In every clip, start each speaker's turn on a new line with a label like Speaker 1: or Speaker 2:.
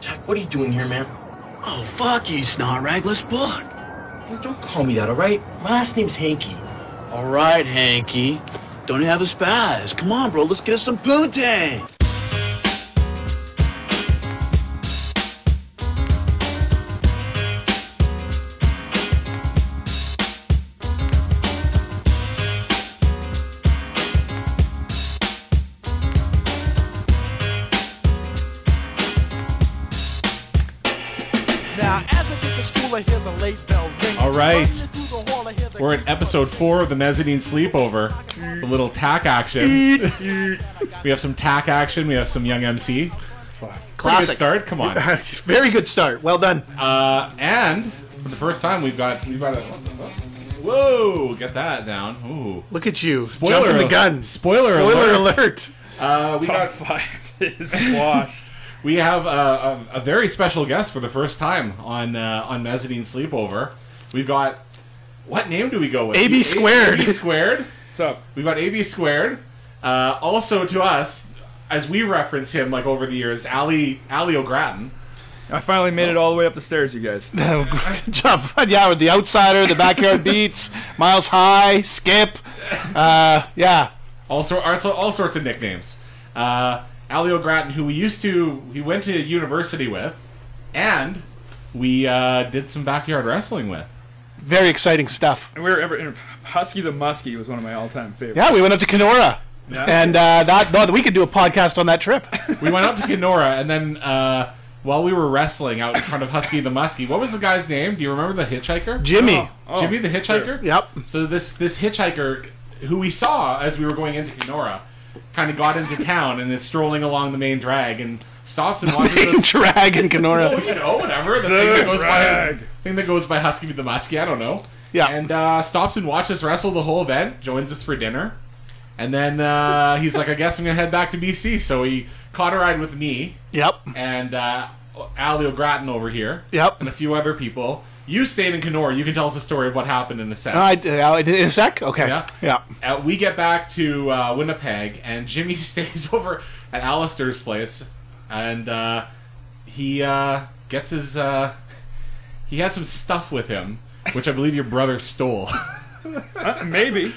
Speaker 1: Jack, what are you doing here, man?
Speaker 2: Oh, fuck you, snot rag. Let's book.
Speaker 1: Don't- Don't call me that, all right? My last name's Hanky.
Speaker 2: All right, Hanky. Don't have a spaz. Come on, bro. Let's get us some poontang.
Speaker 3: Now, as I get to school, I hear the late bell ring.
Speaker 4: All right.
Speaker 3: Running through the hall, I hear the
Speaker 4: We're in episode four of the Mezzanine Sleepover. The little tack action. we have some tack action. We have some young MC. Pretty
Speaker 5: Classic.
Speaker 4: good start. Come on.
Speaker 5: Very good start. Well done.
Speaker 4: Uh, and for the first time, we've got we've got a whoa. Get that down. Ooh.
Speaker 5: Look at you.
Speaker 4: Spoiler
Speaker 5: Jumping the
Speaker 4: al-
Speaker 5: gun.
Speaker 4: spoiler
Speaker 5: Spoiler
Speaker 4: alert.
Speaker 5: alert.
Speaker 4: Uh, we
Speaker 6: Top
Speaker 4: got
Speaker 6: five is washed.
Speaker 4: we have a, a, a very special guest for the first time on uh, on Mezzanine Sleepover. We've got what name do we go with?
Speaker 5: AB squared.
Speaker 4: AB squared.
Speaker 6: What's up?
Speaker 4: We've got AB squared. Uh, also to us, as we reference him like over the years, Ali Ali O'Gratton.
Speaker 6: I finally made it all the way up the stairs, you guys.
Speaker 5: Good job. Yeah, with the outsider, the backyard beats, miles high, skip. Uh, yeah.
Speaker 4: Also, also all sorts of nicknames. Uh, Ali O'Gratton, who we used to, we went to university with, and we uh, did some backyard wrestling with.
Speaker 5: Very exciting stuff.
Speaker 6: And we were ever Husky the Muskie was one of my all-time favorites.
Speaker 5: Yeah, we went up to Kenora.
Speaker 6: Yeah.
Speaker 5: And uh, that, that we could do a podcast on that trip.
Speaker 4: We went out to Kenora, and then uh, while we were wrestling out in front of Husky the Muskie, what was the guy's name? Do you remember the hitchhiker?
Speaker 5: Jimmy.
Speaker 6: Oh,
Speaker 4: Jimmy the hitchhiker.
Speaker 5: Yep.
Speaker 4: So this this hitchhiker, who we saw as we were going into Kenora, kind of got into town and is strolling along the main drag and stops and watches us.
Speaker 5: Drag in
Speaker 4: Oh,
Speaker 5: Kenora.
Speaker 4: you know, whatever the thing that goes
Speaker 6: drag.
Speaker 4: by thing that goes by Husky the Muskie. I don't know.
Speaker 5: Yeah.
Speaker 4: And uh, stops and watches us wrestle the whole event. Joins us for dinner, and then uh, he's like, "I guess I'm gonna head back to BC." So he caught a ride with me
Speaker 5: Yep.
Speaker 4: and uh, Ali O'Gratton over here.
Speaker 5: Yep.
Speaker 4: And a few other people. You stayed in Kenora. You can tell us the story of what happened in a second.
Speaker 5: I, uh, in a sec? Okay.
Speaker 4: Yeah.
Speaker 5: Yeah.
Speaker 4: Uh, we get back to uh, Winnipeg, and Jimmy stays over at Alistair's place, and uh, he uh, gets his. Uh, he had some stuff with him, which I believe your brother stole. at
Speaker 6: Uh, maybe,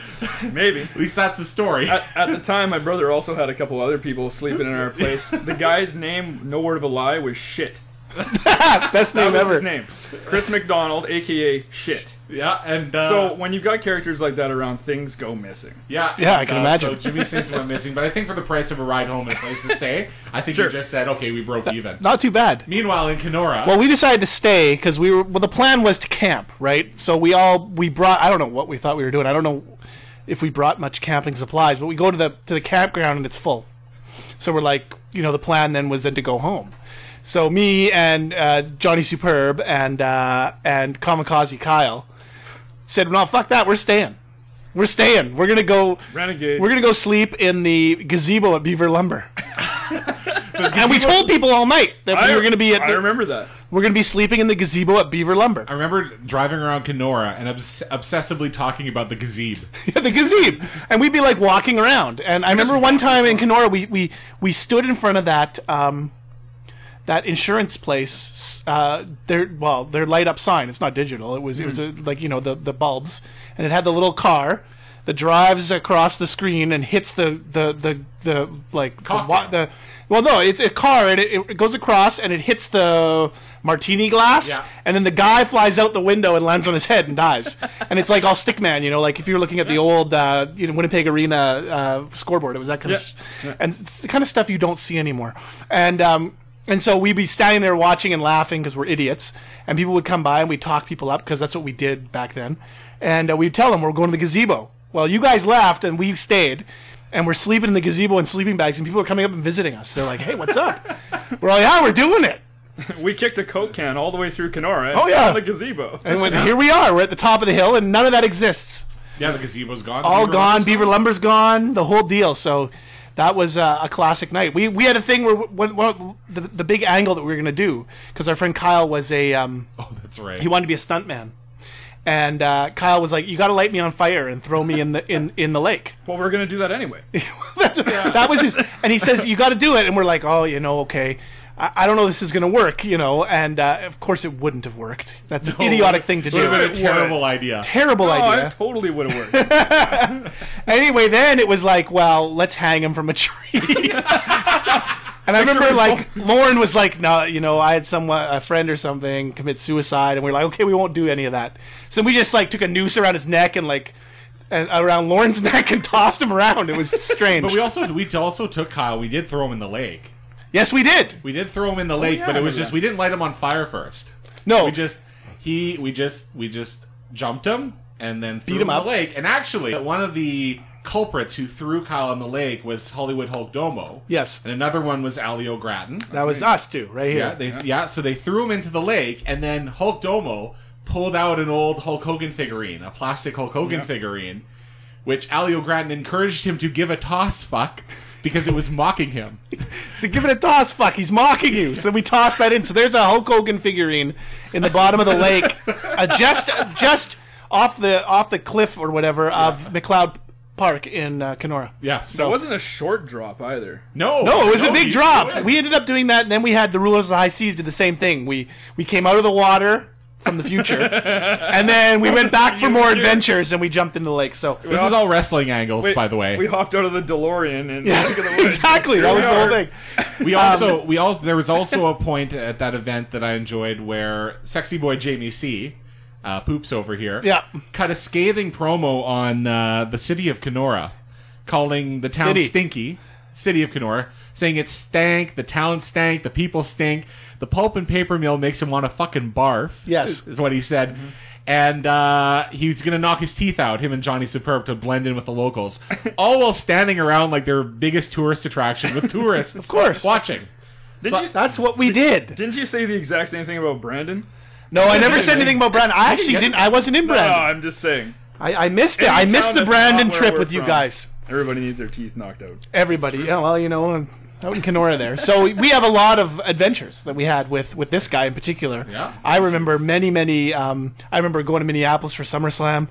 Speaker 6: maybe.
Speaker 4: least that's the story.
Speaker 6: At, at the time, my brother also had a couple other people sleeping in our place. The guy's name, no word of a lie, was Shit.
Speaker 5: Best
Speaker 6: That
Speaker 5: name
Speaker 6: was
Speaker 5: ever.
Speaker 6: his name. Chris McDonald, aka Shit.
Speaker 4: yeah, and uh,
Speaker 6: So when you've got characters like that around, things go missing.
Speaker 4: yeah,
Speaker 5: Yeah, I
Speaker 4: and,
Speaker 5: can
Speaker 4: uh,
Speaker 5: imagine.
Speaker 4: So Jimmy's things went missing, but I think for the price of a ride home and a place to stay, I think
Speaker 6: Sure.
Speaker 4: you just said, okay, we broke even.
Speaker 5: Not too bad.
Speaker 4: Meanwhile, in Kenora,
Speaker 5: Well, we decided to stay because we were. Well, the plan was to camp, right? So we all we brought. I don't know what we thought we were doing. I don't know if we brought much camping supplies, but we go to the to the campground and it's full. So we're like, you know, the plan then was then to go home. So me and uh, Johnny Superb and uh, and Kamikaze Kyle said, "No, fuck that. We're staying. We're staying. We're gonna go.
Speaker 6: Renegade.
Speaker 5: We're gonna go sleep in the gazebo at Beaver Lumber." and we told people all night that we were gonna be at.
Speaker 6: I
Speaker 5: The,
Speaker 6: remember that.
Speaker 5: we're going to be sleeping in the gazebo at Beaver Lumber.
Speaker 4: I remember driving around Kenora and obs- obsessively talking about the gazebo.
Speaker 5: the gazebo. And we'd be like walking around. And I remember one time in Kenora, we, we, we stood in front of that, um, that insurance place, uh, their, well, their light up sign. It's not digital. It was, it was
Speaker 4: Hmm.
Speaker 5: a, like, you know, the, the bulbs. And it had the little car that drives across the screen and hits the, the, the, the like, the, wa-
Speaker 4: Cockpit.
Speaker 5: the, well, no, it's a car and it, it goes across and it hits the martini glass.
Speaker 4: Yeah.
Speaker 5: And then the guy flies out the window and lands on his head and dies. and it's like all stickman, you know, like if you were looking at the old uh, you know, Winnipeg Arena uh, scoreboard, it was that kind of,
Speaker 6: Yeah.
Speaker 5: sh- and it's the kind of stuff you don't see anymore. And um, and so we'd be standing there watching and laughing because we're idiots. And people would come by and we'd talk people up because that's what we did back then. And uh, we'd tell them we're going to the gazebo. Well, you guys left and we stayed. And we're sleeping in the gazebo in sleeping bags, and people are coming up and visiting us. They're like, "Hey, what's up?" we're like, "Yeah, we're doing it."
Speaker 6: We kicked a coke can all the way through Kenora. and
Speaker 5: Oh, yeah.
Speaker 6: found the gazebo.
Speaker 5: And when, here we are. We're at the top of the hill, and none of that exists.
Speaker 4: Yeah, the gazebo's gone.
Speaker 5: All
Speaker 4: Beaver
Speaker 5: gone.
Speaker 4: Lumber's
Speaker 5: Beaver Lumber's gone. The whole deal. So that was uh, a classic night. We we had a thing where when, when, the the big angle that we were gonna do because our friend Kyle was a um,
Speaker 4: Oh, that's right.
Speaker 5: he wanted to be a stuntman. And uh, Kyle was like, "You got to light me on fire and throw me in the in, in the lake."
Speaker 6: Well, we're gonna do that anyway.
Speaker 5: That's what- That was his. And he says, "You got to do it." And we're like, "Oh, you know, okay." I, I don't know this is going to work, you know. And uh, of course, it wouldn't have worked. That's an idiotic thing to
Speaker 4: Would have
Speaker 5: do.
Speaker 4: been a terrible idea.
Speaker 5: Terrible
Speaker 6: Oh,
Speaker 5: idea.
Speaker 6: I totally would have worked.
Speaker 5: anyway, then it was like, well, let's hang him from a tree. and I remember like Lauren was like, no, you know, I had someone, a friend or something, commit suicide, and we are like, okay, we won't do any of that. So we just like took a noose around his neck and like. And around Lauren's neck and tossed him around. It was strange.
Speaker 4: But we also we also took Kyle. We did throw him in the lake.
Speaker 5: yes, we did.
Speaker 4: We did throw him in the
Speaker 5: Oh,
Speaker 4: lake,
Speaker 6: yeah,
Speaker 4: but
Speaker 6: I
Speaker 4: it was
Speaker 6: remember
Speaker 4: just we didn't light him on fire first.
Speaker 5: No.
Speaker 4: we just he we just we just jumped him and then threw
Speaker 5: Beat
Speaker 4: him,
Speaker 5: him
Speaker 4: in
Speaker 5: up.
Speaker 4: the lake. And actually, one of the culprits who threw Kyle in the lake was Hollywood Hulk Domo.
Speaker 5: Yes.
Speaker 4: and another one was Alio Grattan.
Speaker 5: That was us too, right here.
Speaker 4: Yeah, they, yeah. So they threw him into the lake, and then Hulk Domo pulled out an old Hulk Hogan figurine, a plastic Hulk Hogan figurine, which Alio Grattan encouraged him to give a toss fuck because it was mocking him.
Speaker 5: So give it a toss, fuck. He's mocking you. So we toss that in. So there's a Hulk Hogan figurine in the bottom of the lake, uh, just just off the off the cliff or whatever of McLeod Park in uh, Kenora.
Speaker 4: Yeah.
Speaker 6: That
Speaker 4: So Oh,
Speaker 6: wasn't a short drop either.
Speaker 4: no,
Speaker 5: No, it was a big
Speaker 4: you-
Speaker 5: drop. We ended up doing that, and then we had the rulers of the high seas did the same thing. We we came out of the water from the future, and then we went back for more adventures, and we jumped into the lake. So
Speaker 4: This is all wrestling angles, by the way.
Speaker 6: we hopped out of the DeLorean and
Speaker 5: Yeah,
Speaker 6: back of the woods.
Speaker 5: exactly, that
Speaker 6: Here
Speaker 5: was
Speaker 6: we
Speaker 5: the whole
Speaker 6: are.
Speaker 5: thing.
Speaker 4: We
Speaker 5: Um,
Speaker 4: also we also there was also a point at that event that I enjoyed where sexy boy Jamie C. Uh, poops over here.
Speaker 5: Yeah.
Speaker 4: cut a scathing promo on uh, the city of Kenora, calling the town
Speaker 5: City.
Speaker 4: stinky. City of Kenora, saying it stank, the town stank, the people stink, the pulp and paper mill makes him want to fucking barf.
Speaker 5: Yes. Mm-hmm.
Speaker 4: is what he said. And uh, he's gonna knock his teeth out, him and Johnny Superb, to blend in with the locals, all while standing around like their biggest tourist attraction with tourists, of
Speaker 5: course.
Speaker 4: watching.
Speaker 6: Did
Speaker 4: So-
Speaker 6: you,
Speaker 5: That's what we did.
Speaker 6: didn't you say the exact same thing about Brandon?
Speaker 5: No, I never said anything about Brandon. I actually didn't. I wasn't in
Speaker 6: No,
Speaker 5: Brandon.
Speaker 6: I'm just saying.
Speaker 5: I, I missed it.
Speaker 6: Any
Speaker 5: I
Speaker 6: town
Speaker 5: missed the
Speaker 6: that's
Speaker 5: Brandon
Speaker 6: not where
Speaker 5: trip
Speaker 6: we're
Speaker 5: with you
Speaker 6: from.
Speaker 5: guys.
Speaker 6: Everybody needs their teeth knocked out.
Speaker 5: Everybody. Yeah, well, you know, I'm out in Kenora there. So we have a lot of adventures that we had with, with this guy in particular.
Speaker 4: Yeah.
Speaker 5: I remember many, many. Um, I remember going to Minneapolis for SummerSlam.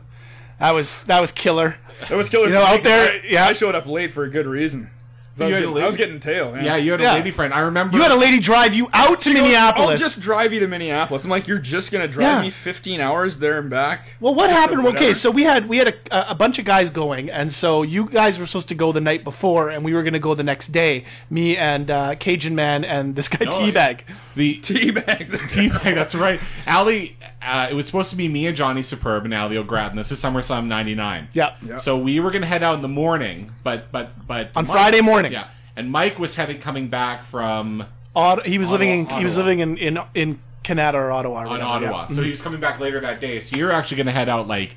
Speaker 5: That was that was killer.
Speaker 6: That was killer.
Speaker 5: You know,
Speaker 6: for me.
Speaker 5: out there-
Speaker 6: I-
Speaker 5: yeah.
Speaker 6: I showed up late for a good reason. 'Cause I
Speaker 4: You had
Speaker 6: was, getting,
Speaker 4: late-
Speaker 6: I was getting tail. Man.
Speaker 4: Yeah, you had a
Speaker 5: Yeah.
Speaker 4: lady friend. I remember.
Speaker 5: You had a lady drive you out to Minneapolis.
Speaker 6: I'll just drive you to Minneapolis. I'm like, you're just gonna drive
Speaker 5: Yeah.
Speaker 6: me 15 hours there and back.
Speaker 5: Well, what happened? Okay,
Speaker 6: whatever.
Speaker 5: so we had we had a, a bunch of guys going, and so you guys were supposed to go the night before, and we were going to go the next day. Me and uh, Cajun Man and this guy
Speaker 4: No,
Speaker 5: Teabag.
Speaker 4: Oh, the
Speaker 6: Teabag.
Speaker 4: Teabag, that's right. Ali, uh, it was supposed to be me and Johnny Superb and Ali O'Gratton. This is SummerSlam '99.
Speaker 5: Yeah.
Speaker 4: So we were gonna head out in the morning, but but but
Speaker 5: On Friday morning.
Speaker 4: Yeah. And Mike was heading coming back from
Speaker 5: Ot- he was
Speaker 4: Ottawa-
Speaker 5: living in he was
Speaker 4: Ottawa.
Speaker 5: living in in in Canada or Ottawa. Or
Speaker 4: on
Speaker 5: whatever,
Speaker 4: Ottawa,
Speaker 5: Yeah.
Speaker 4: so he was coming back later that day. So you're actually gonna head out like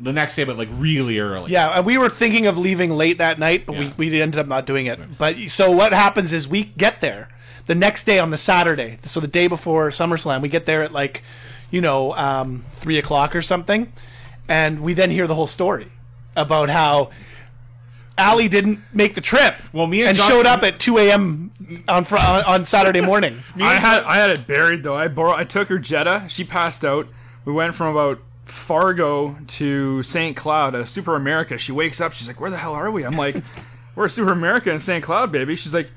Speaker 4: the next day, but like really early.
Speaker 5: Yeah, and we were thinking of leaving late that night, but
Speaker 4: Yeah.
Speaker 5: we, we ended up not doing it. But so what happens is we get there the next day on the Saturday, so the day before SummerSlam, we get there at like, you know, um, three o'clock or something, and we then hear the whole story about how Ali didn't make the trip.
Speaker 4: Well, me and John-
Speaker 5: showed up at two a.m. on fr- on, on Saturday morning.
Speaker 6: I had I had it buried though. I borrow I took her Jetta. She passed out. We went from about Fargo to St. Cloud, uh, Super America. She wakes up. She's like, "Where the hell are we?" I'm like, "We're at Super America in St. Cloud, baby." She's like.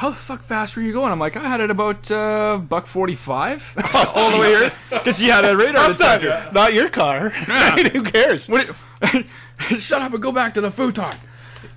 Speaker 6: How the fuck fast were you going? I'm like, I had it about uh, buck forty five all the way here because she had a radar
Speaker 5: That's not,
Speaker 6: detector.
Speaker 5: not your car. Who cares?
Speaker 6: What? do- Shut up and go back to the futon.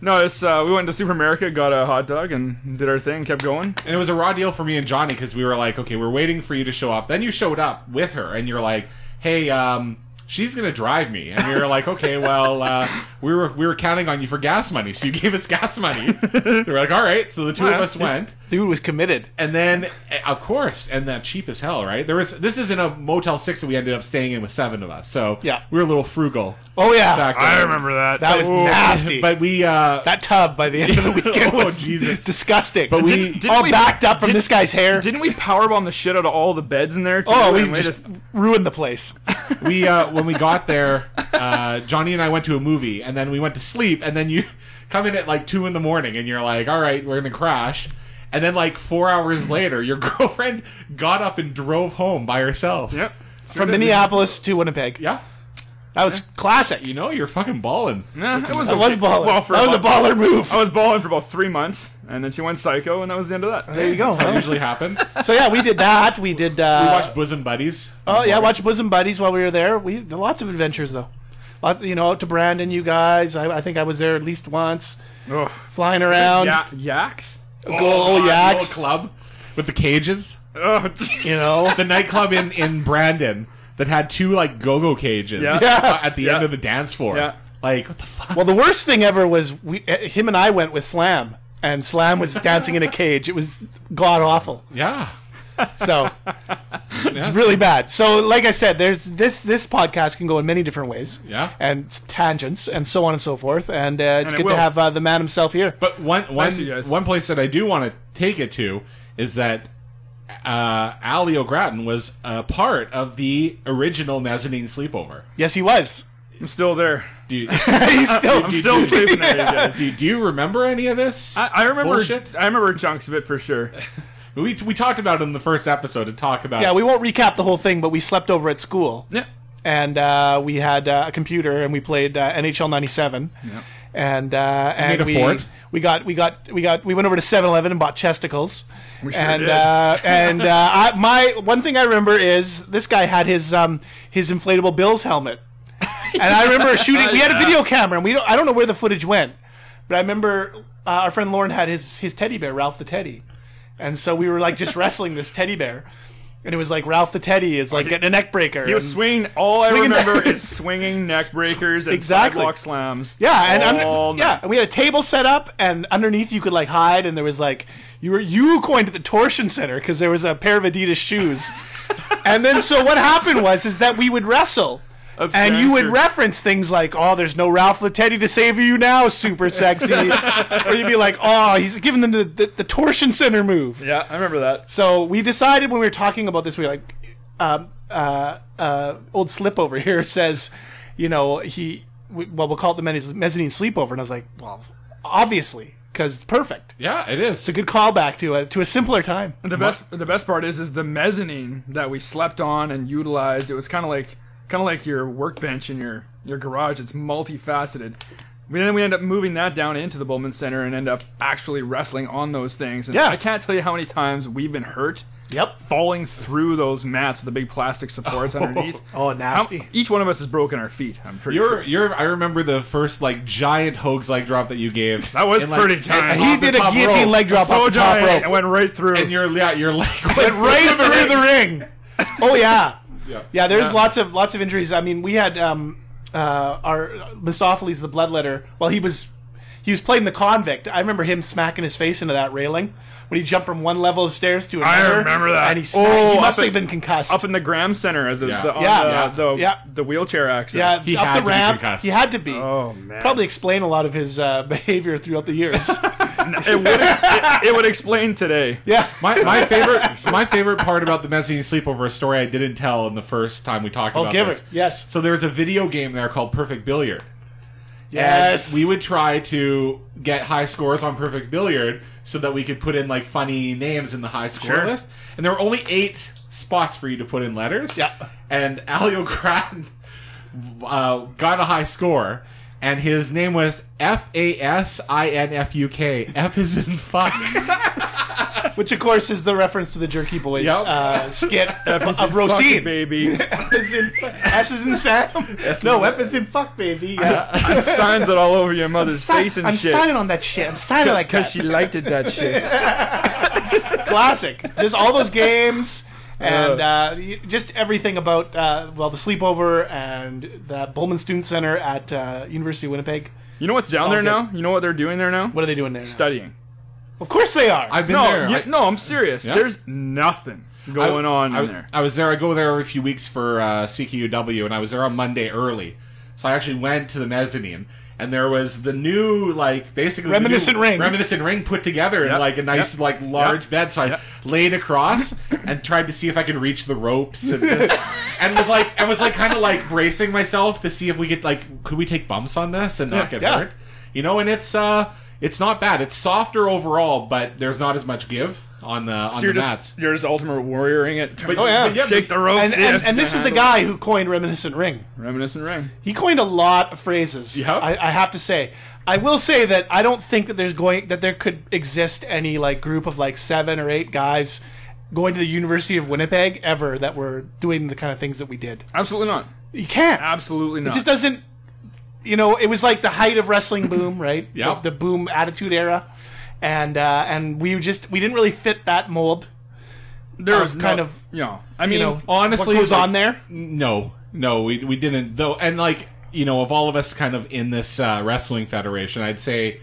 Speaker 6: No, it's uh, we went to Super America, got a hot dog, and did our thing. Kept going.
Speaker 4: And it was a raw deal for me and Johnny because we were like, okay, we're waiting for you to show up. Then you showed up with her, and you're like, hey, um, she's gonna drive me. And we were like, okay, well, uh, we were we were counting on you for gas money, so you gave us gas money. we were like, all right. So the two of
Speaker 6: Wow.
Speaker 4: us went,
Speaker 5: Dude was committed.
Speaker 4: and then eh, of course, and that cheap as hell, right? There was this is in a Motel Six that we ended up staying in with seven of us, so
Speaker 5: Yeah.
Speaker 4: we were a little frugal.
Speaker 5: Oh yeah,
Speaker 4: Back
Speaker 6: I
Speaker 4: then.
Speaker 6: remember that.
Speaker 5: that was
Speaker 6: Ooh.
Speaker 5: nasty.
Speaker 4: But we uh,
Speaker 5: That tub by the end of the weekend
Speaker 4: Oh,
Speaker 5: was
Speaker 4: Jesus.
Speaker 5: disgusting.
Speaker 4: But we-
Speaker 5: Didn't-
Speaker 4: didn't
Speaker 5: all
Speaker 6: we-
Speaker 5: backed up from this guy's hair.
Speaker 6: Didn't we powerbomb the shit out of all the beds in there? Too?
Speaker 5: oh,
Speaker 6: And
Speaker 5: we just ruined the place.
Speaker 4: we uh, when we got there, uh, Johnny and I went to a movie, and then we went to sleep, and then you come in at like two in the morning, and you're like, "All right, we're gonna crash." And then like four hours later, your girlfriend got up and drove home by herself.
Speaker 6: Yep.
Speaker 5: From Minneapolis to Winnipeg.
Speaker 4: Yeah.
Speaker 5: That was classic.
Speaker 4: You know, you're fucking balling.
Speaker 6: Nah, it was,
Speaker 5: That was
Speaker 6: okay.
Speaker 5: baller.
Speaker 6: Well, for
Speaker 5: that was a
Speaker 6: about-
Speaker 5: baller move.
Speaker 6: I was balling for about three months. and then she went psycho, and that was the end of that.
Speaker 5: There you go.
Speaker 4: That usually happens.
Speaker 5: So yeah, we did that. We did.
Speaker 4: We
Speaker 5: Uh,
Speaker 4: watched Bosom Buddies.
Speaker 5: oh yeah, watch Bosom Buddies while we were there. We did lots of adventures though. Lot, you know, out to Brandon, you guys. I, I think I was there at least once,
Speaker 6: Ugh.
Speaker 5: flying around.
Speaker 6: Ya- yaks?
Speaker 5: Go, oh,
Speaker 4: God, the old
Speaker 5: yaks.
Speaker 4: club with the cages.
Speaker 6: Oh,
Speaker 5: You know.
Speaker 4: The nightclub in in Brandon that had two like go-go cages
Speaker 6: Yeah.
Speaker 5: Yeah.
Speaker 4: at the
Speaker 6: Yeah.
Speaker 4: end of the dance floor.
Speaker 6: Yeah.
Speaker 4: Like what the fuck?
Speaker 5: Well, the worst thing ever was we, eh, him and I went with Slam, and Slam was dancing in a cage. It was god awful.
Speaker 4: Yeah.
Speaker 5: So it's really bad. So, like I said, there's this this podcast can go in many different ways.
Speaker 4: Yeah.
Speaker 5: and tangents and so on and so forth. And uh, it's
Speaker 6: it
Speaker 5: good
Speaker 6: will.
Speaker 5: to have uh, the man himself here.
Speaker 4: But one one
Speaker 6: you guys.
Speaker 4: one place that I do want to take it to is that uh, Ali O'Gratton was a part of the original mezzanine sleepover.
Speaker 5: yes, he was.
Speaker 6: I'm still there.
Speaker 4: Do you,
Speaker 5: He's still.
Speaker 6: I'm still sleeping there, you guys.
Speaker 4: do, you- do you remember any of this?
Speaker 6: I, I remember.
Speaker 4: Bullshit?
Speaker 6: I remember chunks of it for sure.
Speaker 4: we we talked about it in the first episode to talk about
Speaker 5: yeah, we won't recap the whole thing, but we slept over at school.
Speaker 6: Yeah.
Speaker 5: And uh, we had uh, a computer, and we played uh, NHL '97. And uh,
Speaker 4: made
Speaker 5: and
Speaker 4: a
Speaker 5: we,
Speaker 4: fort.
Speaker 5: we got we got we got we went over to 7-Eleven and bought chesticles. We
Speaker 6: sure
Speaker 5: and
Speaker 6: did.
Speaker 5: Uh, and uh, I, my one thing I remember is this guy had his um, his inflatable Bills helmet. And I remember shooting. We had a video camera, and we don't, I don't know where the footage went, but I remember uh, our friend Lauren had his his teddy bear, Ralph the Teddy, and so we were like just wrestling this teddy bear, and it was like Ralph the Teddy is like getting a neck breaker.
Speaker 6: He was
Speaker 5: and-
Speaker 6: swinging. All
Speaker 5: Swinging
Speaker 6: I remember
Speaker 5: neck-
Speaker 6: is swinging neck breakers and
Speaker 5: Exactly.
Speaker 6: sidewalk slams.
Speaker 5: yeah, and under-
Speaker 6: all night.
Speaker 5: yeah, and we had a table set up, and underneath you could like hide, and there was like you were you going to the torsion center because there was a pair of Adidas shoes, and then so what happened was is that we would wrestle.
Speaker 6: That's
Speaker 5: and
Speaker 6: very
Speaker 5: you would
Speaker 6: true.
Speaker 5: reference things like, "Oh, there's no Ralph Teddy to save you now, super sexy," or you'd be like, "Oh, he's giving them the, the, the torsion center move."
Speaker 6: Yeah, I remember that.
Speaker 5: So we decided when we were talking about this, we were like, um, uh, uh, "Old slip over here says, you know, he we, well, we'll call it the mezz- mezzanine sleepover," and I was like, "Well, obviously, because it's perfect."
Speaker 4: Yeah, it is.
Speaker 5: It's a good callback to a to a simpler time.
Speaker 6: The best. The best part is, is the mezzanine that we slept on and utilized. It was kind of like, kind of like your workbench in your your garage. It's multifaceted. We then we end up moving that down into the Bowman Center and end up actually wrestling on those things. And
Speaker 5: Yeah.
Speaker 6: I can't tell you how many times we've been hurt
Speaker 5: Yep.
Speaker 6: falling through those mats with the big plastic supports underneath.
Speaker 5: Oh,
Speaker 6: How-
Speaker 5: nasty.
Speaker 6: each one of us has broken our feet. I'm pretty
Speaker 4: You're,
Speaker 6: sure.
Speaker 4: you're. I remember the first like giant hoax leg drop that you gave.
Speaker 6: That was
Speaker 4: And, like,
Speaker 6: pretty
Speaker 4: and-
Speaker 6: giant.
Speaker 4: and
Speaker 5: He
Speaker 4: off the
Speaker 5: did a
Speaker 4: top
Speaker 5: guillotine
Speaker 4: rope.
Speaker 5: leg drop
Speaker 6: so
Speaker 5: off the top
Speaker 6: giant,
Speaker 5: rope.
Speaker 6: it went right through.
Speaker 4: And your yeah, your leg
Speaker 5: went
Speaker 4: went
Speaker 5: right through the ring. Oh yeah, yeah. there's lots of lots of injuries. I mean, we had um, uh, our Mistopheles, the bloodletter. Well, he was he was playing the convict. I remember him smacking his face into that railing when he jumped from one level of stairs to
Speaker 6: I
Speaker 5: another.
Speaker 6: remember that.
Speaker 5: And he, smacked,
Speaker 6: Oh,
Speaker 5: he
Speaker 6: up
Speaker 5: must have
Speaker 6: in-
Speaker 5: been concussed.
Speaker 6: up in the Graham Center as a,
Speaker 4: Yeah.
Speaker 6: the, on
Speaker 5: Yeah.
Speaker 6: the,
Speaker 5: Yeah.
Speaker 6: The,
Speaker 5: Yeah.
Speaker 6: the wheelchair access.
Speaker 5: yeah,
Speaker 4: He
Speaker 5: up
Speaker 4: had to
Speaker 5: the
Speaker 4: be
Speaker 5: ramp.
Speaker 4: concussed.
Speaker 5: he had to be.
Speaker 6: Oh man.
Speaker 5: Probably explain a lot of his uh, behavior throughout the years.
Speaker 6: it would it, it would explain today.
Speaker 5: yeah.
Speaker 4: My, my favorite my favorite part about the mezzanine sleepover is a story I didn't tell in the first time we talked
Speaker 5: Oh,
Speaker 4: about
Speaker 5: give
Speaker 4: this.
Speaker 5: it. Yes.
Speaker 4: So there was a video game there called Perfect Billiard.
Speaker 5: Yes.
Speaker 4: And we would try to get high scores on Perfect Billiard so that we could put in like funny names in the high score
Speaker 6: Sure.
Speaker 4: list. And there were only eight spots for you to put in letters.
Speaker 5: Yeah.
Speaker 4: And Ali O'Gratton uh, got a high score. And his name was F A S I N F U K. F is in fuck.
Speaker 5: Which, of course, is the reference to the Jerky Boys
Speaker 4: Yep.
Speaker 5: uh, skit of, of
Speaker 6: Fucking
Speaker 5: Rosine.
Speaker 6: baby.
Speaker 5: F is in S is in Sam. no, F is in fuck, baby. Yeah.
Speaker 6: It signs it all over your mother's face and
Speaker 5: I'm
Speaker 6: shit.
Speaker 5: signing on that shit. I'm signing like that.
Speaker 6: because she liked it that shit.
Speaker 5: Classic. There's all those games and uh, y- just everything about uh, well the sleepover and the Bowman Student Center at uh, University of Winnipeg.
Speaker 6: You know what's down
Speaker 5: all
Speaker 6: there
Speaker 5: good.
Speaker 6: now? You know what they're doing there now?
Speaker 5: What are they doing there? now?
Speaker 6: Studying.
Speaker 5: Of course they are.
Speaker 4: I've been
Speaker 6: No,
Speaker 4: there.
Speaker 6: you-
Speaker 4: I-
Speaker 6: no, I'm serious.
Speaker 4: Yeah.
Speaker 6: There's nothing going
Speaker 4: I-
Speaker 6: on
Speaker 4: I,
Speaker 6: in there.
Speaker 4: I was there. I go there every few weeks for uh, CQUW, and I was there on Monday early. So I actually went to the mezzanine, and there was the new, like, basically the new
Speaker 5: Reminiscent ring.
Speaker 4: reminiscent ring put together in
Speaker 6: Yep.
Speaker 4: like a nice,
Speaker 6: Yep.
Speaker 4: like, large
Speaker 6: Yep.
Speaker 4: bed. So I
Speaker 6: Yep.
Speaker 4: laid across and tried to see if I could reach the ropes, and, just, and was like, and was like, kind of like bracing myself to see if we could, like, could we take bumps on this and not get
Speaker 5: Yeah.
Speaker 4: hurt? You know, and it's uh, it's not bad. It's softer overall, but there's not as much give. on the on
Speaker 6: So you're
Speaker 4: the
Speaker 6: just
Speaker 4: mats.
Speaker 6: you're just ultimate warrioring it.
Speaker 4: But- Oh, yeah. but yeah,
Speaker 6: shake
Speaker 4: but-
Speaker 6: the ropes.
Speaker 5: And, and,
Speaker 6: yeah.
Speaker 5: and this is the guy who coined reminiscent ring.
Speaker 6: reminiscent ring.
Speaker 5: He coined a lot of phrases.
Speaker 4: Yeah.
Speaker 5: I, I have to say. I will say that I don't think that there's going that there could exist any like group of like seven or eight guys going to the University of Winnipeg ever that were doing the kind of things that we did.
Speaker 6: Absolutely not.
Speaker 5: You can't.
Speaker 6: Absolutely not.
Speaker 5: It just doesn't. You know, it was like the height of wrestling boom, right?
Speaker 4: Yep.
Speaker 5: The, the boom attitude era, and uh, and we just we didn't really fit that mold.
Speaker 6: there
Speaker 5: uh,
Speaker 6: was no-
Speaker 5: kind of-
Speaker 6: you know. I
Speaker 5: You
Speaker 6: mean,
Speaker 5: know,
Speaker 4: honestly,
Speaker 5: what goes
Speaker 4: like-
Speaker 5: on there?
Speaker 4: No, no, we we didn't though. And like you know, of all of us, kind of in this uh, wrestling federation, I'd say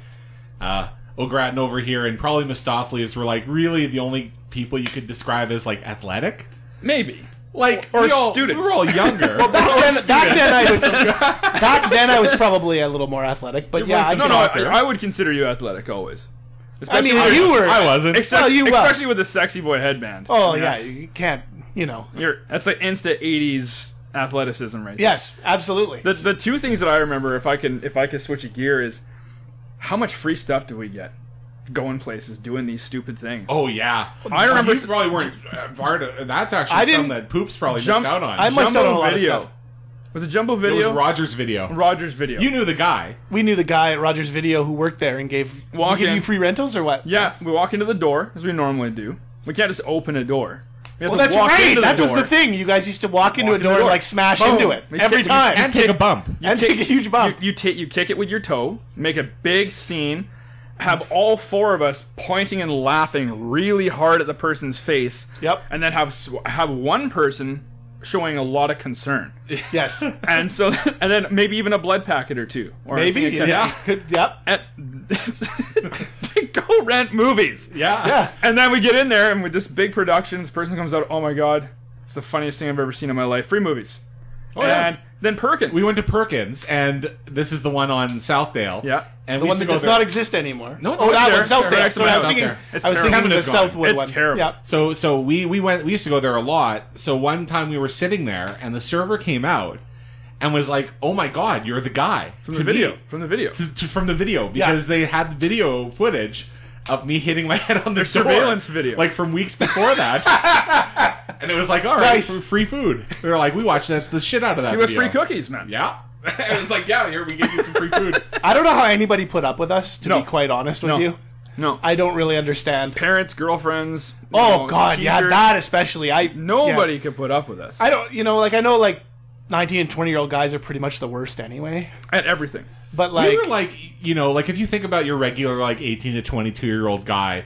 Speaker 4: uh, O'Gratton over here and probably Mistopheles were like really the only people you could describe as like athletic.
Speaker 6: maybe.
Speaker 4: Like
Speaker 6: Or
Speaker 4: we all,
Speaker 6: students.
Speaker 4: we were all younger.
Speaker 5: Back then, back then I was back then I was probably a little more athletic, but yeah, I,
Speaker 6: no, no.
Speaker 4: soccer.
Speaker 6: I, I would consider you athletic always.
Speaker 5: I mean
Speaker 6: Especially-
Speaker 5: you were.
Speaker 4: I wasn't.
Speaker 6: Especially,
Speaker 5: Well, you were.
Speaker 6: especially with the sexy boy headband.
Speaker 5: Oh
Speaker 6: I mean,
Speaker 5: yeah,
Speaker 6: that's-
Speaker 5: you can't. You know.
Speaker 6: You're, that's like insta '80s athleticism, right? there.
Speaker 5: Yes, absolutely.
Speaker 6: The, the two things that I remember, if I can, if I could switch a gear, is how much free stuff do we get going places doing these stupid things?
Speaker 4: Oh yeah,
Speaker 6: I remember-
Speaker 4: You probably weren't uh, part of- That's actually
Speaker 5: I didn't-
Speaker 4: something that Poops probably
Speaker 6: Jump-
Speaker 4: missed out on.
Speaker 5: I must have done a
Speaker 6: Jumbo
Speaker 5: lot of
Speaker 6: video.
Speaker 5: stuff.
Speaker 6: Was it Jumbo
Speaker 4: it
Speaker 6: Video?
Speaker 4: was Rogers' video.
Speaker 6: Rogers Video.
Speaker 4: You knew the guy.
Speaker 5: We knew the guy at Rogers Video who worked there and gave
Speaker 6: Walk
Speaker 5: give
Speaker 6: in.
Speaker 5: you free rentals or what?
Speaker 6: yeah, we walk into the door as we normally do. We can't just open a door. We have
Speaker 5: Well,
Speaker 6: to
Speaker 5: that's
Speaker 6: walk
Speaker 5: right.
Speaker 6: into
Speaker 5: That
Speaker 6: the
Speaker 5: was
Speaker 6: door.
Speaker 5: the thing. You guys used to walk into
Speaker 6: Walk
Speaker 5: a door and like smash
Speaker 6: Boom.
Speaker 5: into it
Speaker 6: We
Speaker 5: every
Speaker 6: kick-
Speaker 5: time
Speaker 6: and take a
Speaker 4: bump.
Speaker 5: and take a huge
Speaker 6: You,
Speaker 5: bump.
Speaker 6: you, ta- you kick it with your toe, make a big scene, have all four of us pointing and laughing really hard at the person's face.
Speaker 5: Yep.
Speaker 6: And then have sw- have one person showing a lot of concern.
Speaker 5: Yes,
Speaker 6: and so and then maybe even a blood packet or two. Or
Speaker 5: maybe.
Speaker 6: I think it
Speaker 5: Yeah.
Speaker 6: can-
Speaker 5: Could, yep.
Speaker 6: And go rent movies.
Speaker 4: Yeah.
Speaker 5: Yeah.
Speaker 6: And then we get in there and with this big production, this person comes out, oh my god, it's the funniest thing I've ever seen in my life. Free movies.
Speaker 4: Oh, yeah.
Speaker 6: and then Perkins.
Speaker 4: we went to Perkins, and this is the one on Southdale.
Speaker 6: Yeah.
Speaker 4: and
Speaker 5: The
Speaker 4: we
Speaker 5: one
Speaker 4: used
Speaker 5: that
Speaker 4: to go
Speaker 5: does
Speaker 4: there.
Speaker 5: not exist anymore.
Speaker 4: No, it's
Speaker 5: oh,
Speaker 4: right
Speaker 5: that
Speaker 4: there.
Speaker 5: one's out
Speaker 4: Right
Speaker 5: there.
Speaker 4: next to
Speaker 5: Sorry, I
Speaker 4: my
Speaker 5: was
Speaker 4: house.
Speaker 5: thinking.
Speaker 4: It's
Speaker 5: I was
Speaker 6: terrible.
Speaker 5: thinking of the
Speaker 4: Canada's gone.
Speaker 5: Southwood
Speaker 6: It's
Speaker 5: one.
Speaker 6: terrible.
Speaker 5: Yep.
Speaker 4: So so we we went we used to go there a lot. So one time we were sitting there and the server came out and was like, "Oh my god, you're the guy
Speaker 6: from
Speaker 4: to
Speaker 6: the
Speaker 4: me."
Speaker 6: video. From the video.
Speaker 4: T- t- from the video because they had the video footage of me hitting my head on the door.
Speaker 6: surveillance video.
Speaker 4: like from weeks before that. and it was like, "All right,
Speaker 5: Nice.
Speaker 4: f- free food." They were like, "We watched that the shit out of that."
Speaker 6: It was
Speaker 4: video."
Speaker 6: free cookies, man.
Speaker 4: Yeah. it was like, "Yeah, here we give you some free food."
Speaker 5: I don't know how anybody put up with us. To
Speaker 6: No.
Speaker 5: be quite honest with
Speaker 6: No.
Speaker 5: you,
Speaker 6: No.
Speaker 5: I don't really understand.
Speaker 6: Parents, girlfriends. you
Speaker 5: Oh
Speaker 6: know,
Speaker 5: God, yeah,
Speaker 6: teachers.
Speaker 5: that especially. I
Speaker 6: Nobody
Speaker 5: yeah.
Speaker 6: could put up with us
Speaker 5: I don't. You know, like I know, like nineteen and twenty year old guys are pretty much the worst anyway.
Speaker 6: at everything.
Speaker 5: But like,
Speaker 4: we were like you know like if you think about your regular like 18 to 22 year old guy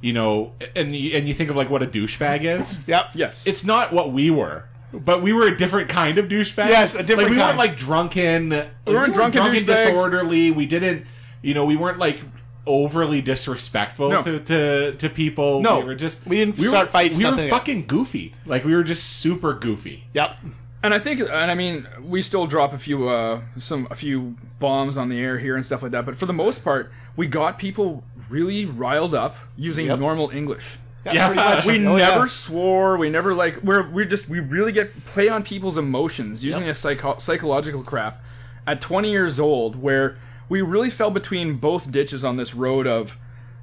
Speaker 4: you know and you, and you think of like what a douchebag is
Speaker 5: yep,
Speaker 6: Yes.
Speaker 4: it's not what we were but we were a different kind of douchebag
Speaker 5: Yes, a different
Speaker 4: like, we
Speaker 5: kind.
Speaker 4: weren't like drunken we
Speaker 6: weren't drunken douchebags.
Speaker 4: disorderly we didn't you know we weren't like overly disrespectful
Speaker 6: No.
Speaker 4: to, to to people
Speaker 5: No.
Speaker 4: we were just
Speaker 5: We didn't
Speaker 4: were-
Speaker 5: start fights,
Speaker 4: we
Speaker 5: nothing.
Speaker 4: were fucking goofy like we were just super goofy
Speaker 5: yep.
Speaker 6: And I think, and I mean, we still drop a few, uh, some, a few bombs on the air here and stuff like that. But for the most part, we got people really riled up using
Speaker 5: Yep.
Speaker 6: normal English.
Speaker 5: Yeah, pretty much.
Speaker 6: We
Speaker 5: Oh, yeah.
Speaker 6: never swore. We never like. We're we just we really get play on people's emotions using this psycho- psychological crap. At 20 years old, where we really fell between both ditches on this road of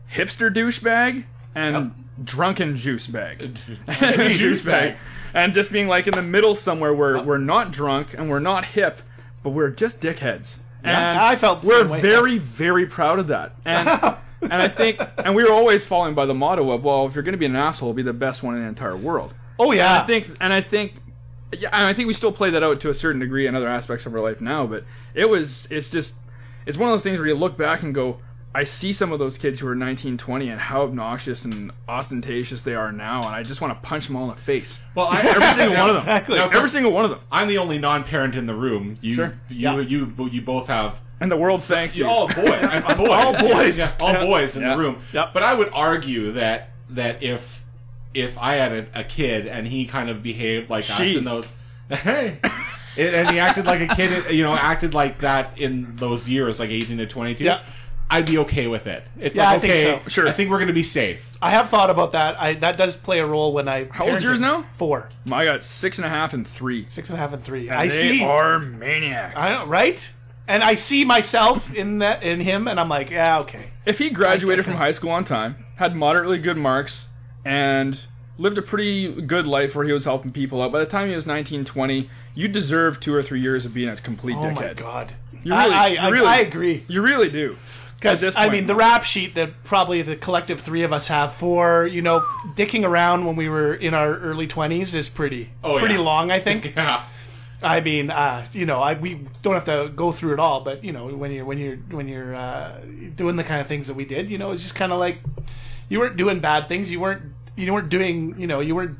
Speaker 6: hipster douchebag and drunken juice bag,
Speaker 4: Juice bag.
Speaker 6: and just being like in the middle somewhere where we're not drunk and we're not hip, but we're just dickheads. and
Speaker 5: I felt the
Speaker 6: we're
Speaker 5: same way.
Speaker 6: very very proud of that. And and I think and we were always following by the motto of well, if you're going to be an asshole, be the best one in the entire world.
Speaker 5: Oh yeah.
Speaker 6: I think and I think yeah, and I think we still play that out to a certain degree in other aspects of our life now, but it was it's just it's one of those things where you look back and go I see some of those kids who are 19, 20 and how obnoxious and ostentatious they are now and I just want to punch them all in the face.
Speaker 4: well I,
Speaker 6: Every single one of them.
Speaker 5: Exactly.
Speaker 6: Now, Every single one of them.
Speaker 4: i'm the only non-parent in the room you
Speaker 6: Sure.
Speaker 4: you,
Speaker 5: Yeah.
Speaker 4: you you both have
Speaker 6: And the world thanks you.
Speaker 4: Yeah, all boys, I'm a boy. all
Speaker 5: boys.
Speaker 4: yeah, all
Speaker 6: Yeah.
Speaker 4: boys in
Speaker 6: Yeah.
Speaker 4: the room.
Speaker 5: Yep.
Speaker 4: But I would argue that that if if I had a, a kid and he kind of behaved like us
Speaker 6: She.
Speaker 4: in those, hey, and and he acted like a kid, you know, acted like that in those years, like eighteen to twenty-two.
Speaker 5: Yeah.
Speaker 4: I'd be okay with it. It's
Speaker 5: Yeah,
Speaker 4: like,
Speaker 5: I think
Speaker 4: okay,
Speaker 5: so.
Speaker 6: Sure.
Speaker 4: I think we're gonna be safe.
Speaker 5: I have thought about that. I that does play a role when I.
Speaker 6: How old's
Speaker 5: parented.
Speaker 6: yours now?
Speaker 5: Four,
Speaker 6: I got six and a half and three.
Speaker 5: six and a half, and three.
Speaker 6: And
Speaker 5: I
Speaker 6: they
Speaker 5: see.
Speaker 6: are maniacs.
Speaker 5: I know, right? And I see myself in that in him, and I'm like, yeah, okay.
Speaker 6: If he graduated from high school on time, had moderately good marks, and lived a pretty good life where he was helping people out. By the time he was 19, 20, you deserve two or three years of being a complete
Speaker 5: Oh
Speaker 6: dickhead.
Speaker 5: my god.
Speaker 6: You really,
Speaker 5: I, I,
Speaker 6: you
Speaker 5: I,
Speaker 6: really,
Speaker 5: I agree.
Speaker 6: You really do. At
Speaker 5: Because
Speaker 6: this
Speaker 5: I
Speaker 6: point-
Speaker 5: mean, the rap sheet that probably the collective three of us have for you know dicking around when we were in our early twenties is pretty
Speaker 4: Oh,
Speaker 5: pretty
Speaker 4: yeah.
Speaker 5: long. I think.
Speaker 4: Yeah.
Speaker 5: I mean, uh, you know, I we don't have to go through it all, but you know, when you when you're when you're uh, doing the kind of things that we did, you know, it's just kind of like you weren't doing bad things, you weren't you weren't doing, you know, you weren't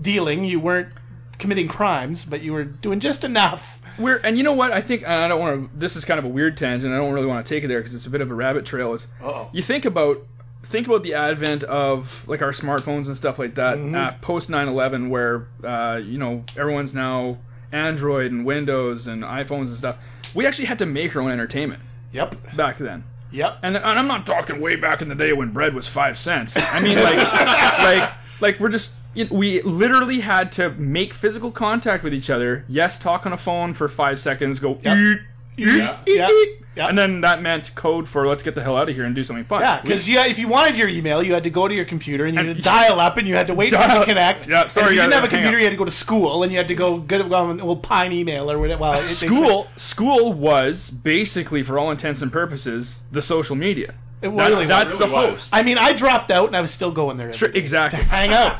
Speaker 5: dealing, you weren't committing crimes, but you were doing just enough.
Speaker 6: We're, and you know what? I think and I don't want to. This is kind of a weird tangent. I don't really want to take it there because it's a bit of a rabbit trail. Is you think about think about the advent of like our smartphones and stuff like that uh, post 9-11 where uh, you know everyone's now android and windows and iphones and stuff we actually had to make our own entertainment
Speaker 5: Yep.
Speaker 6: back then
Speaker 5: Yep.
Speaker 6: and, and i'm not talking way back in the day when bread was five cents i mean like like like we're just you know, we literally had to make physical contact with each other yes talk on a phone for five seconds go eat, eat,
Speaker 4: Yeah.
Speaker 6: eat,
Speaker 5: Yeah.
Speaker 6: eat.
Speaker 5: Yeah.
Speaker 6: and then that meant code for let's get the hell out of here and do something fun
Speaker 5: Yeah, because yeah, if you wanted your email, you had to go to your computer and you had to dial up and you had to wait for it
Speaker 6: Dial-
Speaker 5: to connect. And
Speaker 6: Yeah, sorry,
Speaker 5: if you didn't
Speaker 6: guys,
Speaker 5: have a
Speaker 6: hang
Speaker 5: computer,
Speaker 6: up.
Speaker 5: you had to go to school and you had to go get um, well, Pine email or whatever. Well, it- they-
Speaker 6: school school was basically for all intents and purposes the social media
Speaker 5: It
Speaker 6: That-
Speaker 5: really
Speaker 6: that's
Speaker 5: was.
Speaker 6: the
Speaker 4: was.
Speaker 6: host
Speaker 5: I mean, I dropped out and I was still going there.
Speaker 6: Sure, exactly
Speaker 5: Hang out.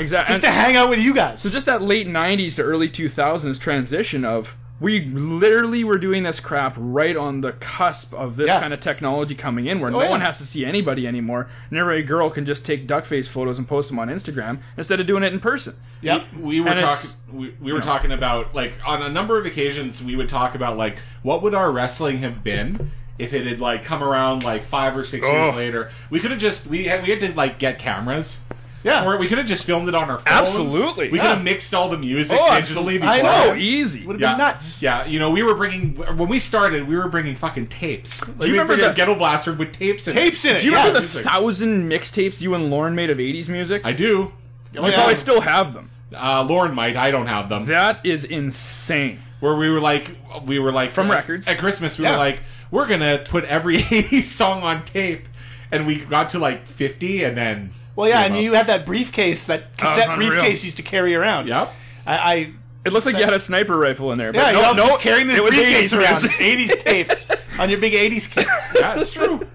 Speaker 6: exactly
Speaker 5: just to hang out with you guys.
Speaker 6: so just that late 90s to early 2000s transition of we literally were doing this crap right on the cusp of this
Speaker 5: Yeah. Oh,
Speaker 6: kind of technology coming in where no
Speaker 5: yeah.
Speaker 6: one has to see anybody anymore and every girl can just take duck face photos and post them on instagram instead of doing it in person
Speaker 5: Yep.
Speaker 4: we were
Speaker 6: And
Speaker 4: talking
Speaker 6: it's-
Speaker 4: we, we were talking about like on a number of occasions we would talk about like what would our wrestling have been if it had like come around like five or six years
Speaker 6: Oh.
Speaker 4: later we could have just we had, we had to like get cameras
Speaker 5: Yeah.
Speaker 4: or we could have just filmed it on our phones
Speaker 6: Absolutely.
Speaker 4: we could
Speaker 5: Yeah.
Speaker 4: have mixed all the music
Speaker 6: Oh,
Speaker 4: digitally
Speaker 6: I
Speaker 5: I
Speaker 4: before.
Speaker 5: know.
Speaker 6: so easy
Speaker 5: Would have
Speaker 4: yeah
Speaker 5: been nuts.
Speaker 4: yeah you know we were bringing when we started we were bringing fucking tapes like,
Speaker 6: you
Speaker 4: we
Speaker 6: remember
Speaker 4: bring a
Speaker 6: the-
Speaker 4: ghetto blaster with tapes in
Speaker 5: Tapes in it.
Speaker 6: do you
Speaker 5: yeah.
Speaker 6: remember the
Speaker 4: music.
Speaker 6: thousand mixtapes you and lauren made of 80s music
Speaker 4: I do
Speaker 6: we
Speaker 5: yeah.
Speaker 6: probably still have them
Speaker 4: uh, Lauren might I don't have them
Speaker 6: that is insane
Speaker 4: where we were like we were like
Speaker 6: From
Speaker 4: at,
Speaker 6: records.
Speaker 4: at Christmas we
Speaker 5: Yeah.
Speaker 4: were like we're gonna put every 80s song on tape and we got to like 50 and then
Speaker 5: Well, yeah, and
Speaker 4: up.
Speaker 5: you had that briefcase that cassette
Speaker 6: unreal.
Speaker 5: briefcase used to carry around.
Speaker 4: yep
Speaker 5: I. I
Speaker 6: it looked like you had a sniper rifle in there but
Speaker 5: yeah,
Speaker 6: no,
Speaker 5: you know,
Speaker 6: no
Speaker 5: just carrying this
Speaker 6: it was
Speaker 5: briefcase
Speaker 6: 80s
Speaker 5: around,
Speaker 6: music.
Speaker 5: 80s tapes on your big 80s kit.
Speaker 4: that's true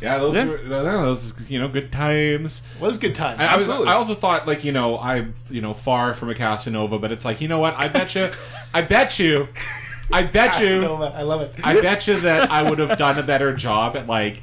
Speaker 4: yeah those were no, those you know good times
Speaker 5: was good time.
Speaker 4: I, I was-
Speaker 6: Absolutely.
Speaker 4: I also thought like you know I'm you know far from a Casanova but it's like you know what I bet you I bet you I bet you
Speaker 5: Casanova, I love it.
Speaker 4: I bet you that I would have done a better job at like,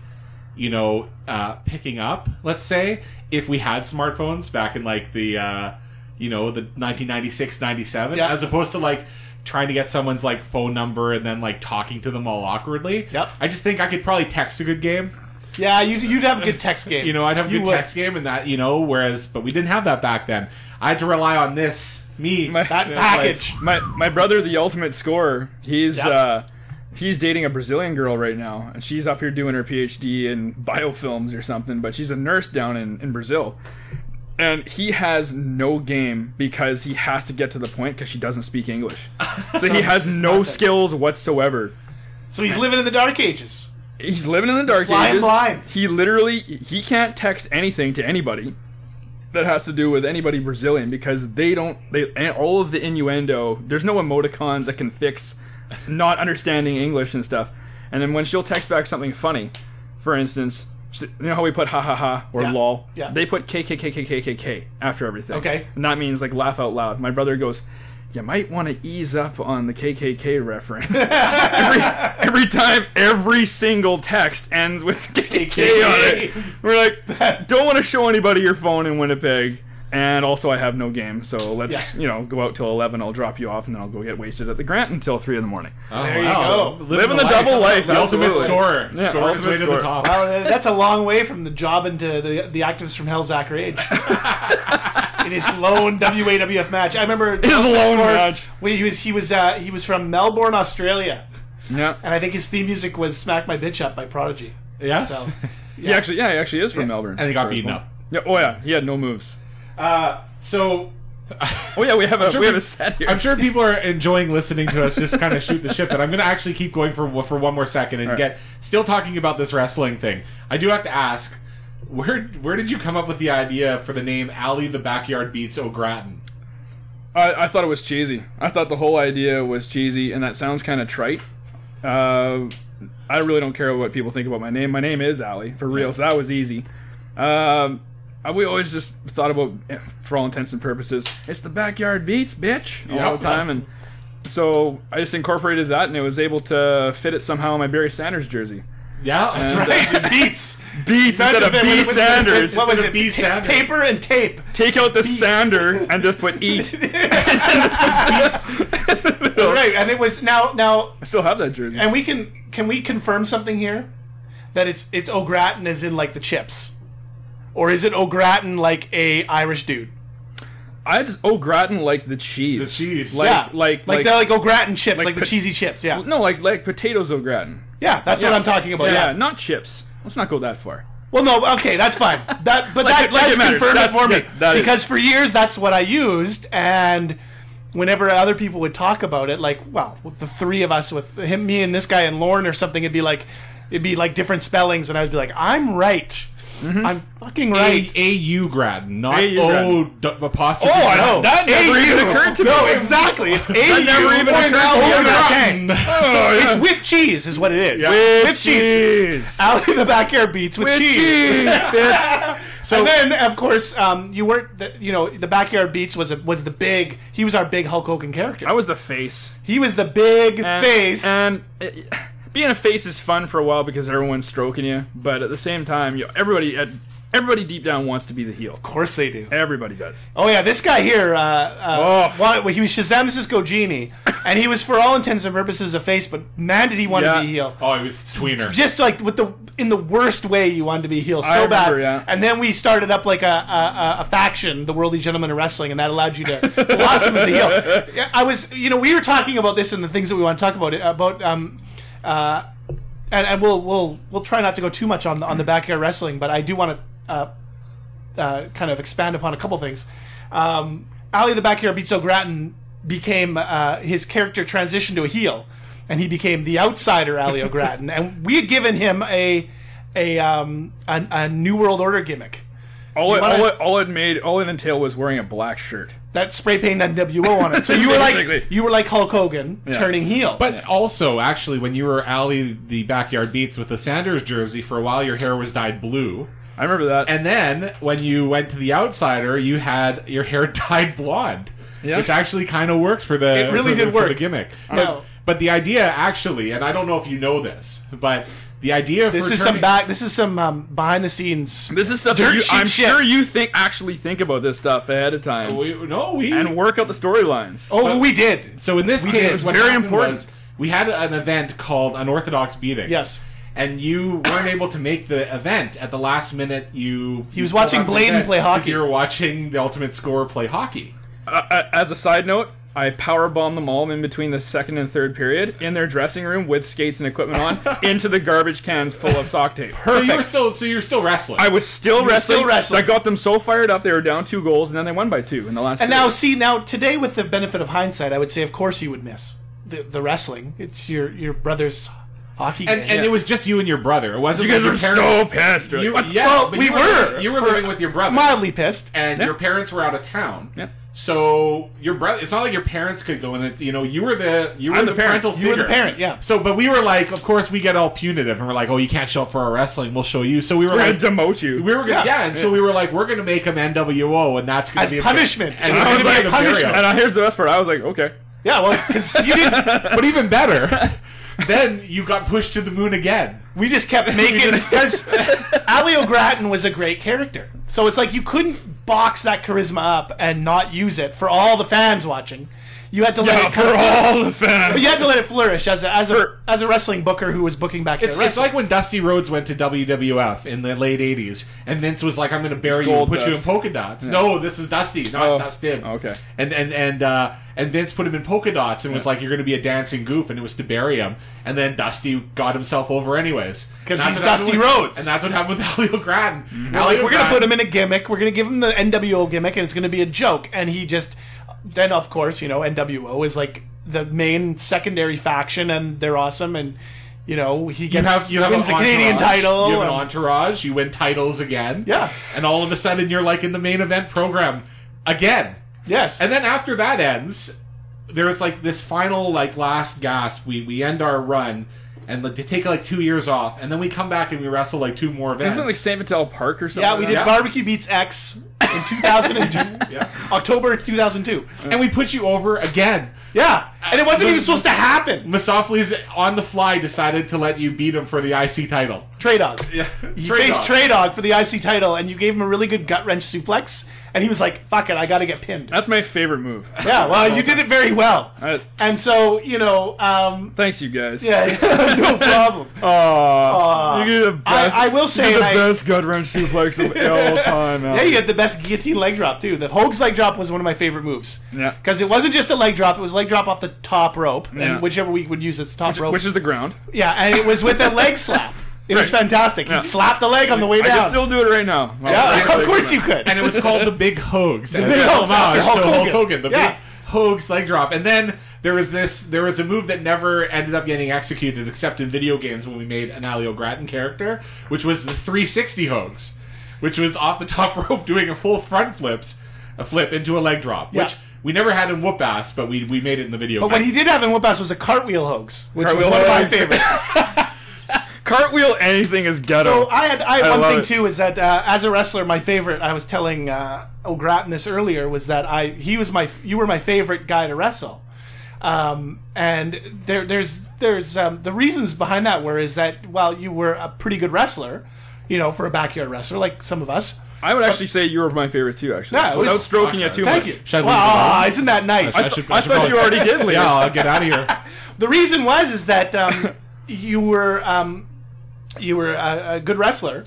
Speaker 4: you know, uh, picking up. Let's say if we had smartphones back in like the, uh, you know, the 1996, 97,
Speaker 5: Yeah.
Speaker 4: as opposed to like trying to get someone's like phone number and then like talking to them all awkwardly.
Speaker 5: Yep.
Speaker 4: I just think I could probably text a good game.
Speaker 5: yeah, you'd, you'd have a good text game.
Speaker 4: You know, I'd have a
Speaker 5: You
Speaker 4: good
Speaker 5: would.
Speaker 4: text game and that. You know, whereas but we didn't have that back then. I had to rely on this me
Speaker 6: My-
Speaker 5: That
Speaker 4: Yeah,
Speaker 5: package.
Speaker 6: My my brother, the ultimate scorer, he's
Speaker 5: Yeah.
Speaker 6: uh, he's dating a Brazilian girl right now, and she's up here doing her PhD in biofilms or something. But she's a nurse down in, in Brazil, and he has no game because he has to get to the point because she doesn't speak English, so he has no skills whatsoever.
Speaker 5: so he's living in the dark ages.
Speaker 6: He's living in the dark
Speaker 5: flying
Speaker 6: ages.
Speaker 5: blind.
Speaker 6: He literally he can't text anything to anybody that has to do with anybody Brazilian because they don't they and all of the innuendo. There's no emoticons that can fix not understanding English and stuff. And then when she'll text back something funny, for instance, she- you know how we put ha ha ha or
Speaker 5: Yeah.
Speaker 6: lol.
Speaker 5: Yeah.
Speaker 6: They put kkkkkkk after everything.
Speaker 5: Okay.
Speaker 6: And that means like laugh out loud. My brother goes. You might want to ease up on the KKK reference every, every time every single text ends with KKK on it. We're like, don't want to show anybody your phone in Winnipeg. And also, I have no game, so let's
Speaker 5: Yeah.
Speaker 6: you know go out till eleven. I'll drop you off, and then I'll go get wasted at the Grant until three in the morning.
Speaker 4: Oh,
Speaker 5: There you
Speaker 4: wow.
Speaker 5: go.
Speaker 6: Living the double life,
Speaker 4: The ultimate
Speaker 6: absolutely.
Speaker 4: scorer.
Speaker 6: Yeah,
Speaker 4: Scorer's
Speaker 6: ultimate
Speaker 4: way to
Speaker 6: scorer.
Speaker 4: the top.
Speaker 5: Well, uh, that's a long way from the job into the the activists from Hell's Zachary Age. In his lone WAWF match, I remember
Speaker 6: His lone match.
Speaker 5: When he was he was uh, he was from Melbourne, Australia,
Speaker 6: Yeah,
Speaker 5: and I think his theme music was "Smack My Bitch Up" by Prodigy.
Speaker 4: yes.
Speaker 5: So
Speaker 6: he actually, yeah, he actually is from Melbourne.
Speaker 4: And he got
Speaker 6: Sure.
Speaker 4: beaten up.
Speaker 6: Yeah, oh yeah, he had no moves.
Speaker 4: Uh, so
Speaker 6: Oh yeah, we have a
Speaker 4: sure
Speaker 6: we have
Speaker 4: we-
Speaker 6: a set here.
Speaker 4: I'm sure people are enjoying listening to us just kind of shoot the shit, but I'm going to actually keep going for for one more second and
Speaker 6: right.
Speaker 4: get still talking about this wrestling thing. I do have to ask Where where did you come up with the idea for the name Alley the Backyard Beats O'Gratton?
Speaker 6: I, I thought it was cheesy. I thought the whole idea was cheesy, and that sounds kind of trite. Uh, I really don't care what people think about my name. My name is Ali for real, so that was easy. Um, I- we always just thought about, eh, for all intents and purposes, it's the backyard beats, bitch, all
Speaker 4: Yep.
Speaker 6: the time, and so I just incorporated that, and it was able to fit it somehow in my Barry Sanders jersey.
Speaker 4: Yeah, that's
Speaker 6: And, uh,
Speaker 4: right.
Speaker 5: Beats.
Speaker 6: Beats instead of B Sanders.
Speaker 5: What
Speaker 4: Instead
Speaker 5: was it?
Speaker 4: of B.
Speaker 5: Ta-
Speaker 4: Sanders.
Speaker 5: Paper and tape.
Speaker 6: Take out the Sander and just put E. eat.
Speaker 5: Right, and it was now now
Speaker 6: I still have that jersey.
Speaker 5: and we can can we confirm something here that it's it's O'Gratton as in like the chips, or is it O'Gratton like a Irish dude?
Speaker 6: I just oh gratin like the cheese.
Speaker 4: The cheese.
Speaker 6: Like
Speaker 5: yeah,
Speaker 6: like
Speaker 5: like the, like O'Gratton chips, like,
Speaker 6: like
Speaker 5: the
Speaker 6: pot-
Speaker 5: cheesy chips. Yeah,
Speaker 6: no like like potatoes au gratin.
Speaker 5: yeah, that's what I'm talking about.
Speaker 6: yeah,
Speaker 5: Yeah.
Speaker 6: not chips. Let's not go that far.
Speaker 5: Well, no, okay, that's fine. That but that
Speaker 6: it- like
Speaker 5: that's
Speaker 6: it matters.
Speaker 5: confirmed
Speaker 6: That's-
Speaker 5: it for me
Speaker 6: yeah, that is-
Speaker 5: because for years that's what I used and. Whenever other people would talk about it, like, well, with the three of us, with him, me, and this guy, and Lauren, or something, it'd be like, it'd be like different spellings, and I'd be like, I'm right,
Speaker 6: Mm-hmm.
Speaker 5: I'm fucking right.
Speaker 4: A U Gratton, not
Speaker 6: A.U.
Speaker 4: O d- uh, apostrophe.
Speaker 6: Oh, I
Speaker 4: Gratton.
Speaker 6: know. That never
Speaker 5: AU.
Speaker 6: even occurred to me.
Speaker 5: No, exactly. It's AU.
Speaker 6: That never even
Speaker 5: or
Speaker 6: occurred to
Speaker 5: Al
Speaker 6: me.
Speaker 5: Oliver
Speaker 6: Rotten.
Speaker 5: Kang.
Speaker 6: Oh, yeah.
Speaker 5: It's whipped cheese, is what it is.
Speaker 6: With cheese.
Speaker 5: Out in the backyard beats with,
Speaker 6: With
Speaker 5: cheese.
Speaker 6: cheese. bitch.
Speaker 5: So and then, of course, um, you weren't. The, you know, the backyard beats was a, was the big. He was our big Hulk Hogan character.
Speaker 6: I was the face.
Speaker 5: He was the big
Speaker 6: And-
Speaker 5: face.
Speaker 6: And it, being a face is fun for a while because everyone's stroking you, but at the same time, you, everybody at, everybody deep down wants to be the heel.
Speaker 5: of course they do.
Speaker 6: Everybody does.
Speaker 5: Oh yeah, this guy here. Uh, uh,
Speaker 6: Oh.
Speaker 5: wa- well, he was Shazam Cisco Genie, and he was for all intents and purposes a face, but man, did he want
Speaker 6: Yeah.
Speaker 5: to be heel.
Speaker 4: Oh, it was tweener.
Speaker 5: just like with the in the worst way you wanted to be heel so
Speaker 6: I remember,
Speaker 5: bad
Speaker 6: yeah.
Speaker 5: and then we started up like a, a, a, a faction the worldly gentlemen of wrestling and that allowed you to blossom as a heel Yeah, i was you know we were talking about this and the things that we want to talk about about um uh and, and we'll we'll we'll try not to go too much on the, on the backyard wrestling but i do want to uh, uh, kind of expand upon a couple things um ali the backyard beats o'gratton became uh, his character transitioned to a heel and he became the outsider Ali O'Gratton. and we had given him a a um a, a New World Order gimmick
Speaker 6: All it,
Speaker 5: wanna-
Speaker 6: all, it, all it made all it entailed was wearing a black shirt.
Speaker 5: that spray painted NWO on it. So you were
Speaker 6: Basically.
Speaker 5: like you were like Hulk Hogan turning heel.
Speaker 4: But also, actually, when you were Alley the Backyard Beats with the Sanders jersey for a while, your hair was dyed blue.
Speaker 6: I remember that.
Speaker 4: And then when you went to the Outsider, you had your hair dyed blonde,
Speaker 6: Yeah.
Speaker 4: which actually kind of worked for the
Speaker 5: It really
Speaker 4: for
Speaker 5: did
Speaker 4: the, for the
Speaker 5: work. Oh.
Speaker 4: gimmick.
Speaker 5: No.
Speaker 4: But, but the idea actually, and I don't know if you know this, but the idea
Speaker 5: this
Speaker 4: for
Speaker 5: is some
Speaker 4: turning-
Speaker 5: back. This is some um, behind the scenes.
Speaker 6: This is stuff
Speaker 5: Dirt
Speaker 6: that you,
Speaker 5: sheet
Speaker 6: I'm
Speaker 5: shit.
Speaker 6: sure you think actually think about this stuff ahead of time
Speaker 4: Oh, We, no, we
Speaker 6: and work out the storylines.
Speaker 5: Oh, we did.
Speaker 4: So in this
Speaker 5: We did.
Speaker 4: case, what
Speaker 6: Very
Speaker 4: happened
Speaker 6: important.
Speaker 4: was we had an event called Unorthodox Beatings.
Speaker 5: Yes.
Speaker 4: And you weren't able to make the event at the last minute. You he
Speaker 5: was watching Bladen play hockey.
Speaker 4: You were watching the Ultimate Scorer play hockey.
Speaker 6: Uh, as a side note, I power bombed them all in between the second and third period in their dressing room with skates and equipment on into the garbage cans full of sock tape.
Speaker 4: So you were still so you're still wrestling.
Speaker 6: I was still wrestling.
Speaker 5: still wrestling.
Speaker 6: I got them so fired up they were down two goals and then they won by two in the last.
Speaker 5: And now, see, now today, with the benefit of hindsight, I would say, of course, you would miss the, the wrestling. It's your your brother's hockey
Speaker 4: and,
Speaker 5: game.
Speaker 4: and it was just you and your brother. It wasn't
Speaker 6: you guys
Speaker 4: like your
Speaker 6: were so
Speaker 4: parents-
Speaker 6: pissed. You're
Speaker 4: You,
Speaker 6: like, what?
Speaker 4: yeah,
Speaker 5: Well,
Speaker 4: but
Speaker 5: we
Speaker 4: you
Speaker 5: were
Speaker 4: You were
Speaker 5: for-
Speaker 4: living with your brother.
Speaker 5: mildly pissed.
Speaker 4: and
Speaker 6: Yeah.
Speaker 4: your parents were out of town.
Speaker 6: Yeah.
Speaker 4: So your brother, it's not like your parents could go in. And, you know, you were the you were
Speaker 6: I'm
Speaker 4: the,
Speaker 6: the parent.
Speaker 4: parental
Speaker 5: You
Speaker 4: figure.
Speaker 5: were the parent, yeah.
Speaker 4: So, but we were like, of course, we get all punitive, and we're like, oh, you can't show up for our wrestling. We'll show you. So we were
Speaker 6: We're
Speaker 4: like.
Speaker 6: gonna demote you.
Speaker 4: we were gonna, yeah.
Speaker 5: Yeah.
Speaker 4: and so we were like, we're gonna make him NWO, and that's gonna
Speaker 5: As
Speaker 4: be a-
Speaker 5: punishment.
Speaker 4: And
Speaker 5: And
Speaker 4: it's
Speaker 6: I
Speaker 4: gonna
Speaker 6: was
Speaker 4: be
Speaker 6: like,
Speaker 4: an
Speaker 6: punishment.
Speaker 4: Ontario.
Speaker 6: And I, here's the best part. I was like, okay.
Speaker 5: yeah, well, because you didn't.
Speaker 4: But even better, then you got pushed to the moon again.
Speaker 5: We just kept making because Ali O'Gratton was a great character. So it's like you couldn't box that charisma up and not use it for all the fans watching. You had to let
Speaker 6: Yeah,
Speaker 5: it kind
Speaker 6: for
Speaker 5: of-
Speaker 6: all the fans.
Speaker 5: But you had to let it flourish as a as a
Speaker 6: For-
Speaker 5: as a wrestling booker who was booking back
Speaker 4: It's,
Speaker 5: then.
Speaker 4: it's like when Dusty Rhodes went to WWF in the late '80s, and Vince was like, "I'm going to bury you and
Speaker 6: Gold
Speaker 4: put you in
Speaker 6: dust.
Speaker 4: polka dots." No, this is Dusty, not
Speaker 6: Oh,
Speaker 4: Dustin.
Speaker 6: okay.
Speaker 4: And and and uh, and Vince put him in polka dots and was like, "You're going to be a dancing goof," and it was to bury him. And then Dusty got himself over anyways And
Speaker 5: 'Cause
Speaker 4: that's
Speaker 5: he's
Speaker 4: what happened
Speaker 5: Dusty
Speaker 4: with-
Speaker 5: Rhodes. Mm-hmm.
Speaker 4: and that's what happened with Ali O'Gratton.
Speaker 5: like we're gonna put him in a gimmick. We're gonna give him the NWO gimmick, and it's gonna be a joke. And he just then, of course, you know, NWO is like the main secondary faction, and they're awesome. And you know, he
Speaker 4: You
Speaker 5: gets
Speaker 4: have you have
Speaker 5: wins
Speaker 4: an
Speaker 5: the Canadian
Speaker 4: entourage,
Speaker 5: title.
Speaker 4: You have an
Speaker 5: and-
Speaker 4: entourage. You win titles again.
Speaker 5: Yeah.
Speaker 4: and all of a sudden you're like in the main event program again.
Speaker 5: yes.
Speaker 4: And then after that ends, there's like this final like last gasp. We we end our run and like, they take like two years off, and then we come back and we wrestle like two more events.
Speaker 6: Isn't it like St. Vitel Park or something?
Speaker 5: yeah, we did
Speaker 4: Yeah.
Speaker 5: Barbecue Beats X in 2002,
Speaker 4: Yeah.
Speaker 5: October 2002.
Speaker 4: and we put you over again.
Speaker 5: Yeah, and it wasn't even supposed to happen.
Speaker 4: Masofli's on the fly decided to let you beat him for the IC title.
Speaker 5: Trey Dog.
Speaker 4: Yeah,
Speaker 5: You
Speaker 4: Trey
Speaker 5: faced
Speaker 4: Dog.
Speaker 5: Trey Dog for the IC title, and you gave him a really good gut wrench suplex, and he was like, "Fuck it, I got to get pinned."
Speaker 6: That's my favorite move.
Speaker 5: yeah, well, you did it very well.
Speaker 6: I-
Speaker 5: And so, you know, um,
Speaker 6: thanks, you guys.
Speaker 5: yeah, no problem.
Speaker 6: Aw,
Speaker 5: Aw.
Speaker 6: you did the
Speaker 5: I-
Speaker 6: best.
Speaker 5: I will say
Speaker 6: you did the
Speaker 5: that I-
Speaker 6: best gut wrench suplex of all time.
Speaker 5: Yeah, you had the best guillotine leg drop too. The Hoag's leg drop was one of my favorite moves.
Speaker 6: Yeah.
Speaker 5: because it wasn't just a leg drop; it was a leg drop off the top rope,
Speaker 6: Yeah.
Speaker 5: and whichever we would use as top rope.
Speaker 6: which is the ground.
Speaker 5: yeah, and it was with a leg slap. It was
Speaker 6: Right.
Speaker 5: fantastic.
Speaker 6: Yeah.
Speaker 5: He slapped a leg on the way
Speaker 6: I
Speaker 5: down.
Speaker 6: can still do it right now. Well,
Speaker 5: yeah,
Speaker 6: right now,
Speaker 5: of course you
Speaker 6: right
Speaker 5: could.
Speaker 4: and it was called the Big Hogs. The
Speaker 5: Big Hogs after Hulk
Speaker 4: Hulk
Speaker 5: Hogan.
Speaker 4: Hogan. The
Speaker 5: Yeah.
Speaker 4: Big Hogs leg drop. And then there was this. There was a move that never ended up getting executed, except in video games when we made an Alio Grattan character, which was the 360 Hogs, which was off the top rope doing a full front flips, a flip into a leg drop,
Speaker 5: Yeah.
Speaker 4: which we never had in Whoop Ass, but we we made it in the video.
Speaker 5: but what he did have in Whoop Ass was a cartwheel hoax, which
Speaker 6: Cartwheel
Speaker 5: was one of my
Speaker 6: hoax.
Speaker 5: favorites.
Speaker 6: now. Cartwheel anything is ghetto.
Speaker 4: Oh.
Speaker 5: So I had, I had
Speaker 6: I
Speaker 5: one
Speaker 6: love
Speaker 5: thing
Speaker 6: it.
Speaker 5: too is that uh, as a wrestler, my favorite. I was telling uh, O'Gratton this earlier was that I he was my you were my favorite guy to wrestle, um, and there there's there's um, the reasons behind that were is that while you were a pretty good wrestler, you know for a backyard wrestler like some of us.
Speaker 6: I would actually say you were my favorite too, actually.
Speaker 5: Yeah, it was-
Speaker 6: Without stroking you too
Speaker 5: Thank
Speaker 6: much.
Speaker 5: you.
Speaker 4: Should I leave
Speaker 5: Wow,
Speaker 4: it alone?
Speaker 5: isn't that nice?
Speaker 4: I should-
Speaker 6: I thought
Speaker 4: probably-
Speaker 6: you already did leave.
Speaker 4: Yeah, I'll get out of here.
Speaker 5: the reason was is that um, you were um, you were a, a good wrestler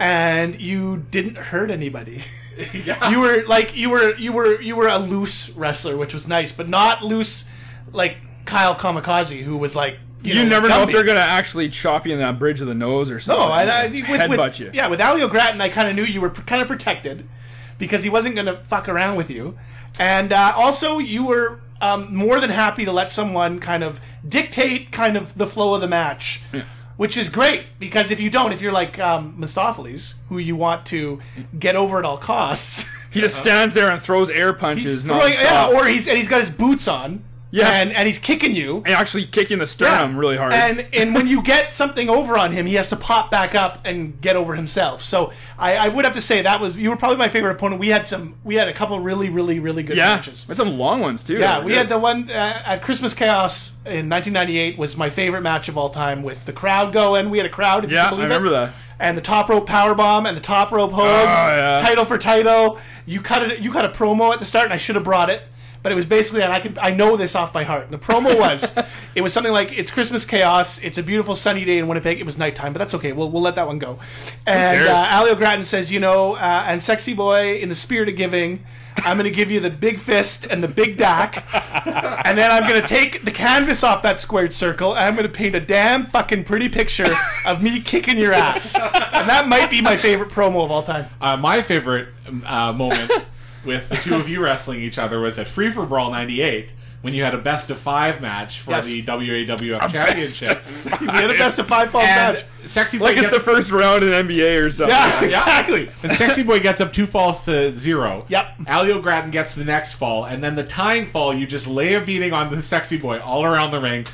Speaker 5: and you didn't hurt anybody you were like you were you were you were a loose wrestler which was nice but not loose like kyle kamikaze who was like you,
Speaker 6: You
Speaker 5: know,
Speaker 6: never know if
Speaker 5: dumpy.
Speaker 6: they're gonna actually chop you in that bridge of the nose or
Speaker 5: no
Speaker 6: something.
Speaker 5: Oh, and I, with,
Speaker 6: headbutt
Speaker 5: with,
Speaker 6: you.
Speaker 5: yeah with alio grattan i kind of knew you were kind of protected because he wasn't going to fuck around with you and uh, also you were um, more than happy to let someone kind of dictate kind of the flow of the match which is great because if you don't if you're like um, Mistopheles, who you want to get over at all costs
Speaker 6: He just stands there and throws air punches.
Speaker 5: He's throwing, yeah,
Speaker 6: nonstop.
Speaker 5: or he's and he's got his boots on.
Speaker 6: Yeah.
Speaker 5: and and he's kicking you.
Speaker 6: and actually kicking the sternum really hard.
Speaker 5: And and when you get something over on him, he has to pop back up and get over himself. So I, I would have to say that was you were probably my favorite opponent. We had some we had a couple really really really good
Speaker 6: yeah,
Speaker 5: matches.
Speaker 6: with some long ones too.
Speaker 5: Yeah, we had the one uh, at Christmas Chaos in 1998 was my favorite match of all time with the crowd going. We had a crowd. If you
Speaker 6: Yeah,
Speaker 5: can believe
Speaker 6: I remember
Speaker 5: it.
Speaker 6: that. Oh,
Speaker 5: And the top rope power bomb and the top rope hooks,
Speaker 6: yeah.
Speaker 5: title for title. You cut it. You cut a promo at the start, and I should have brought it. But it was basically, and I could, I know this off by heart. The promo was, it was something like, "It's Christmas chaos. It's a beautiful sunny day in Winnipeg. It was nighttime, but that's okay. We'll, we'll let that one go." And
Speaker 6: cares?
Speaker 5: uh, Alio Grattan says, "You know, uh, and sexy boy, in the spirit of giving, I'm going to give you the big fist and the big dack, and then I'm going to take the canvas off that squared circle, and I'm going to paint a damn fucking pretty picture of me kicking your ass." And that might be my favorite promo of all time.
Speaker 4: Uh, my favorite um, uh, moment with the two of you wrestling each other was at Free for Brawl '98 when you had a best of five match for
Speaker 5: Yes.
Speaker 4: the WAWF Championship.
Speaker 5: We had a best of five falls
Speaker 4: And
Speaker 5: match.
Speaker 4: sexy boy
Speaker 6: like it's
Speaker 4: gets,
Speaker 6: the first round in NBA or something.
Speaker 5: Yeah, exactly.
Speaker 4: and sexy boy gets up two falls to zero.
Speaker 5: Yep.
Speaker 4: Alio Grattan gets the next fall, and then the tying fall, you just lay a beating on the sexy boy all around the ring,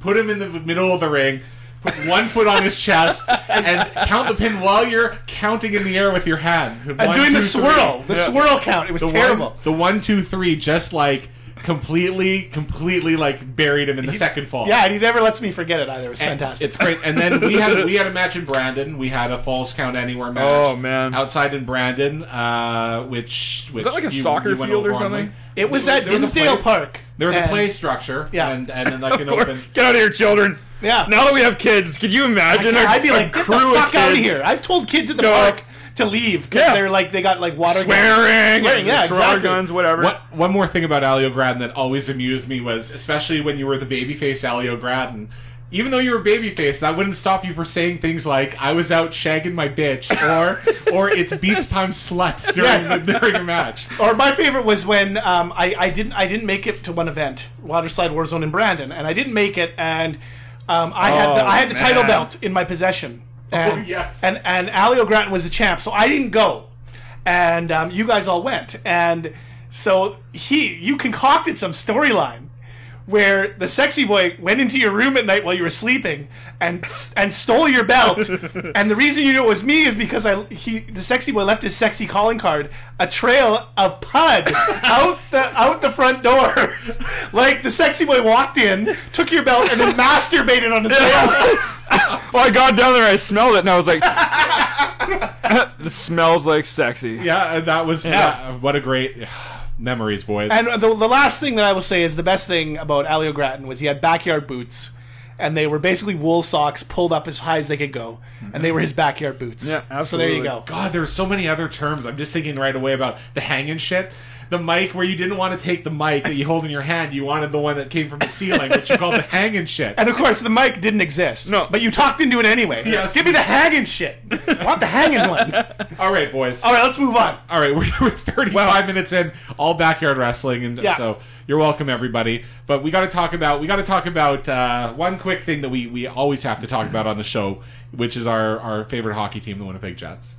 Speaker 4: put him in the middle of the ring. Put one foot on his chest and count the pin while you're counting in the air with your hand.
Speaker 5: And doing the swirl, the swirl count. It was
Speaker 4: the
Speaker 5: terrible.
Speaker 4: One, the one, two, three, just like completely, completely like buried him in the second fall.
Speaker 5: yeah, and he never lets me forget it either. It was
Speaker 4: And
Speaker 5: fantastic.
Speaker 4: It's great. And then we had we had a match in Brandon. We had a falls count anywhere match.
Speaker 6: Oh, man.
Speaker 4: outside in Brandon, uh, which was
Speaker 6: that like a soccer field or something?
Speaker 5: it was at
Speaker 4: there was a
Speaker 5: Dinsdale
Speaker 4: play-
Speaker 5: Park.
Speaker 4: There was a
Speaker 5: And-
Speaker 4: play structure.
Speaker 5: Yeah.
Speaker 4: and and then like an
Speaker 6: Or-
Speaker 4: open.
Speaker 6: Get out of here, children.
Speaker 5: Yeah.
Speaker 6: Now that we have kids, could you imagine?
Speaker 5: Yeah,
Speaker 6: a-
Speaker 5: I'd be
Speaker 6: a
Speaker 5: like, get the
Speaker 6: crew
Speaker 5: fuck out of
Speaker 6: kids
Speaker 5: here. I've told kids at the
Speaker 6: Go.
Speaker 5: park to leave because
Speaker 6: Yeah.
Speaker 5: they're like they got like water
Speaker 6: Swearing,
Speaker 5: guns. swearing, yeah,
Speaker 6: and cigar
Speaker 5: exactly.
Speaker 6: guns, whatever.
Speaker 4: What, one more thing about Alio Gradin that always amused me was, especially when you were the babyface Alio Gradin, even though you were babyface, that wouldn't stop you from saying things like, I was out shagging my bitch, or or it's beats time slut during,
Speaker 5: Yes.
Speaker 4: the, during a match.
Speaker 5: Or my favorite was when um, I, I didn't I didn't make it to one event, Waterside Warzone in Brandon, and I didn't make it and. Um, I had
Speaker 4: Oh,
Speaker 5: the, I had the
Speaker 6: man.
Speaker 5: title belt in my possession. And,
Speaker 4: yes.
Speaker 5: And and Ali O'Granton was the champ, so I didn't go, and um, you guys all went, and so he you concocted some storyline where the sexy boy went into your room at night while you were sleeping and and stole your belt. and the reason you knew it was me is because I he the sexy boy left his sexy calling card a trail of pud out the out the front door. like the sexy boy walked in, took your belt, and then masturbated on the belt.
Speaker 6: Well, I got down there, I smelled it, and I was like, "This smells like sexy."
Speaker 4: Yeah, and that was yeah, what a great memories, boys.
Speaker 5: And the, the last thing that I will say is the best thing about Alio Grattan was he had backyard boots. And they were basically wool socks pulled up as high as they could go, and they were his backyard boots.
Speaker 6: Yeah,
Speaker 5: So
Speaker 6: absolutely.
Speaker 5: there you go.
Speaker 4: God, there were so many other terms. I'm just thinking right away about the hanging shit. The mic where you didn't want to take the mic that you hold in your hand, you wanted the one that came from the ceiling, which you called the hanging shit.
Speaker 5: And of course, the mic didn't exist.
Speaker 6: No.
Speaker 5: but you talked into it anyway.
Speaker 4: Yes.
Speaker 5: Give me the hanging shit. I want the hanging one.
Speaker 4: All right, boys.
Speaker 5: All right, let's move on.
Speaker 4: All right, we're, we're 35 minutes in, all backyard wrestling, and
Speaker 5: Yeah.
Speaker 4: so you're welcome, everybody. But we got to talk about we got to talk about uh, one quick thing that we we always have to talk about on the show, which is our our favorite hockey team, the Winnipeg Jets.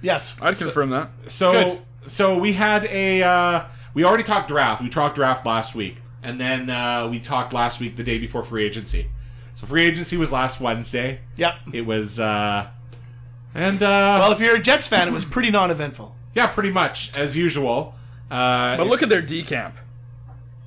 Speaker 5: Yes.
Speaker 6: I'd confirm that.
Speaker 4: So
Speaker 5: Good.
Speaker 4: so we had a uh, we already talked draft. We talked draft last week, and then uh, we talked last week the day before free agency. So free agency was last Wednesday.
Speaker 5: Yep.
Speaker 4: It was uh, and uh,
Speaker 5: Well, if you're a Jets fan, it was pretty non-eventful.
Speaker 4: yeah, pretty much as usual. Uh,
Speaker 6: But look at their D camp.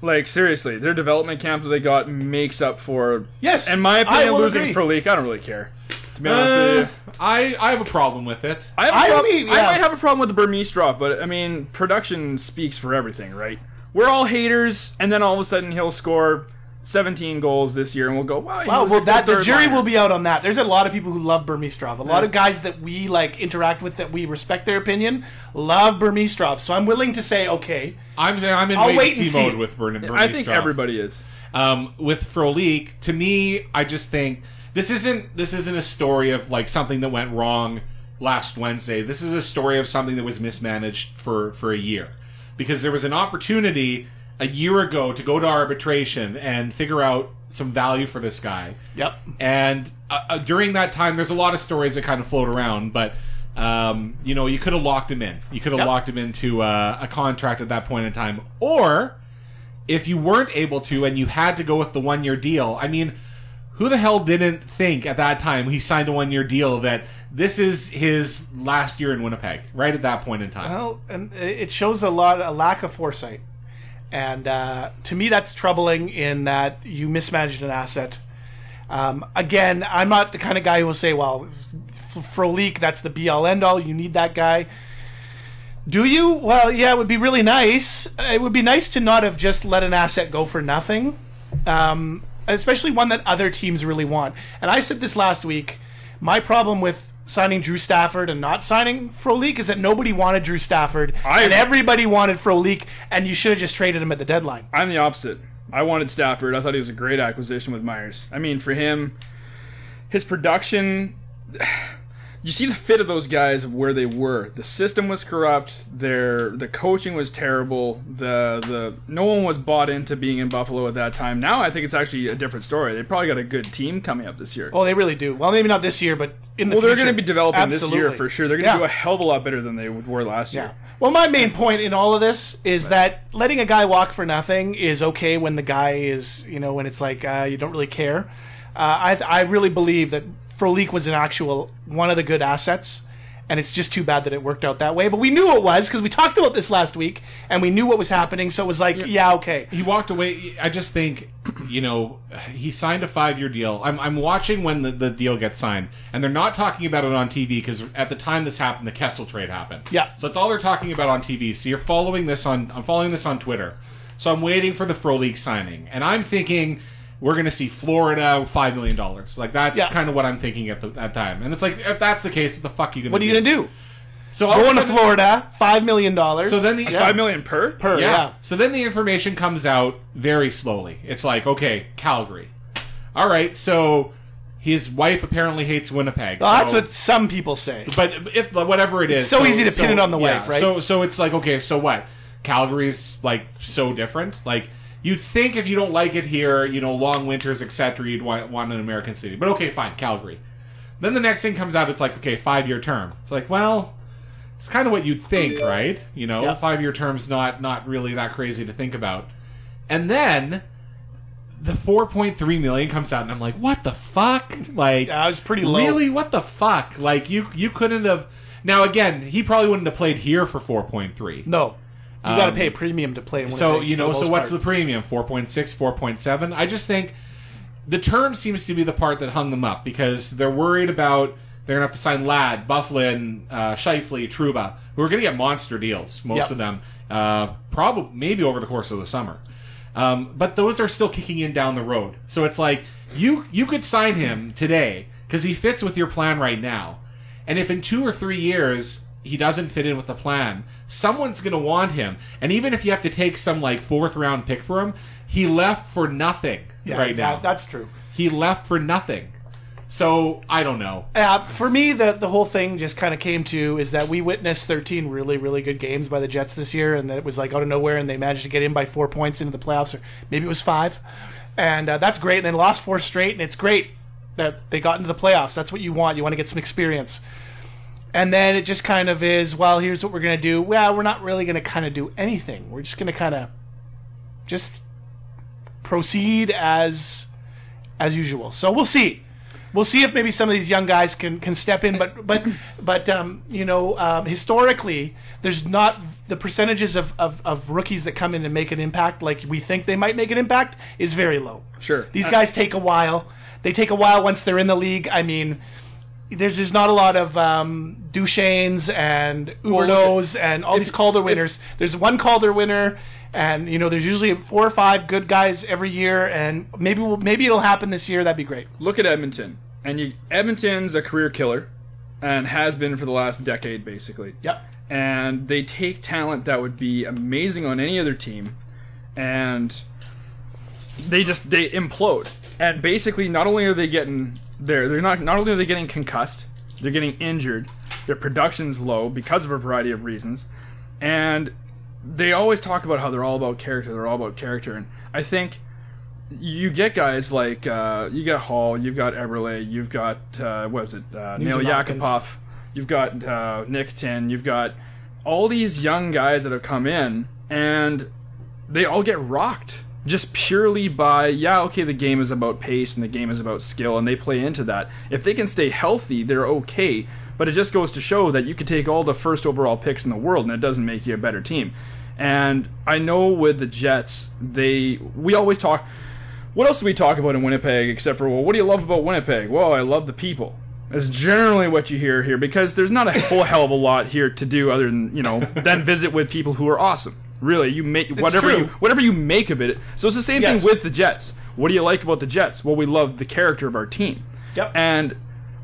Speaker 6: Like seriously, their development camp that they got makes up for.
Speaker 5: Yes,
Speaker 6: In
Speaker 5: I
Speaker 6: my opinion,
Speaker 5: will
Speaker 6: losing
Speaker 5: agree.
Speaker 6: for leak, I don't really care. To be honest
Speaker 4: Uh,
Speaker 6: with you,
Speaker 4: I I have a problem with it.
Speaker 6: I, have a
Speaker 5: I
Speaker 6: prob-
Speaker 5: believe-
Speaker 6: I
Speaker 5: yeah.
Speaker 6: might have a problem with the Burmese drop, but I mean, production speaks for everything, right? We're all haters, and then all of a sudden he'll score 17 goals this year, and we'll go, "Wow!" he
Speaker 5: Well,
Speaker 6: was
Speaker 5: well,
Speaker 6: a
Speaker 5: that the
Speaker 6: third
Speaker 5: jury
Speaker 6: liner."
Speaker 5: will be out on that. There's a lot of people who love Burmistrov. A lot of guys that we like interact with that we respect their opinion love Burmistrov. So I'm willing to say, okay,
Speaker 4: I'm I'm in
Speaker 5: I'll
Speaker 4: wait,
Speaker 5: wait
Speaker 4: and
Speaker 5: and
Speaker 4: see mode
Speaker 5: see.
Speaker 4: with Bern- Bernie.
Speaker 6: I think
Speaker 4: Stroff.
Speaker 6: everybody is.
Speaker 4: Um, with Frolik, to me, I just think this isn't this isn't a story of like something that went wrong last Wednesday. This is a story of something that was mismanaged for for a year because there was an opportunity a year ago to go to arbitration and figure out some value for this guy.
Speaker 5: Yep.
Speaker 4: And uh, uh, during that time, there's a lot of stories that kind of float around, but um, you know, you could have locked him in. You could have
Speaker 5: Yep.
Speaker 4: locked him into uh, a contract at that point in time, or if you weren't able to and you had to go with the one year deal, I mean, who the hell didn't think at that time he signed a one year deal that this is his last year in Winnipeg, right at that point in time?
Speaker 5: Well, and it shows a lot a lack of foresight, and uh, to me that's troubling in that you mismanaged an asset. Um, again, I'm not the kind of guy who will say, "Well, F- Frolik, that's the be all end all. You need that guy." Do you? Well, yeah, it would be really nice. It would be nice to not have just let an asset go for nothing, um, especially one that other teams really want. And I said this last week. My problem with signing Drew Stafford and not signing Frolik is that nobody wanted Drew Stafford,
Speaker 6: I-
Speaker 5: and everybody wanted Frolik, and you should have just traded him at the deadline.
Speaker 6: I'm the opposite. I wanted Stafford. I thought he was a great acquisition with Myers. I mean, for him, his production. You see the fit of those guys of where they were. The system was corrupt. Their the coaching was terrible. The the no one was bought into being in Buffalo at that time. Now I think it's actually a different story. They probably got a good team coming up this year.
Speaker 5: Oh, they really do. Well, maybe not this year, but in the
Speaker 6: well, they're
Speaker 5: future.
Speaker 6: going to be developing
Speaker 5: Absolutely.
Speaker 6: this year for sure. They're going to
Speaker 5: Yeah.
Speaker 6: do a hell of a lot better than they were last
Speaker 5: Yeah.
Speaker 6: year.
Speaker 5: Well, my main point in all of this is that letting a guy walk for nothing is okay when the guy is, you know, when it's like uh, you don't really care. Uh, I I really believe that Frolik was an actual one of the good assets, and it's just too bad that it worked out that way. But we knew it was because we talked about this last week, and we knew what was happening. So it was like, yeah, okay.
Speaker 4: he walked away. I just think, you know, he signed a five year deal. I'm, I'm watching when the, the deal gets signed, and they're not talking about it on TV because at the time this happened, the Kessel trade happened.
Speaker 5: Yeah.
Speaker 4: So that's all they're talking about on TV. So you're following this on. I'm following this on Twitter. So I'm waiting for the Frolik signing, and I'm thinking we're going to see Florida five million dollars. Like that's
Speaker 5: Yeah.
Speaker 4: kind of what I'm thinking at the at time. And it's like if that's the case, what the fuck you going?
Speaker 5: What are you gonna do?
Speaker 4: Oh, So all of a
Speaker 5: Going to
Speaker 4: sudden-
Speaker 5: Florida, five million dollars.
Speaker 4: So then the
Speaker 6: Five million per
Speaker 5: per
Speaker 4: yeah.
Speaker 5: yeah.
Speaker 4: So then the information comes out very slowly. It's like, okay, Calgary. All right, so his wife apparently hates Winnipeg.
Speaker 5: Well, Oh, that's
Speaker 4: so-
Speaker 5: what some people say.
Speaker 4: But if whatever it is,
Speaker 5: so easy to pin it on the wife, right?
Speaker 4: So so it's like, okay, so what? Calgary's like so different. Like You'd think if you don't like it here, you know, long winters, etc., you'd want, want an American city. But okay, fine, Calgary. Then the next thing comes out, it's like, okay, five year term. It's like, well, it's kind of what you'd think, right? You know,
Speaker 5: Yeah.
Speaker 4: five year term's not not really that crazy to think about. And then the 4.3 million comes out, and I'm like, what the fuck? Like,
Speaker 5: Yeah, I was pretty low.
Speaker 4: Really, what the fuck? Like, you you couldn't have. Now again, he probably wouldn't have played here for 4.3.
Speaker 5: No, you got to
Speaker 4: Um,
Speaker 5: pay a premium to play. In
Speaker 4: So
Speaker 5: Winnipeg
Speaker 4: you
Speaker 5: for
Speaker 4: know,
Speaker 5: the
Speaker 4: so
Speaker 5: most
Speaker 4: what's the
Speaker 5: part.
Speaker 4: premium? 4.6, 4.7? I just think the term seems to be the part that hung them up because they're worried about they're gonna have to sign Ladd, Bufflin, uh, Shifley, Truba, who are gonna get monster deals. Most
Speaker 5: Yep.
Speaker 4: of them, uh, probably maybe over the course of the summer. Um, but those are still kicking in down the road. So it's like you you could sign him today because he fits with your plan right now. And if in two or three years he doesn't fit in with the plan, someone's going to want him. And even if you have to take some like fourth round pick for him, he left for nothing
Speaker 5: Yeah,
Speaker 4: right now.
Speaker 5: that- that's true.
Speaker 4: he left for nothing. So I don't know.
Speaker 5: Uh, for me, the the whole thing just kind of came to is that we witnessed 13 really really good games by the Jets this year, and that it was like out of nowhere, and they managed to get in by four points into the playoffs, or maybe it was five, and uh, that's great. And then lost four straight, and it's great that they got into the playoffs. That's what you want. You want to get some experience. And then it just kind of is, well, here's what we're gonna do. Well, we're not really gonna kind of do anything. We're just gonna kind of just proceed as as usual. So we'll see. We'll see if maybe some of these young guys can, can step in, but but but um, you know um, historically, there's not the percentages of, of, of rookies that come in and make an impact like we think they might make an impact is very low.
Speaker 6: Sure.
Speaker 5: these guys take a while. They take a while once they're in the league. I mean, there's just not a lot of um, Duchesnes and Uberlos and all these Calder winners. there's one Calder winner, and you know there's usually four or five good guys every year, and maybe we'll, maybe it'll happen this year. That'd be great.
Speaker 6: Look at Edmonton, and you, Edmonton's a career killer, and has been for the last decade basically.
Speaker 5: Yep.
Speaker 6: and they take talent that would be amazing on any other team and they just they implode and basically not only are they getting they're they're not not only are they getting concussed they're getting injured their production's low because of a variety of reasons and they always talk about how they're all about character they're all about character and i think you get guys like uh, you got Hall, you've got Eberle, you've got uh, what is it uh, Neil
Speaker 5: Nugent Hopkins.
Speaker 6: Yakupov, you've got uh, Nick Tin, you've got all these young guys that have come in, and they all get rocked just purely by yeah okay the game is about pace and the game is about skill and they play into that if they can stay healthy they're okay but it just goes to show that you could take all the first overall picks in the world and it doesn't make you a better team and i know with the jets they we always talk what else do we talk about in Winnipeg except for, well, what do you love about Winnipeg? Well, I love the people. That's generally what you hear here because there's not a whole hell of a lot here to do other than, you know, than visit with people who are awesome. Really, you make whatever
Speaker 5: true.
Speaker 6: you whatever you make of it. So it's the same
Speaker 5: Yes.
Speaker 6: thing with the Jets. What do you like about the Jets? Well, we love the character of our team.
Speaker 5: Yep.
Speaker 6: And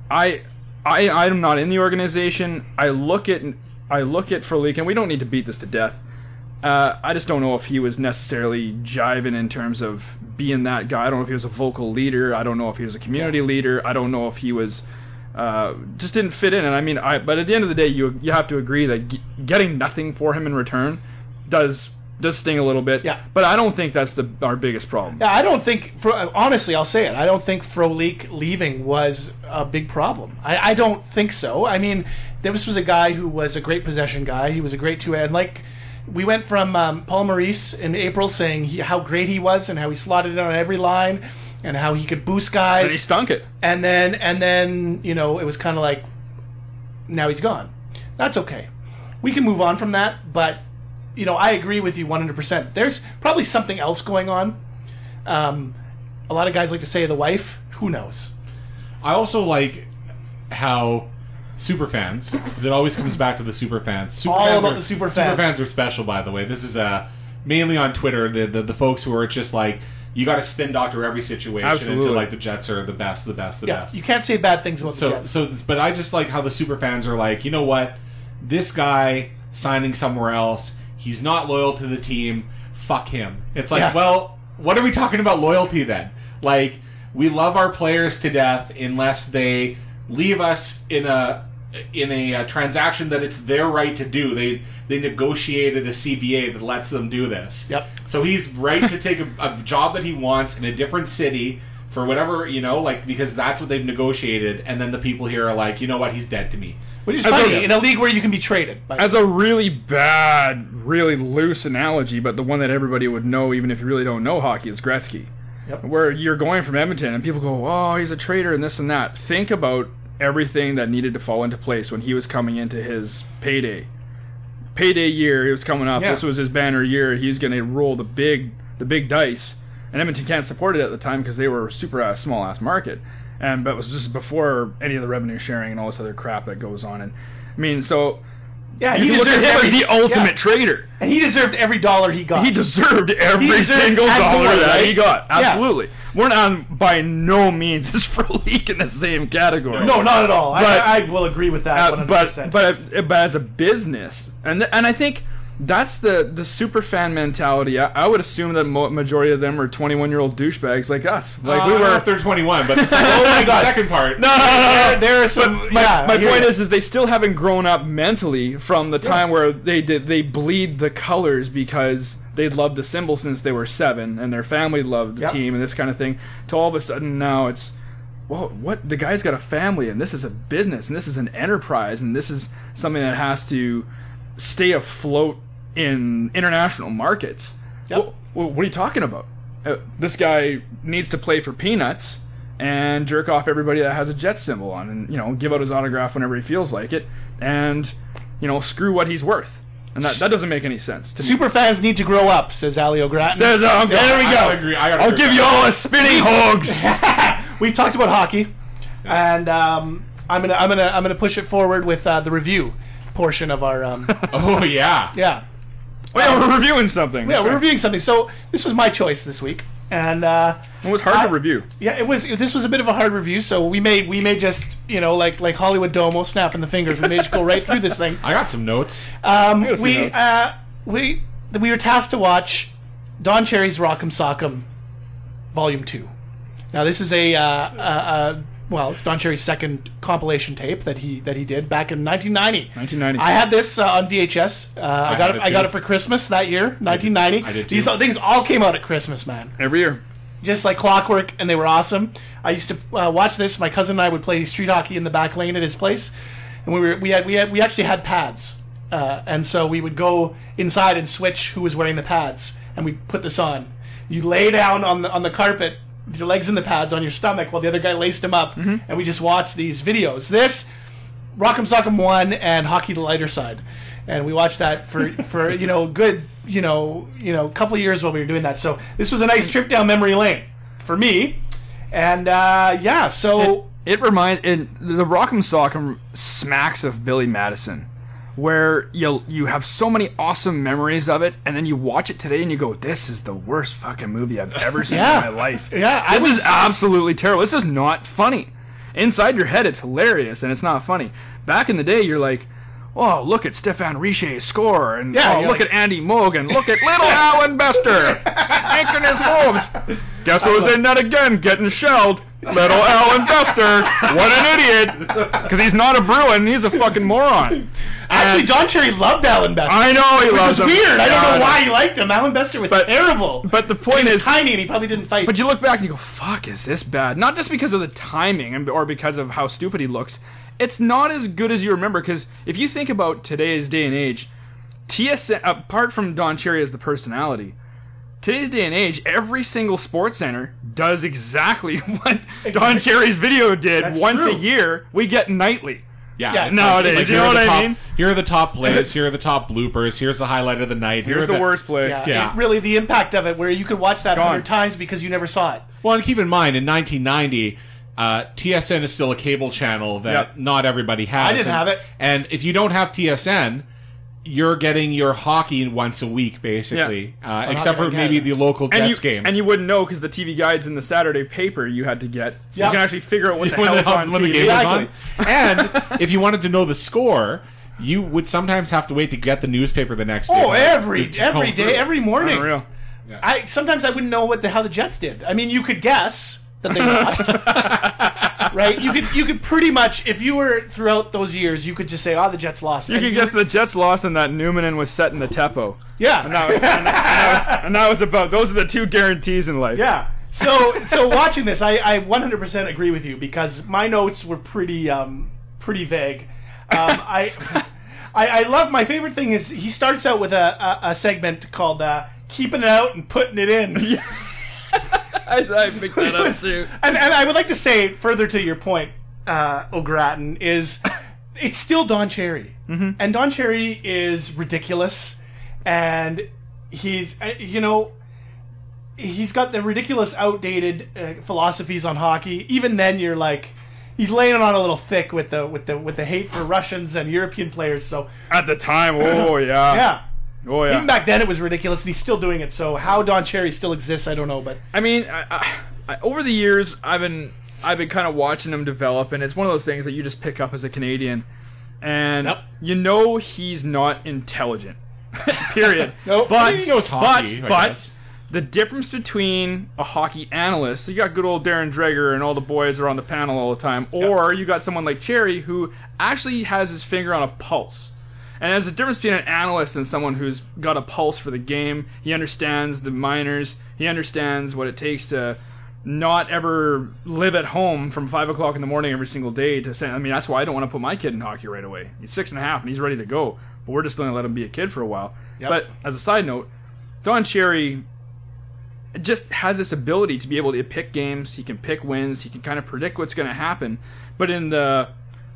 Speaker 6: I I I'm not in the organization. I look at I look at Frolik, and we don't need to beat this to death. Uh, I just don't know if he was necessarily jiving in terms of being that guy. I don't know if he was a vocal leader. I don't know if he was a community leader. I don't know if he was uh, just didn't fit in. And I mean, I but at the end of the day, you you have to agree that g- getting nothing for him in return does does sting a little bit.
Speaker 5: Yeah.
Speaker 6: But I don't think that's the our biggest problem.
Speaker 5: Yeah, I don't think. Fro- honestly, I'll say it. I don't think Frolik leaving was a big problem. I, I don't think so. I mean, this was a guy who was a great possession guy. He was a great two and like we went from um, Paul Maurice in April saying he, how great he was and how he slotted in on every line and how he could boost guys
Speaker 6: And he stunk it.
Speaker 5: and then and then you know it was kind of like now he's gone that's okay we can move on from that but you know i agree with you 100% there's probably something else going on um, a lot of guys like to say the wife who knows
Speaker 4: I also like how super fans, because it always comes back to the super fans. Super
Speaker 5: All
Speaker 4: fans
Speaker 5: about the super fans.
Speaker 4: Super fans are special, by the way. This is uh, mainly on Twitter. The, the the folks who are just like you got to spin doctor every situation
Speaker 6: Absolutely.
Speaker 4: until like the Jets are the best, the best, the
Speaker 5: yeah
Speaker 4: best.
Speaker 5: you can't say bad things about the
Speaker 4: so
Speaker 5: jets
Speaker 4: so, but I just like how the super fans are like, you know what, this guy signing somewhere else, he's not loyal to the team. Fuck him. It's like,
Speaker 5: Yeah.
Speaker 4: well, what are we talking about loyalty then? Like, we love our players to death unless they leave us in a in a uh, transaction that it's their right to do. They they negotiated a CBA that lets them do this.
Speaker 5: Yep.
Speaker 4: So he's right to take a, a job that he wants in a different city for whatever you know, like because that's what they've negotiated. And then the people here are like, you know what, he's dead to me.
Speaker 5: Which is
Speaker 6: As
Speaker 5: funny
Speaker 6: a-
Speaker 5: in a league where you can be traded. By
Speaker 6: As a really bad, really loose analogy, but the one that everybody would know, even if you really don't know hockey, is Gretzky.
Speaker 5: Yep.
Speaker 6: Where you're going from Edmonton and people go, oh, he's a traitor and this and that. Think about everything that needed to fall into place when he was coming into his payday. Payday year, he was coming up.
Speaker 5: Yeah.
Speaker 6: This was his banner year. He's going to roll the big, the big dice. And Edmonton can't support it at the time because they were a super ass, small ass market. And but it was just before any of the revenue sharing and all this other crap that goes on. And I mean, so
Speaker 5: yeah,
Speaker 6: you look at him as the ultimate
Speaker 5: yeah.
Speaker 6: traitor.
Speaker 5: and he deserved every dollar he got.
Speaker 6: He deserved every
Speaker 5: deserved
Speaker 6: single
Speaker 5: and
Speaker 6: dollar
Speaker 5: more,
Speaker 6: that
Speaker 5: right?
Speaker 6: he got.
Speaker 5: Yeah.
Speaker 6: Absolutely. We're not by no means is for leak in the same category.
Speaker 5: no, not at all.
Speaker 6: But-
Speaker 5: I, I will agree with that.
Speaker 6: Uh,
Speaker 5: 100%.
Speaker 6: but but but as a business, and th- and I think that's the the super fan mentality. I, I would assume that mo- majority of them are twenty one year old douchebags like us. Like
Speaker 4: Uh,
Speaker 6: we
Speaker 4: I don't know
Speaker 6: were.
Speaker 4: if they're 21, but the second, oh
Speaker 5: God.
Speaker 4: second part.
Speaker 6: No, no, no, no,
Speaker 5: there, there are some.
Speaker 6: my,
Speaker 5: yeah,
Speaker 6: my
Speaker 5: I hear
Speaker 6: point
Speaker 5: you.
Speaker 6: is is they still haven't grown up mentally from the time where they did they bleed the colors because they loved the symbol since they were seven and their family loved the
Speaker 5: Yep.
Speaker 6: team and this kind of thing to all of a sudden now it's whoa what the guy's got a family and this is a business and this is an enterprise and this is something that has to stay afloat in international markets Wh- wh- what, are you talking about uh, this guy needs to play for peanuts and jerk off everybody that has a jet symbol on and you know give out his autograph whenever he feels like it and you know screw what he's worth and that, that doesn't make any sense to me
Speaker 5: Super fans need to grow up, says Ali O'Gratton.
Speaker 6: Says, uh, I'm
Speaker 5: there we
Speaker 6: gonna-
Speaker 5: go.
Speaker 4: I gotta agree. I gotta
Speaker 6: i'll
Speaker 4: agree
Speaker 6: give
Speaker 4: with
Speaker 6: you all a spinning hogs
Speaker 5: We've talked about hockey, and um, I'm gonna I'm gonna I'm gonna push it forward with uh, the review portion of our um,
Speaker 4: that. Oh yeah.
Speaker 5: yeah
Speaker 6: oh, yeah we're reviewing something
Speaker 5: yeah
Speaker 6: That's
Speaker 5: we're
Speaker 6: right.
Speaker 5: reviewing something. So this was my choice this week, and uh,
Speaker 6: it was hard
Speaker 5: I-
Speaker 6: to review
Speaker 5: yeah, it was this was a bit of a hard review. So we may we may just you know like like Hollywood Domo snapping the fingers. We may just go right through this thing.
Speaker 4: I got some notes.
Speaker 5: Um,
Speaker 6: few
Speaker 5: we
Speaker 6: notes.
Speaker 5: uh, we we were tasked to watch Don Cherry's Rock'em Sock'em Volume Two. Now this is a uh, uh, uh, well, it's Don Cherry's second compilation tape that he that he did back in 1990.
Speaker 6: 1990.
Speaker 5: I had this uh, on VHS. Uh, I,
Speaker 4: had
Speaker 5: got it.
Speaker 4: it
Speaker 5: I got
Speaker 4: too.
Speaker 5: it for Christmas that year, 1990.
Speaker 4: I did too.
Speaker 5: These things all came out at Christmas, man
Speaker 6: every year
Speaker 5: just like clockwork, and they were awesome. I used to uh, watch this. My cousin and I would play street hockey in the back lane at his place, and we were we had we had we actually had pads, uh, and so we would go inside and switch who was wearing the pads, and we put this on. You lay down on the on the carpet, with your legs in the pads on your stomach, while the other guy laced them up, and we just watched these videos. This Rock'em Sock'em One and Hockey the Lighter Side, and we watched that for for you know good you know you know couple of years while we were doing that. So this was a nice trip down memory lane for me, and uh, yeah. So
Speaker 6: It remind it, the Rock'em Sock'em smacks of Billy Madison, where you you have so many awesome memories of it, and then you watch it today and you go, "This is the worst fucking movie I've ever seen
Speaker 5: Yeah.
Speaker 6: in my life."
Speaker 5: Yeah, I
Speaker 6: this
Speaker 5: was-
Speaker 6: is absolutely terrible. This is not funny. Inside your head, it's hilarious and it's not funny. Back in the day, you're like. Oh, look at Stefan Riche score, and
Speaker 5: Yeah,
Speaker 6: oh,
Speaker 5: you're
Speaker 6: look
Speaker 5: like-
Speaker 6: at Andy Moog, and look at little Alan Bester making his moves. Guess who's in that again? Getting shelled. Little Alan Bester. What an idiot. Because he's not a Bruin. He's a fucking moron.
Speaker 5: actually, John Cherry loved Alan Bester.
Speaker 6: I know he
Speaker 5: Which
Speaker 6: loves
Speaker 5: was
Speaker 6: him.
Speaker 5: weird. I
Speaker 6: Yeah,
Speaker 5: don't know why he liked him. Alan Bester was
Speaker 6: But-
Speaker 5: terrible.
Speaker 6: But the
Speaker 5: he
Speaker 6: point
Speaker 5: was
Speaker 6: is,
Speaker 5: tiny, and he probably didn't fight.
Speaker 6: but you look back and you go, "Fuck, is this bad?" Not just because of the timing and or because of how stupid he looks. It's not as good as you remember because if you think about today's day and age, TSN apart from Don Cherry as the personality, today's day and age, every single sports center does exactly what Don Cherry's video did
Speaker 5: That's
Speaker 6: once
Speaker 5: true.
Speaker 6: a year. We get nightly.
Speaker 4: Yeah,
Speaker 5: Yeah,
Speaker 4: it's
Speaker 6: nowadays, you
Speaker 4: here
Speaker 6: know
Speaker 4: are the
Speaker 6: what I
Speaker 4: top-
Speaker 6: mean?
Speaker 4: Here are the top plays. Here are the top bloopers. Here's the highlight of the night. Here
Speaker 6: Here's
Speaker 4: are
Speaker 6: the worst play.
Speaker 5: yeah,
Speaker 4: yeah.
Speaker 5: it- really the impact of it, where you could watch that a
Speaker 6: Gone.
Speaker 5: hundred times because you never saw it.
Speaker 4: Well, and keep in mind, in 1990, uh, TSN is still a cable channel that
Speaker 6: Yep.
Speaker 4: not everybody has.
Speaker 5: I didn't
Speaker 4: and,
Speaker 5: have it.
Speaker 4: And if you don't have TSN, you're getting your hockey once a week, basically, uh, except
Speaker 5: Hockey
Speaker 4: for
Speaker 5: Night
Speaker 4: maybe
Speaker 5: Canada.
Speaker 4: the local
Speaker 6: And you,
Speaker 4: Jets game.
Speaker 6: and you wouldn't know because the TV guides in the Saturday paper you had to get, so
Speaker 5: Yeah.
Speaker 6: you can actually figure out what the
Speaker 4: when
Speaker 6: hell's
Speaker 4: the,
Speaker 6: on
Speaker 4: when the
Speaker 6: TV.
Speaker 4: game was on.
Speaker 5: Exactly.
Speaker 4: and if you wanted to know the score, you would sometimes have to wait to get the newspaper the next day.
Speaker 5: Oh, every
Speaker 4: Would
Speaker 5: every
Speaker 4: come
Speaker 5: day,
Speaker 4: through.
Speaker 5: every morning.
Speaker 6: Unreal.
Speaker 5: I sometimes I wouldn't know what the how the Jets did. I mean, you could guess that they lost. right? You could you could pretty much if you were throughout those years, you could just say, "Oh, the Jets lost."
Speaker 6: You
Speaker 5: And
Speaker 6: could guess the Jets lost and that Newman was setting the tempo.
Speaker 5: yeah,
Speaker 6: And that was, and that was, and that was about those are the two guarantees in life.
Speaker 5: yeah. So so watching this, I I 100% agree with you because my notes were pretty um pretty vague. Um, I. I, I love my favorite thing is he starts out with a, a, a segment called uh, "Keeping It Out and Putting It In,"
Speaker 6: I, I picked that up too.
Speaker 5: and, and I would like to say further to your point, uh, O'Gratton is it's still Don Cherry, and Don Cherry is ridiculous, and he's uh, you know he's got the ridiculous, outdated uh, philosophies on hockey. Even then, you're like. He's laying it on a little thick with the with the with the hate for Russians and European players. So
Speaker 6: At the time, oh yeah,
Speaker 5: yeah,
Speaker 6: oh yeah.
Speaker 5: even back then it was ridiculous, and he's still doing it. So how Don Cherry still exists, I don't know. But
Speaker 6: I mean, I, I, I, over the years, I've been I've been kind of watching him develop, and it's one of those things that you just pick up as a Canadian, and
Speaker 5: Yep.
Speaker 6: you know he's not intelligent. Period.
Speaker 5: Nope.
Speaker 6: But
Speaker 4: He knows hockey, I
Speaker 6: but, but
Speaker 4: guess.
Speaker 6: the difference between a hockey analyst, so you got good old Darren Dreger and all the boys are on the panel all the time, or you got someone like Cherry who actually has his finger on a pulse. And there's a difference between an analyst and someone who's got a pulse for the game. He understands the minors. He understands what it takes to not ever live at home from five o'clock in the morning every single day. To say, I mean, that's why I don't want to put my kid in hockey right away. He's six and a half and he's ready to go, but we're just going to let him be a kid for a while. But as a side note, Don Cherry just has this ability to be able to pick games. He can pick wins. He can kind of predict what's going to happen. But in the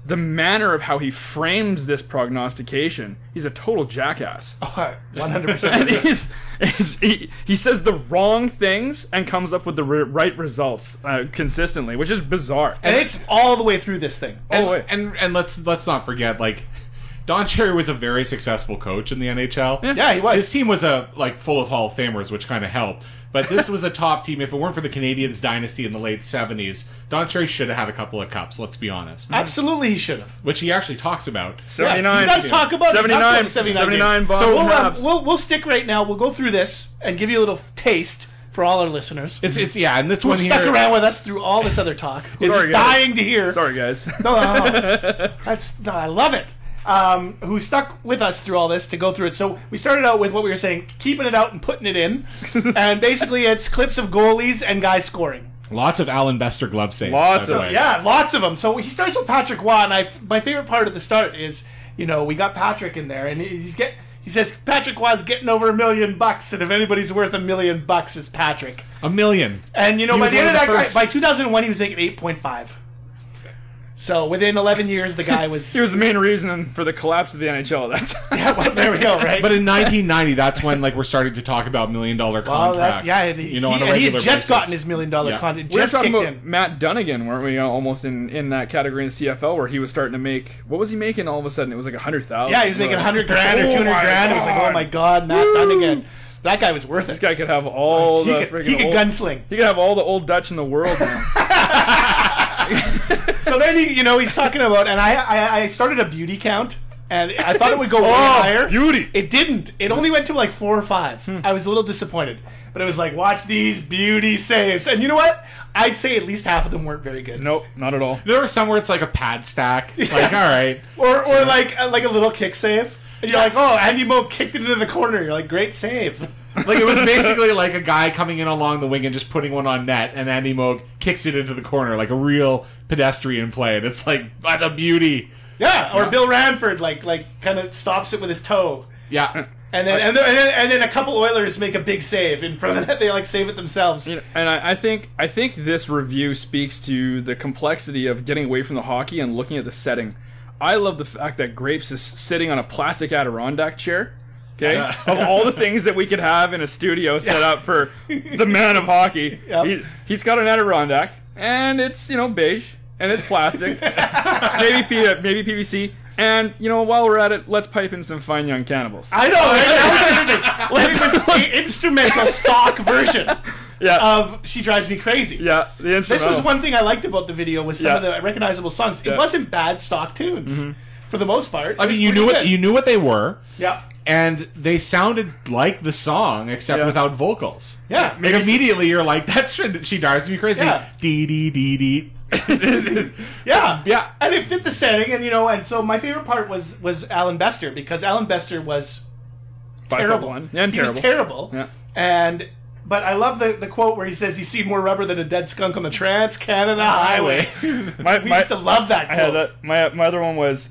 Speaker 6: the manner of how he frames this prognostication, he's a total jackass.
Speaker 5: 100%.
Speaker 6: And he's, he's- he, he says the wrong things and comes up with the re- right results uh, consistently, which is bizarre.
Speaker 5: and it's all the way through this thing.
Speaker 4: and,
Speaker 6: wait.
Speaker 4: and and let's let's not forget like Don Cherry was a very successful coach in the NHL.
Speaker 5: Yeah, he was.
Speaker 4: His team was a like full of Hall of Famers, which kind of helped. But this was a top team. If it weren't for the Canadians dynasty in the late seventies, Don Cherry should have had a couple of cups. Let's be honest,
Speaker 5: Absolutely, he should have.
Speaker 4: which he actually talks about.
Speaker 5: Yeah, he
Speaker 6: 79.
Speaker 5: does talk about it. He talks about
Speaker 6: 79,
Speaker 5: the
Speaker 6: 79,
Speaker 5: 79
Speaker 6: Boston
Speaker 5: So we'll, um,
Speaker 6: Habs.
Speaker 5: we'll we'll stick right now. We'll go through this and give you a little taste for all our listeners
Speaker 4: It's it's yeah, and this
Speaker 5: who
Speaker 4: one
Speaker 5: stuck
Speaker 4: here,
Speaker 5: around with us through all this other talk. It's
Speaker 6: Sorry, guys.
Speaker 5: dying to hear.
Speaker 6: Sorry, guys.
Speaker 5: No, no, no. That's no, I love it. Um, who stuck with us through all this to go through it? So we started out with what we were saying, keeping it out and putting it in, and basically it's clips of goalies and guys scoring.
Speaker 4: Lots of Alan Bester glove saves.
Speaker 6: Lots
Speaker 4: by the
Speaker 6: of-
Speaker 4: way.
Speaker 5: Yeah, lots of them. So he starts with Patrick Waugh, and I my favorite part of the start is you know we got Patrick in there, and he's get he says Patrick Waugh's getting over a million bucks, and if anybody's worth a million bucks, it's Patrick.
Speaker 4: a million.
Speaker 5: And you know
Speaker 4: He
Speaker 5: by
Speaker 4: was
Speaker 5: the
Speaker 4: one
Speaker 5: end of
Speaker 4: of
Speaker 5: that
Speaker 4: the
Speaker 5: guy,
Speaker 4: first.
Speaker 5: by 2001, he was making 8.5. So within 11 years, the guy was.
Speaker 6: he was the main reason for the collapse of the NHL. That's
Speaker 5: yeah, well, there we go, right?
Speaker 4: But in 1990, that's when like we're starting to talk about million dollar
Speaker 5: Oh,
Speaker 4: contracts.
Speaker 5: that, yeah, and he,
Speaker 4: you know, on a
Speaker 5: and he had
Speaker 4: regular
Speaker 5: just
Speaker 4: basis.
Speaker 5: gotten his million dollar
Speaker 4: Yeah.
Speaker 5: contract.
Speaker 6: we were
Speaker 5: Just
Speaker 6: talking
Speaker 5: kicked
Speaker 6: about
Speaker 5: in.
Speaker 6: Matt Dunnigan, weren't we? uh, Almost in, in that category in CFL where he was starting to make what was he making? All of a sudden, it was like a hundred thousand.
Speaker 5: Yeah, he was making 100 grand or 200 grand. It was like, oh my god, Matt Dunnigan. That guy was worth it.
Speaker 6: This guy could have all
Speaker 5: he
Speaker 6: the
Speaker 5: could,
Speaker 6: friggin'
Speaker 5: he could
Speaker 6: old,
Speaker 5: gunsling.
Speaker 6: He could have all the old Dutch in the world. Man.
Speaker 5: So then he, you know, he's talking about, and I, I, I started a beauty count, and I thought it would go way higher.
Speaker 6: beauty.
Speaker 5: It didn't. It only went to like four or five. I was a little disappointed, but it was like, watch these beauty saves, and you know what? I'd say at least half of them weren't very good.
Speaker 6: nope, not at all.
Speaker 4: There were some where it's like a pad stack. Like, all right,
Speaker 5: Or, or like, uh, like a little kick save, and you're like, oh, Andy Moe kicked it into the corner. You're like, great save.
Speaker 4: Like it was basically like a guy coming in along the wing and just putting one on net, and Andy Moog kicks it into the corner like a real pedestrian play. And it's like by the beauty,
Speaker 5: Yeah, or Bill Ranford like like kind of stops it with his toe,
Speaker 4: yeah.
Speaker 5: and then and then, and then and then a couple Oilers make a big save in front of that. They like save it themselves.
Speaker 6: And I, I think I think this review speaks to the complexity of getting away from the hockey and looking at the setting. I love the fact that Grapes is sitting on a plastic Adirondack chair. Okay, of all the things that we could have in a studio set up for the man of hockey,
Speaker 5: Yep.
Speaker 6: he, he's got an Adirondack, and it's you know beige and it's plastic, maybe P, maybe PVC, and you know while we're at it, let's pipe in some fine young cannibals.
Speaker 5: I know. Right? That was the other thing. Like, it was the instrumental stock version
Speaker 6: yeah,
Speaker 5: of "She Drives Me Crazy."
Speaker 6: yeah. The
Speaker 5: This was
Speaker 6: instrumental.
Speaker 5: one thing I liked about the video was some of
Speaker 6: Yeah.
Speaker 5: the recognizable songs. It
Speaker 6: Yeah.
Speaker 5: wasn't bad stock tunes for the most part.
Speaker 4: I mean, you knew what you knew what they were,
Speaker 5: Yeah.
Speaker 4: and they sounded like the song except
Speaker 6: Yeah.
Speaker 4: without vocals.
Speaker 5: Yeah.
Speaker 4: Like immediately you're like, that's she drives me crazy.
Speaker 5: Yeah.
Speaker 4: Dee dee dee dee.
Speaker 5: Yeah,
Speaker 4: Yeah.
Speaker 5: and it fit the setting, and you know, and so my favorite part was was Alan Bester because Alan Bester was
Speaker 6: Five foot
Speaker 5: terrible.
Speaker 6: one. And
Speaker 5: he
Speaker 6: terrible.
Speaker 5: was terrible.
Speaker 6: Yeah.
Speaker 5: And but I love the the quote where he says he's seen more rubber than a dead skunk on the Trans Canada Highway.
Speaker 6: my,
Speaker 5: we
Speaker 6: my-
Speaker 5: used to love that
Speaker 6: I
Speaker 5: quote.
Speaker 6: had that. My, my other one was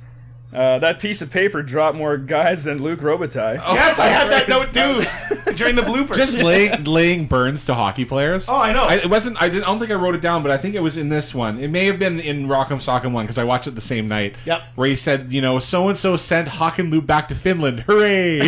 Speaker 6: uh, that piece of paper dropped more guys than Luke Robitaille.
Speaker 5: Yes, I had that note too during the bloopers.
Speaker 4: Just laying, laying burns to hockey players.
Speaker 5: Oh, I know.
Speaker 4: I, it wasn't. I, didn't, I don't think I wrote it down, but I think it was in this one. It may have been in Rock'em Sock'em one because I watched it the same night.
Speaker 5: Yep.
Speaker 4: Where he said, you know, so and so sent Hawk and Lou back to Finland. Hooray!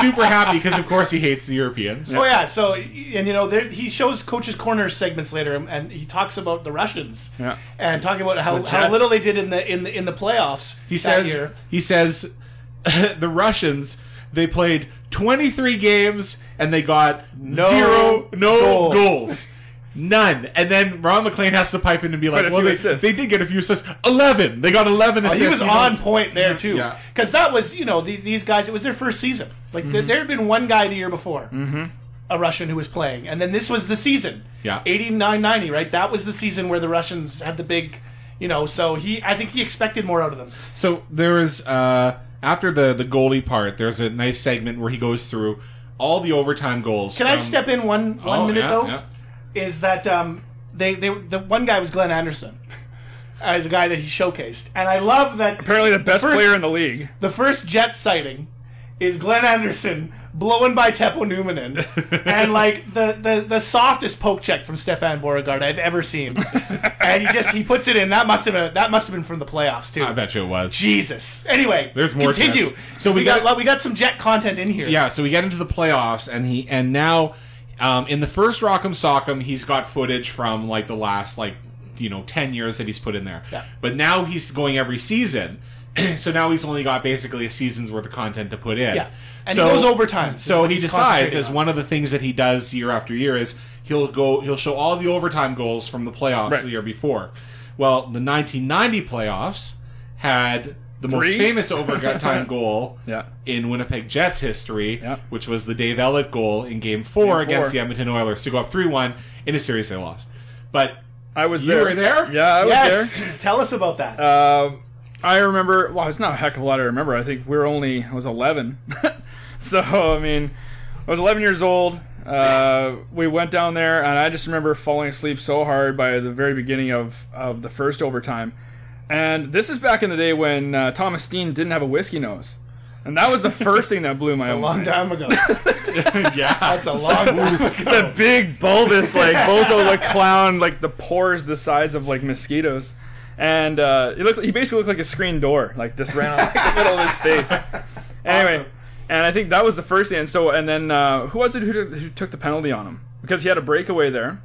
Speaker 4: Super happy because of course he hates the Europeans.
Speaker 5: Oh yeah, so and you know there, he shows Coach's Corner segments later, and- and he talks about the Russians
Speaker 6: Yeah.
Speaker 5: and talking about how,
Speaker 6: The
Speaker 5: how
Speaker 6: Jets.
Speaker 5: little they did in the in the in the playoffs.
Speaker 4: He
Speaker 5: that
Speaker 4: says.
Speaker 5: year.
Speaker 4: He says the Russians they played 23 games and they got
Speaker 5: No
Speaker 4: zero no
Speaker 5: goals.
Speaker 4: goals. None. And then Ron McLean has to pipe in and be like,
Speaker 6: a
Speaker 4: "Well,
Speaker 6: few
Speaker 4: they,
Speaker 6: assists."
Speaker 4: they did get a few assists. Eleven. They got eleven
Speaker 5: Oh,
Speaker 4: assists."
Speaker 5: he was
Speaker 4: knows-
Speaker 5: on point there too,
Speaker 4: Yeah.
Speaker 5: because that was you know these, these guys. It was their first season. Like
Speaker 4: Mm-hmm.
Speaker 5: th- there had been one guy the year before, a Russian who was playing, and then this was the season.
Speaker 4: Yeah.
Speaker 5: 89, 90, Right, that was the season where the Russians had the big, you know. So he, I think he expected more out of them.
Speaker 4: So there is uh, after the the goalie part. There's a nice segment where he goes through all the overtime goals.
Speaker 5: Can I
Speaker 4: from-
Speaker 5: step in one one
Speaker 4: Um, Oh,
Speaker 5: minute
Speaker 4: yeah,
Speaker 5: though?
Speaker 4: yeah.
Speaker 5: Is that um, they they the one guy was Glenn Anderson, as a guy that he showcased, and I love that
Speaker 6: Apparently, the best
Speaker 5: First-
Speaker 6: player in the league.
Speaker 5: the first jet sighting is Glenn Anderson blowing by Teppo Numanen, and like the, the the softest poke check from Stefan Beauregard I've ever seen, and he just he puts it in. That must have been that must have been from the playoffs too.
Speaker 4: I bet you it was.
Speaker 5: Jesus. Anyway,
Speaker 4: There's more
Speaker 5: Continue.
Speaker 4: jets. So
Speaker 5: So we,
Speaker 4: we
Speaker 5: got,
Speaker 4: got-
Speaker 5: we got some jet content in here.
Speaker 4: Yeah, so we get into the playoffs, and he and now um, in the first Rock'em Sock'em, he's got footage from like the last like you know ten years that he's put in there.
Speaker 5: Yeah.
Speaker 4: But now he's going every season, so now he's only got basically a season's worth of content to put in.
Speaker 5: Yeah. And he goes overtimes, is
Speaker 4: So
Speaker 5: what
Speaker 4: he
Speaker 5: he's
Speaker 4: decides
Speaker 5: concentrating
Speaker 4: as
Speaker 5: on.
Speaker 4: one of the things that he does year after year is he'll go he'll show all the overtime goals from the playoffs
Speaker 6: Right.
Speaker 4: the year before. Well, the 1990 playoffs had the most
Speaker 6: Three?
Speaker 4: famous overtime goal
Speaker 6: Yeah.
Speaker 4: in Winnipeg Jets history,
Speaker 6: Yeah.
Speaker 4: which was the Dave Ellett goal in Game Four
Speaker 6: Game
Speaker 4: against
Speaker 6: four.
Speaker 4: the Edmonton Oilers to go up three-one in a series they lost. But
Speaker 6: I was
Speaker 4: You
Speaker 6: there.
Speaker 4: were there? Uh,
Speaker 6: Yeah, I was
Speaker 5: Yes.
Speaker 6: there.
Speaker 5: Tell us about that.
Speaker 6: Um, I remember. Well, it's not a heck of a lot I remember. I think we were only. I was 11, so I mean, I was 11 years old. Uh, we went down there, and I just remember falling asleep so hard by the very beginning of of the first overtime. And this is back in the day when uh, Thomas Steen didn't have a whiskey nose, and that was the first thing that blew my
Speaker 5: a long
Speaker 6: mind.
Speaker 5: time ago.
Speaker 4: yeah,
Speaker 5: That's a long time ago.
Speaker 6: The big bulbous like bozo the clown, like the pores the size of like mosquitoes. And uh, he looked. He basically looked like a screen door, like just ran out the middle of his face. Anyway,
Speaker 5: Awesome.
Speaker 6: and I think that was the first thing. And so, and then uh, who was it who, took- who took the penalty on him because he had a breakaway there?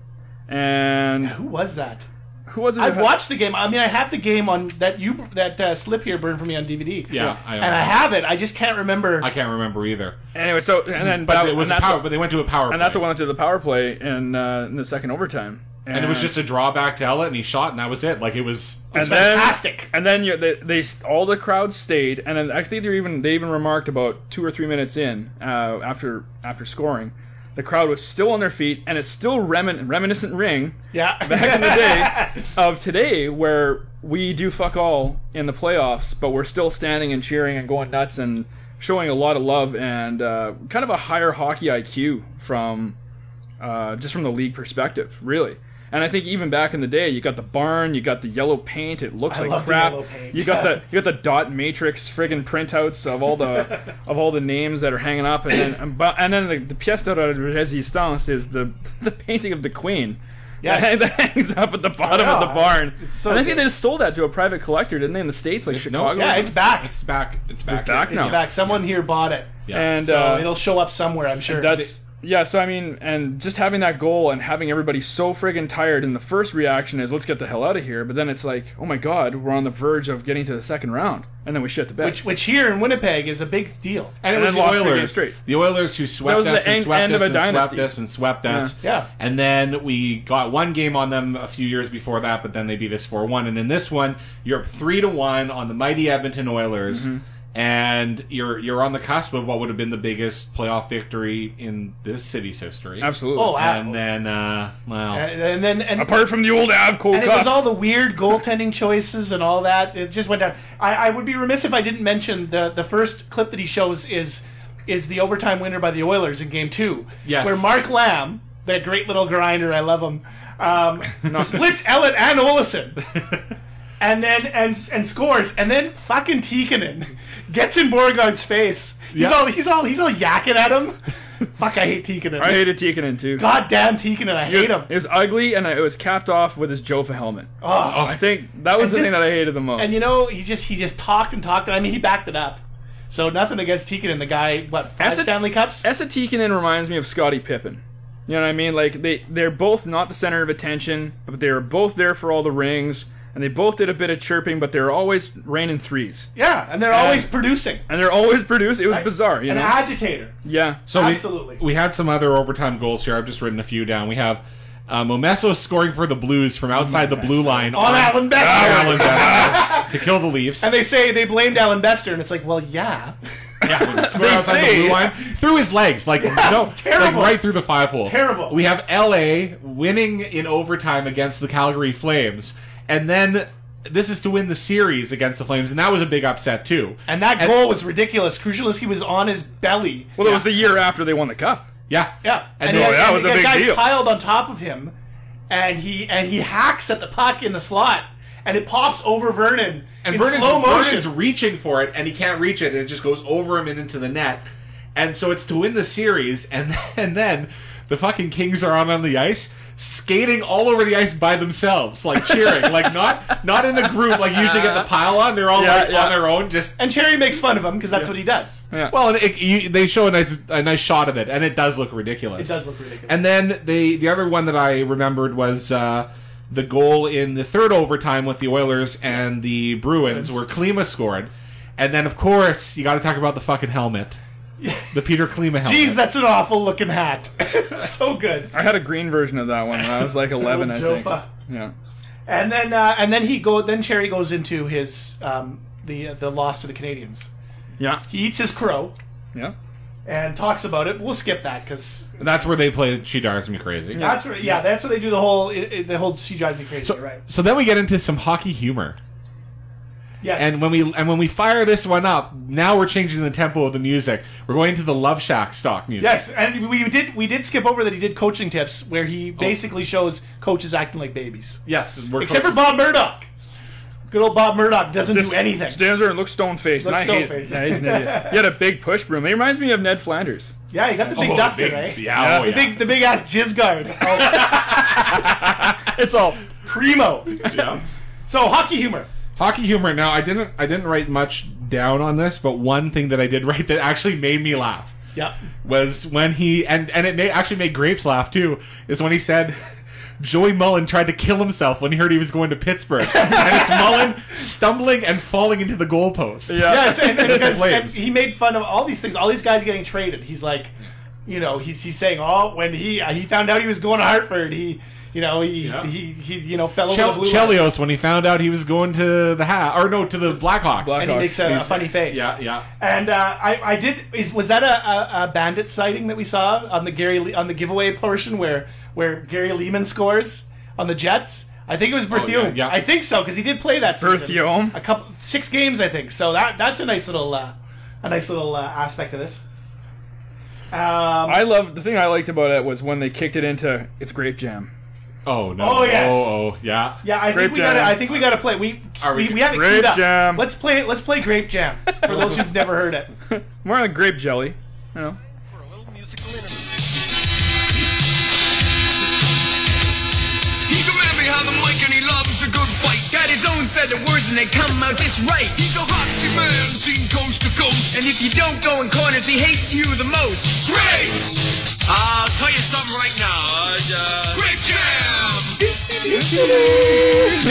Speaker 6: And
Speaker 5: Who was that?
Speaker 6: who was it? who
Speaker 5: I've
Speaker 6: had-
Speaker 5: watched the game. I mean, I have the game on that you that uh, slip here burned for me on DVD.
Speaker 4: yeah. I,
Speaker 5: and I have it. I just can't remember.
Speaker 4: I can't remember either.
Speaker 6: Anyway, so and then but
Speaker 4: But
Speaker 6: that,
Speaker 4: it was
Speaker 6: and
Speaker 4: a
Speaker 6: that's
Speaker 4: power.
Speaker 6: what,
Speaker 4: but they went to a power,
Speaker 6: and that's what
Speaker 4: play.
Speaker 6: went to the power play in uh, in the second overtime.
Speaker 4: and it was just a drawback to Ellett, and he shot, and that was it. Like it was.
Speaker 6: and
Speaker 5: fantastic.
Speaker 6: Then, and then you, they, they all the crowd stayed, and then I think they even they even remarked about two or three minutes in uh, after after scoring, the crowd was still on their feet, and it's still remin- reminiscent ring back
Speaker 5: yeah.
Speaker 6: in the day of today where we do fuck all in the playoffs, but we're still standing and cheering and going nuts and showing a lot of love and uh, kind of a higher hockey IQ from uh, just from the league perspective, really. And I think even back in the day, you got the barn, you got the yellow paint. It looks like
Speaker 5: love the
Speaker 6: crap.
Speaker 5: yellow paint.
Speaker 6: You got the you got the dot matrix friggin' printouts of all the of all the names that are hanging up, and then and, bu- and then the, the pièce de résistance is the the painting of the queen.
Speaker 5: Yes.
Speaker 6: that hangs up at the bottom
Speaker 5: I
Speaker 6: of
Speaker 5: know,
Speaker 6: the barn.
Speaker 5: it's so
Speaker 6: and I think
Speaker 5: good.
Speaker 6: they just sold that to a private collector, didn't they, in the states, like Chicago?
Speaker 5: Yeah,
Speaker 6: or
Speaker 5: it's back. It's
Speaker 4: It's back. It's back.
Speaker 6: back
Speaker 4: here.
Speaker 6: now.
Speaker 5: back. Someone here bought it.
Speaker 4: Yeah.
Speaker 6: And
Speaker 5: So
Speaker 6: uh,
Speaker 5: it'll show up somewhere, I'm sure.
Speaker 6: that's yeah. So I mean, and just having that goal and having everybody so friggin' tired, and the first reaction is let's get the hell out of here. But then it's like, oh my god, we're on the verge of getting to the second round, and then we shit the bed.
Speaker 5: which, which here in Winnipeg is a big deal.
Speaker 4: And it
Speaker 6: And
Speaker 4: was
Speaker 6: then
Speaker 4: the
Speaker 6: lost three
Speaker 4: Oilers.
Speaker 6: games straight.
Speaker 4: The Oilers who swept
Speaker 6: was
Speaker 4: us
Speaker 6: the
Speaker 4: and
Speaker 6: end-
Speaker 4: swept
Speaker 6: end
Speaker 4: us
Speaker 6: of
Speaker 4: and
Speaker 6: a
Speaker 4: swept
Speaker 6: dynasty.
Speaker 4: us and swept us.
Speaker 5: Yeah.
Speaker 4: And then we got one game on them a few years before that, but then they beat us four one. And in this one, you're up three to one on the mighty Edmonton Oilers. and you're you're on the cusp of what would have been the biggest playoff victory in this city's history.
Speaker 6: Absolutely.
Speaker 5: Oh, wow.
Speaker 4: And then, uh, well,
Speaker 5: and, and then and,
Speaker 6: Apart from the old Avco
Speaker 5: and it was
Speaker 6: Cup.
Speaker 5: all the weird goaltending choices and all that. It just went down. I, I would be remiss if I didn't mention the the first clip that he shows is is the overtime winner by the Oilers in Game Two.
Speaker 4: Yes.
Speaker 5: where Mark Lamb, that great little grinder, I love him, um, splits Ellett and Olsson. And then and and scores and then fucking Tikkanen gets in Beauregard's face. He's all he's all he's all yakking at him. Fuck, I hate Tikkanen.
Speaker 6: I hated Tikkanen too.
Speaker 5: Goddamn Tikkanen, I hate him.
Speaker 6: It was ugly, and it was capped off with his Jofa helmet.
Speaker 5: Oh.
Speaker 6: I think that was
Speaker 5: And
Speaker 6: the
Speaker 5: just-
Speaker 6: thing that I hated the most.
Speaker 5: And you know, he just he just talked and talked, and I mean, he backed it up. So nothing against Tikkanen, the guy, what five
Speaker 6: As a-
Speaker 5: Stanley Cups?
Speaker 6: Essa Tikkanen reminds me of Scottie Pippen. You know what I mean? Like they they're both not the center of attention, but they were both there for all the rings, and they both did a bit of chirping, but they were always raining threes,
Speaker 5: yeah, and they're always producing.
Speaker 6: and they're always produced. It was bizarre, you
Speaker 5: An
Speaker 6: know?
Speaker 5: agitator.
Speaker 6: yeah.
Speaker 4: So we-
Speaker 5: Absolutely.
Speaker 4: We, had some other overtime goals here. I've just written a few down. We have uh, Momesso scoring for the Blues from outside the blue line
Speaker 5: On Alan Bester.
Speaker 6: Ah,
Speaker 4: Alan Best to kill the Leafs.
Speaker 5: And they say they blamed Alan Bester, and it's like, well, yeah.
Speaker 4: Yeah, square outside the
Speaker 5: say-
Speaker 4: blue line through his legs, like no,
Speaker 5: terrible.
Speaker 4: like right through the five hole.
Speaker 5: Terrible.
Speaker 4: We have L.A. winning in overtime against the Calgary Flames, and then this is to win the series against the Flames, and that was a big upset too.
Speaker 5: And that goal was ridiculous. Krushelinski was on his belly.
Speaker 6: Well, it was the year after they won the cup.
Speaker 4: yeah,
Speaker 5: Yeah,
Speaker 4: And
Speaker 5: and,
Speaker 4: so
Speaker 5: he, and
Speaker 6: that was
Speaker 5: he
Speaker 6: a
Speaker 5: got
Speaker 6: big
Speaker 5: guys
Speaker 6: deal.
Speaker 5: piled on top of him, and he and he hacks at the puck in the slot, and it pops over Vernon
Speaker 4: And
Speaker 5: in
Speaker 4: Vernon's,
Speaker 5: slow motion.
Speaker 4: Vernon's reaching for it, and he can't reach it, and it just goes over him and into the net. And so it's to win the series, and and then the fucking Kings are on on the ice, skating all over the ice by themselves, like cheering, like not not in a group like usually get the pile on. They're all
Speaker 6: Yeah,
Speaker 4: like
Speaker 6: yeah.
Speaker 4: on their own, just
Speaker 5: and Cherry makes fun of him because that's what he does.
Speaker 6: Yeah.
Speaker 4: well, and it, you, they show a nice a nice shot of it, and it does look ridiculous.
Speaker 5: It does look ridiculous.
Speaker 4: And then the the other one that I remembered was uh, the goal in the third overtime with the Oilers and the Bruins, where Klima scored. And then, of course, you got to talk about the fucking helmet, the Peter Klima helmet.
Speaker 5: Jeez, that's an awful looking hat. so good.
Speaker 6: I had a green version of that one when I was like 11, I think.
Speaker 5: Jofa.
Speaker 6: Yeah.
Speaker 5: And then uh, and then he go then Cherry goes into his um, the the loss to the Canadians.
Speaker 6: Yeah.
Speaker 5: He eats his crow
Speaker 6: Yeah.
Speaker 5: and talks about it. We'll skip that because
Speaker 4: And that's where they play "She Drives Me Crazy."
Speaker 5: that's where, yeah that's where they do the whole i i- the whole she drives me crazy
Speaker 4: So,
Speaker 5: right
Speaker 4: so then we get into some hockey humor.
Speaker 5: yes
Speaker 4: And when we and when we fire this one up, now we're changing the tempo of the music. We're going to the Love Shack stock music.
Speaker 5: yes and we did we did skip over that he did coaching tips where he
Speaker 4: Oh.
Speaker 5: basically shows coaches acting like babies
Speaker 4: yes. We're
Speaker 5: except for Bob Murdoch. Good old Bob Murdoch doesn't do anything.
Speaker 6: Stands there and looks stone faced. and I
Speaker 5: Looks
Speaker 6: hate it.
Speaker 5: stone-faced.
Speaker 6: Yeah, he's an idiot. He had a big push broom. He reminds me of Ned Flanders.
Speaker 5: yeah, he got the big
Speaker 4: Oh,
Speaker 5: duster,
Speaker 4: big-
Speaker 5: eh?
Speaker 4: Yeah, oh,
Speaker 5: The
Speaker 4: yeah.
Speaker 5: big the big ass jizz guard. Oh,
Speaker 6: It's all.
Speaker 5: primo.
Speaker 4: Yeah.
Speaker 5: So hockey humor.
Speaker 4: Hockey humor. Now, I didn't I didn't write much down on this, but one thing that I did write that actually made me laugh
Speaker 5: Yeah.
Speaker 4: was when he and and it made, actually made Grapes laugh too. Is when he said. Joey Mullen tried to kill himself when he heard he was going to Pittsburgh, and it's Mullen stumbling and falling into the goalpost.
Speaker 6: Yeah.
Speaker 5: Yes, and, and because- and
Speaker 4: Flames.
Speaker 5: he made fun of all these things. All these guys getting traded. He's like, you know, he's he's saying, oh, when he uh, he found out he was going to Hartford, he, you know, he
Speaker 4: Yeah.
Speaker 5: he, he you know fell over the
Speaker 4: Chel-
Speaker 5: blue line.
Speaker 4: Chelios when he found out he was going to the hat or no to the Blackhawks.
Speaker 5: and he makes a, a funny face.
Speaker 4: Yeah, yeah.
Speaker 5: And uh, I, I did. Is, was that a, a, a bandit sighting that we saw on the Gary Le- on the giveaway portion where where Gary Lehman scores on the Jets? I think it was Berthiaume.
Speaker 4: Oh, yeah.
Speaker 5: I think so because he did play that season.
Speaker 6: Berthiaume?
Speaker 5: a couple six games, I think. So that that's a nice little uh, a nice little uh, aspect of this. Um,
Speaker 6: I love the thing I liked about it was when they kicked it into it's grape jam.
Speaker 4: Oh no.
Speaker 5: Oh, yes.
Speaker 4: Oh, oh yeah.
Speaker 5: yeah, I
Speaker 6: Grape
Speaker 5: think we got.
Speaker 6: Jam.
Speaker 5: I think we got to play. We
Speaker 4: Are we
Speaker 5: we, we have it
Speaker 6: Grape
Speaker 5: queued up.
Speaker 6: Jam.
Speaker 5: Let's play. Let's play Grape Jam for those who've never heard it.
Speaker 6: More like grape jelly. You know.
Speaker 3: For a little musical interlude.
Speaker 7: He's a man behind the mic and he loves a good fight. Got his own set of words and they come out just right. He's a hockey man, seen coast to coast. And if you don't go in corners, he hates you the most. Grapes! I'll tell you something right now. Uh, Grape Jam!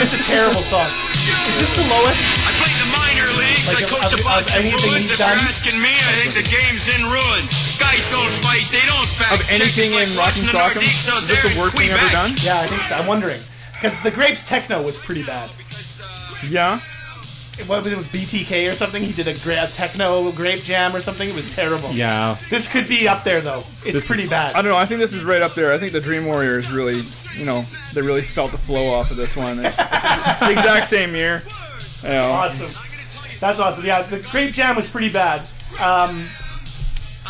Speaker 5: It's a terrible song. Is this the lowest?
Speaker 7: I played the minor leagues.
Speaker 5: Like,
Speaker 7: I coached
Speaker 5: of-
Speaker 7: the
Speaker 5: of
Speaker 7: Boston
Speaker 5: anything he's
Speaker 7: Bruins. If you're
Speaker 5: done?
Speaker 7: asking me, I think the game's in ruins. Guys don't fight. They don't back.
Speaker 6: Of anything in Rotten Sock'em, is this the worst thing ever done?
Speaker 7: uh,
Speaker 5: Yeah, I think so. I'm wondering because the Grapes Techno was pretty bad.
Speaker 6: Yeah.
Speaker 5: what was it with BTK or something? He did a, gra- a techno grape jam or something. It was terrible.
Speaker 4: Yeah.
Speaker 5: This could be up there though. It's pretty bad.
Speaker 6: I don't know. I think this is right up there. I think the Dream Warriors really, you know, they really felt the flow off of this one. It's, it's the exact same year. You know.
Speaker 5: awesome. That's awesome. Yeah, the grape jam was pretty bad. Um,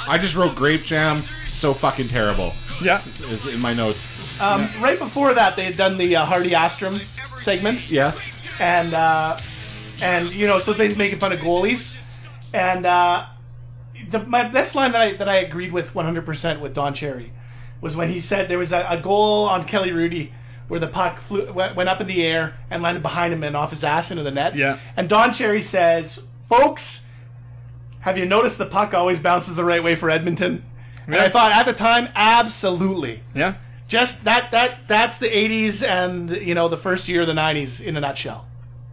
Speaker 4: I just wrote grape jam, so fucking terrible.
Speaker 6: Yeah.
Speaker 4: Is in my notes.
Speaker 5: um, Right before that, they had done the uh, Hardy Astrum segment.
Speaker 4: Yes.
Speaker 5: and uh, and you know, so they're making fun of goalies, and uh, the my best line that I that I agreed with 100 percent with Don Cherry was when he said there was a, a goal on Kelly Rudy where the puck flew went, went up in the air and landed behind him and off his ass into the net.
Speaker 6: Yeah.
Speaker 5: and Don Cherry says, "Folks, have you noticed the puck always bounces the right way for Edmonton?" And
Speaker 6: Yeah.
Speaker 5: I thought at the time, absolutely.
Speaker 6: Yeah.
Speaker 5: Just that that that's the 80s and you know the first year of the 90s in a nutshell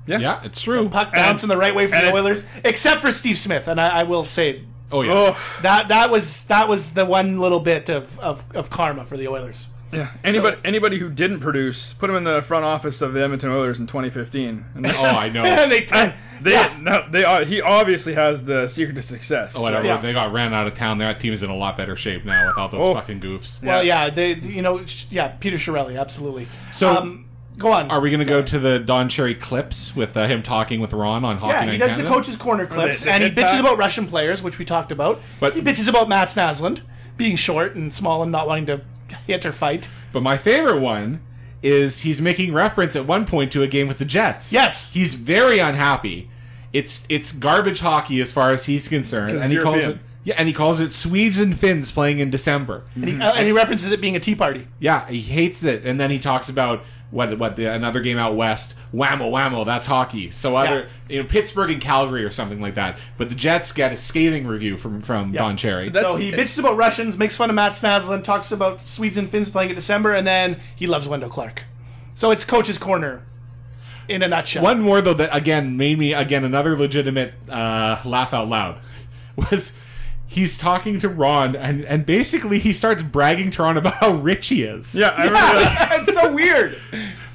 Speaker 4: Yeah, it's true.
Speaker 5: puck bouncing the right way for
Speaker 6: and
Speaker 5: the
Speaker 6: it's-
Speaker 5: Oilers, except for Steve Smith, and I, I will say
Speaker 4: Oh yeah.
Speaker 6: Oh.
Speaker 5: that that was that was the one little bit of, of, of karma for the Oilers.
Speaker 6: Yeah. Anybody anybody who didn't produce, put them in the front office of the Edmonton Oilers in 2015. And
Speaker 4: Oh, I know.
Speaker 5: And they
Speaker 6: they,
Speaker 5: Yeah.
Speaker 6: no, they are, he obviously has the secret to success.
Speaker 4: Whatever.
Speaker 5: Yeah.
Speaker 4: They got ran out of town. That team is in a lot better shape now with all those
Speaker 6: Oh.
Speaker 4: fucking goofs.
Speaker 5: well, yeah, they you know sh- yeah Peter Shirelli absolutely.
Speaker 4: So-
Speaker 5: um, go on.
Speaker 4: Are we going to go to the Don Cherry clips with uh, him talking with Ron on Hockey
Speaker 5: yeah,
Speaker 4: Night
Speaker 5: he does
Speaker 4: Canada?
Speaker 5: the coach's corner clips,
Speaker 6: they
Speaker 5: and he
Speaker 6: hit
Speaker 5: bitches
Speaker 6: back?
Speaker 5: about Russian players, which we talked about.
Speaker 4: But-
Speaker 5: he bitches about Matt Snazland being short and small and not wanting to hit or fight.
Speaker 4: But my favorite one is he's making reference at one point to a game with the Jets.
Speaker 5: Yes.
Speaker 4: he's very unhappy. It's it's garbage hockey as far as he's concerned,
Speaker 6: 'Cause
Speaker 4: and he
Speaker 6: it's
Speaker 4: calls
Speaker 6: European.
Speaker 4: it yeah, and he calls it Swedes and Finns playing in December.
Speaker 5: And
Speaker 6: Mm-hmm.
Speaker 5: he, uh, and he references it being a tea party.
Speaker 4: Yeah, he hates it, and then he talks about what what the, another game out west, whammo whammo, that's hockey. So other you know Pittsburgh and Calgary or something like that. But the Jets get a scathing review from from Don Cherry.
Speaker 6: That's-
Speaker 5: So he bitches about Russians, makes fun of Matt Snazlin, talks about Swedes and Finns playing in December, and then he loves Wendell Clark. So it's Coach's Corner in a nutshell.
Speaker 4: One more though that again made me again another legitimate uh, laugh out loud was he's talking to Ron and and basically he starts bragging to Ron about how rich he is.
Speaker 6: Yeah, I remember that.
Speaker 5: it's so weird.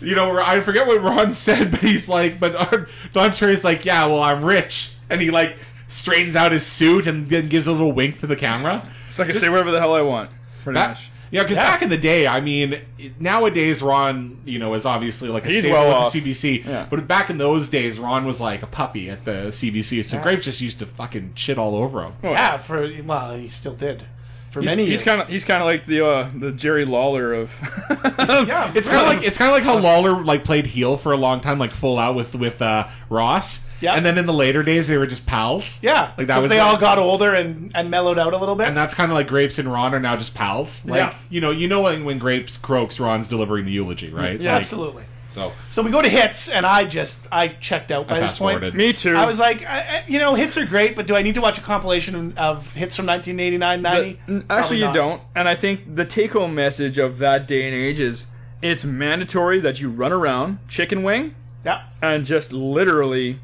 Speaker 4: you know I forget what Ron said, but he's like, but uh, Don Cherry's like, yeah, well I'm rich, and he like straightens out his suit and then gives a little wink to the camera.
Speaker 6: So I can say whatever the hell I want. Pretty
Speaker 4: That-
Speaker 6: much.
Speaker 4: yeah, because back in the day, I mean, nowadays Ron, you know, is obviously like a
Speaker 6: He's
Speaker 4: staple
Speaker 6: well
Speaker 4: at
Speaker 6: off.
Speaker 4: the CBC.
Speaker 6: Yeah.
Speaker 4: But back in those days, Ron was like a puppy at the CBC, so Graves just used to fucking shit all over him.
Speaker 5: Yeah, for well, he still did for
Speaker 6: He's,
Speaker 5: many
Speaker 6: he's
Speaker 5: years.
Speaker 6: kind of he's kind of like the uh, the Jerry Lawler of
Speaker 5: yeah,
Speaker 4: It's kind of like it's kind of like how Lawler like played heel for a long time, like full out with with uh, Ross.
Speaker 5: Yeah.
Speaker 4: And then in the later days, they were just pals.
Speaker 5: yeah,
Speaker 4: Like that
Speaker 5: 'cause
Speaker 4: was
Speaker 5: they
Speaker 4: like-
Speaker 5: all got older and, and mellowed out a little bit.
Speaker 4: And that's kind of like Grapes and Ron are now just pals. Like,
Speaker 5: Yeah.
Speaker 4: you know, you know when, when Grapes croaks, Ron's delivering the eulogy, right?
Speaker 6: Yeah.
Speaker 4: Like,
Speaker 5: Mm-hmm. Absolutely.
Speaker 4: So
Speaker 5: So we go to hits, and I just I checked out by
Speaker 4: I
Speaker 5: this point.
Speaker 4: fast-forwarded.
Speaker 6: me too.
Speaker 5: I was like, I, I- you know, hits are great, but do I need to watch a compilation of hits from 1989, 90?
Speaker 6: But, n- actually, you don't. And I think the take-home message of that day and age is it's mandatory that you run around chicken wing
Speaker 5: Yeah.
Speaker 6: and just literally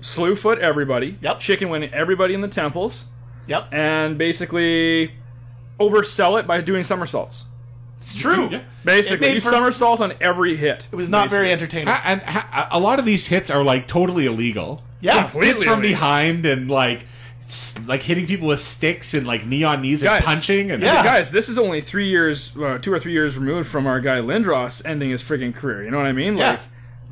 Speaker 6: slew foot everybody.
Speaker 5: Yep.
Speaker 6: Chicken wing everybody in the temples
Speaker 5: Yep.
Speaker 6: and basically oversell it by doing somersaults.
Speaker 5: It's true.
Speaker 4: Yeah.
Speaker 5: It
Speaker 6: Basically,
Speaker 5: made
Speaker 6: you
Speaker 5: for-
Speaker 6: somersault on every hit.
Speaker 5: It was not very entertaining.
Speaker 6: Ah,
Speaker 4: Ha- and ha- a lot of these hits are like totally illegal.
Speaker 5: Yeah.
Speaker 4: hits from
Speaker 6: illegal.
Speaker 4: behind and like s- like hitting people with sticks and like neon knees and
Speaker 6: Guys.
Speaker 4: punching and
Speaker 5: Yeah.
Speaker 6: guys, this is only three years, uh, two or three years removed from our guy Lindros ending his freaking career. You know what I mean?
Speaker 5: Yeah.
Speaker 6: Like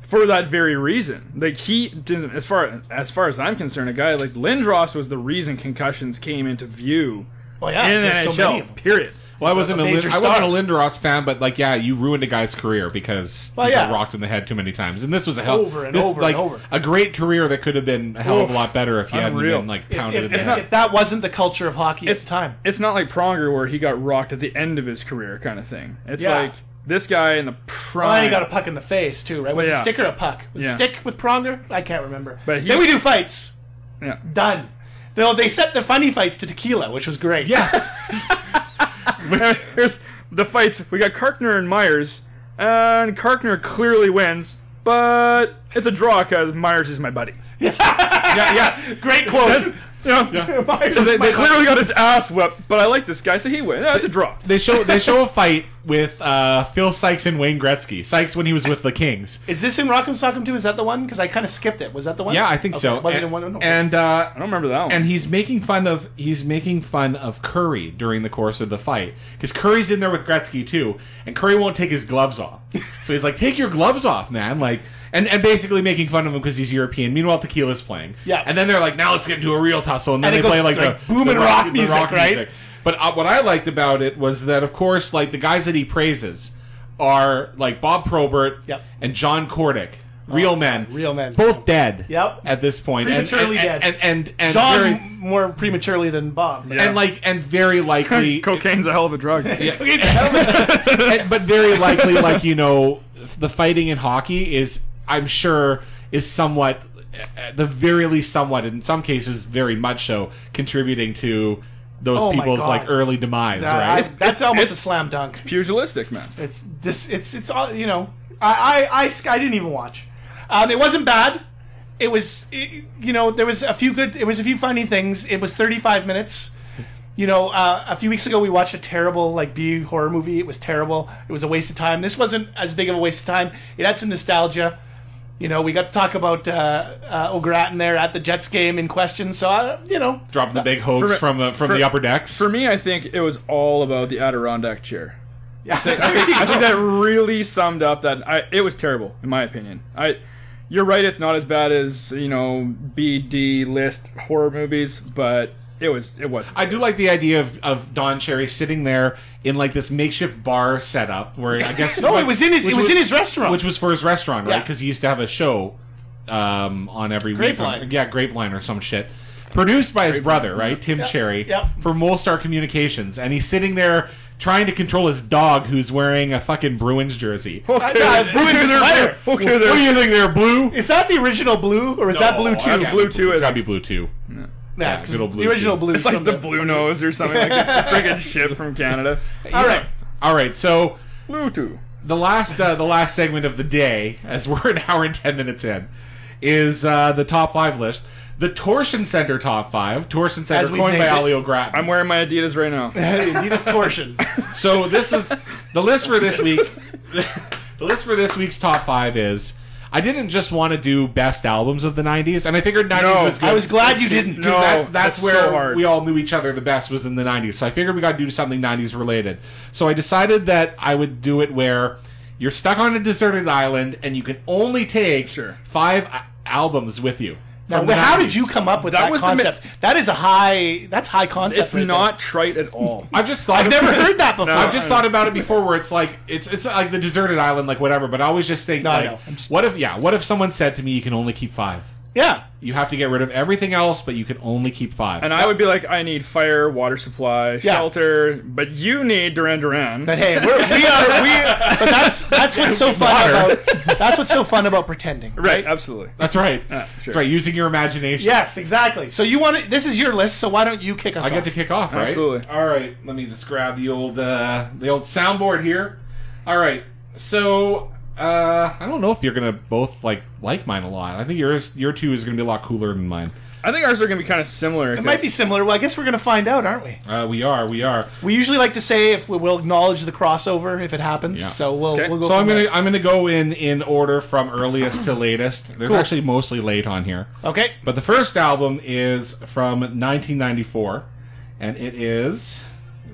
Speaker 6: for that very reason. Like he didn't, as far as far as I'm concerned, a guy like Lindros was the reason concussions came into view
Speaker 5: Well, yeah,
Speaker 6: in the
Speaker 5: it's-
Speaker 6: NHL.
Speaker 5: it's so many of them.
Speaker 6: period.
Speaker 4: Well, I wasn't a,
Speaker 5: a
Speaker 4: Lin-
Speaker 5: major
Speaker 4: I wasn't a
Speaker 5: star.
Speaker 4: Lindros fan, but like yeah, you ruined a guy's career because
Speaker 5: Well,
Speaker 4: you got
Speaker 5: yeah.
Speaker 4: rocked in the head too many times. And this was a hell
Speaker 5: Over and
Speaker 4: this,
Speaker 5: over and
Speaker 4: like,
Speaker 5: over.
Speaker 4: a great career that could have been a hell of a lot better if he hadn't
Speaker 6: unreal.
Speaker 4: been like
Speaker 5: If-
Speaker 4: pounded
Speaker 5: if,
Speaker 4: in the
Speaker 5: if-
Speaker 4: head.
Speaker 5: if that wasn't the culture of hockey, it's, time.
Speaker 6: It's not like Pronger where he got rocked at the end of his career, kind of thing. It's
Speaker 5: Yeah.
Speaker 6: like this guy in the prime.
Speaker 5: Well, and he got a puck in the face too, right? Was
Speaker 6: Well,
Speaker 5: it
Speaker 6: yeah.
Speaker 5: a stick or a puck? Was it
Speaker 6: Yeah.
Speaker 5: stick with Pronger? I can't remember.
Speaker 6: But he-
Speaker 5: then we do fights.
Speaker 6: Yeah.
Speaker 5: Done. Though they set the funny fights to tequila, which was great.
Speaker 4: yes.
Speaker 6: Here's the fights. We got Karkner and Myers, and Karkner clearly wins, but it's a draw because Myers is my buddy.
Speaker 4: yeah, yeah.
Speaker 5: Great quote.
Speaker 6: Yeah, So they, they clearly got his ass whipped, but I like this guy, so he wins. That's a draw.
Speaker 4: They show they show a fight with uh, Phil Sykes and Wayne Gretzky. Sykes when he was with the Kings.
Speaker 5: Is this in Rock'em Sock'em 2? Is that the one? Because I kind of skipped it. Was that the one?
Speaker 4: Yeah, I think
Speaker 5: Okay,
Speaker 4: so.
Speaker 5: Was
Speaker 4: and,
Speaker 5: it in one? no.
Speaker 4: And uh,
Speaker 6: I don't remember that one.
Speaker 4: and he's making fun of he's making fun of Curry during the course of the fight because Curry's in there with Gretzky too, and Curry won't take his gloves off. so he's like, "Take your gloves off, man!" Like, and, and basically making fun of him because he's European. Meanwhile, Tequila's playing.
Speaker 5: Yeah.
Speaker 4: and then they're like, "Now let's get into a real tussle," and then
Speaker 5: And it
Speaker 4: they play like,
Speaker 5: goes,
Speaker 4: the
Speaker 5: like, boom
Speaker 4: the
Speaker 5: and rock music, right?
Speaker 4: But uh, what I liked about it was that, of course, like the guys that he praises are like Bob Probert
Speaker 5: Yep. Oh,
Speaker 4: and John Cordick. Real men,
Speaker 5: real men.
Speaker 4: both dead.
Speaker 5: Yep.
Speaker 4: At this point, And- and-
Speaker 5: Prematurely
Speaker 4: and-
Speaker 5: dead.
Speaker 4: and and, and
Speaker 5: John
Speaker 4: very,
Speaker 5: m- more prematurely than Bob.
Speaker 6: Yeah.
Speaker 4: and like and very likely
Speaker 6: Cocaine's a hell of a drug.
Speaker 4: Yeah. And- but very likely like you know the fighting in hockey is i'm sure is somewhat at the very least somewhat in some cases very much so contributing to those
Speaker 5: Oh my
Speaker 4: people's
Speaker 5: God.
Speaker 4: like early demise
Speaker 5: Uh, I-
Speaker 4: right
Speaker 5: that's almost a slam dunk.
Speaker 6: Pugilistic, man.
Speaker 5: It's this. It's it's all you know. I I I, sk- I didn't even watch. Um, it wasn't bad. It was i you know there was a few good. It was a few funny things. It was 35 minutes. You know, uh, a few weeks ago we watched a terrible like B horror movie. It was terrible. It was a waste of time. This wasn't as big of a waste of time. It had some nostalgia. You know, we got to talk about uh, uh, O'Gratton there at the Jets game in question. So, I, you know,
Speaker 4: dropping the big hoax
Speaker 6: for-
Speaker 4: from the from
Speaker 6: for-
Speaker 4: the upper decks
Speaker 6: For me, I think it was all about the Adirondack chair. Yeah, I think, I think- I think that really summed up that I, it was terrible, in my opinion. I, you're right, it's not as bad as you know B D list horror movies, but it was it was.
Speaker 4: I do like the idea of, of Don Cherry sitting there in like this makeshift bar setup where I guess
Speaker 5: No, it was in his- it
Speaker 4: which
Speaker 5: was in his restaurant.
Speaker 4: which was for his restaurant, right?
Speaker 5: Yeah.
Speaker 4: Because he used to have a show um, on every week on-
Speaker 5: Grapeline.
Speaker 4: yeah, Grapeline or some shit. Produced by his brother, right, Tim Cherry,
Speaker 5: yeah.
Speaker 4: for Molestar Communications, and he's sitting there trying to control his dog, who's wearing a fucking Bruins jersey.
Speaker 5: I- I- Bruins sweater.
Speaker 6: Okay,
Speaker 4: What do
Speaker 6: there.
Speaker 4: you think, there, blue?
Speaker 5: Is that the original blue or is that blue too?
Speaker 6: that's blue too,
Speaker 4: It's
Speaker 6: isn't
Speaker 4: gotta
Speaker 6: it?
Speaker 4: be blue too.
Speaker 5: Nah,
Speaker 4: yeah, good old
Speaker 5: the
Speaker 4: blue
Speaker 5: original
Speaker 4: too.
Speaker 5: blue.
Speaker 6: It's like the blue nose or something. Like it's the friggin' shit from Canada.
Speaker 5: All right.
Speaker 4: All right, so
Speaker 6: Bluetooth.
Speaker 4: the last uh, the last segment of the day, as we're an hour and ten minutes in, is uh, the top five list. The Torsion Center top five, Torsion Center
Speaker 5: As we've
Speaker 4: coined by
Speaker 5: named it.
Speaker 4: Ali O'Gratton.
Speaker 6: I'm wearing my Adidas right now.
Speaker 5: Hey, you distortion.
Speaker 4: So this is the list for this week. The list for this week's top five is. I didn't just want to do best albums of the '90s, and I figured '90s
Speaker 6: No,
Speaker 4: was good.
Speaker 5: I was glad you didn't.
Speaker 6: No,
Speaker 4: because that's that's,
Speaker 6: that's
Speaker 4: where
Speaker 6: so hard.
Speaker 4: we all knew each other the best was in the 90s. So I figured we got to do something 90s related. So I decided that I would do it where you're stuck on a deserted island and you can only take
Speaker 6: Sure.
Speaker 4: five a- albums with you.
Speaker 5: Now,
Speaker 4: from the
Speaker 5: how did
Speaker 4: 90s.
Speaker 5: you come up with that,
Speaker 6: was the mi-
Speaker 5: concept? that is a high. That's high concept.
Speaker 6: It's
Speaker 5: right
Speaker 6: not trite at all.
Speaker 4: I've just thought
Speaker 5: there. I've never heard that before.
Speaker 4: I've just thought about it before, where it's like it's it's like the deserted island, like whatever. But I always just think,
Speaker 5: No, I
Speaker 4: like,
Speaker 5: know. I'm just-
Speaker 4: what if yeah, what if someone said to me, you can only keep five.
Speaker 5: yeah.
Speaker 4: You have to get rid of everything else, but you can only keep five.
Speaker 6: And I would be like, I need fire, water supply, shelter, but you need Duran Duran.
Speaker 5: But hey, we're, we are. We, but that's that's what's so fun about. That's what's so fun about pretending.
Speaker 6: right, absolutely.
Speaker 4: That's right.
Speaker 6: sure.
Speaker 4: That's right. Using your imagination.
Speaker 5: Yes, exactly. So you want to, This is your list. So why don't you kick us?
Speaker 4: I
Speaker 5: off?
Speaker 4: get to kick off, right?
Speaker 6: Absolutely.
Speaker 4: All right, let me just grab the old uh, the old soundboard here. All right, so uh, I don't know if you're gonna both like like mine a lot. I think yours your two is gonna be a lot cooler than mine.
Speaker 6: I think ours are going to be kind of similar.
Speaker 5: It might be similar. Well, I guess we're gonna find out, aren't we?
Speaker 4: Uh, we are, we are.
Speaker 5: We usually like to say if we will acknowledge the crossover if it happens.
Speaker 4: Yeah.
Speaker 5: So we'll
Speaker 6: Okay.
Speaker 5: we'll go.
Speaker 4: So I'm
Speaker 5: from
Speaker 4: gonna
Speaker 5: there.
Speaker 4: I'm gonna go in in order from earliest to latest. There's
Speaker 5: Cool.
Speaker 4: actually mostly late on here,
Speaker 5: Okay.
Speaker 4: but the first album is from 1994, and it is.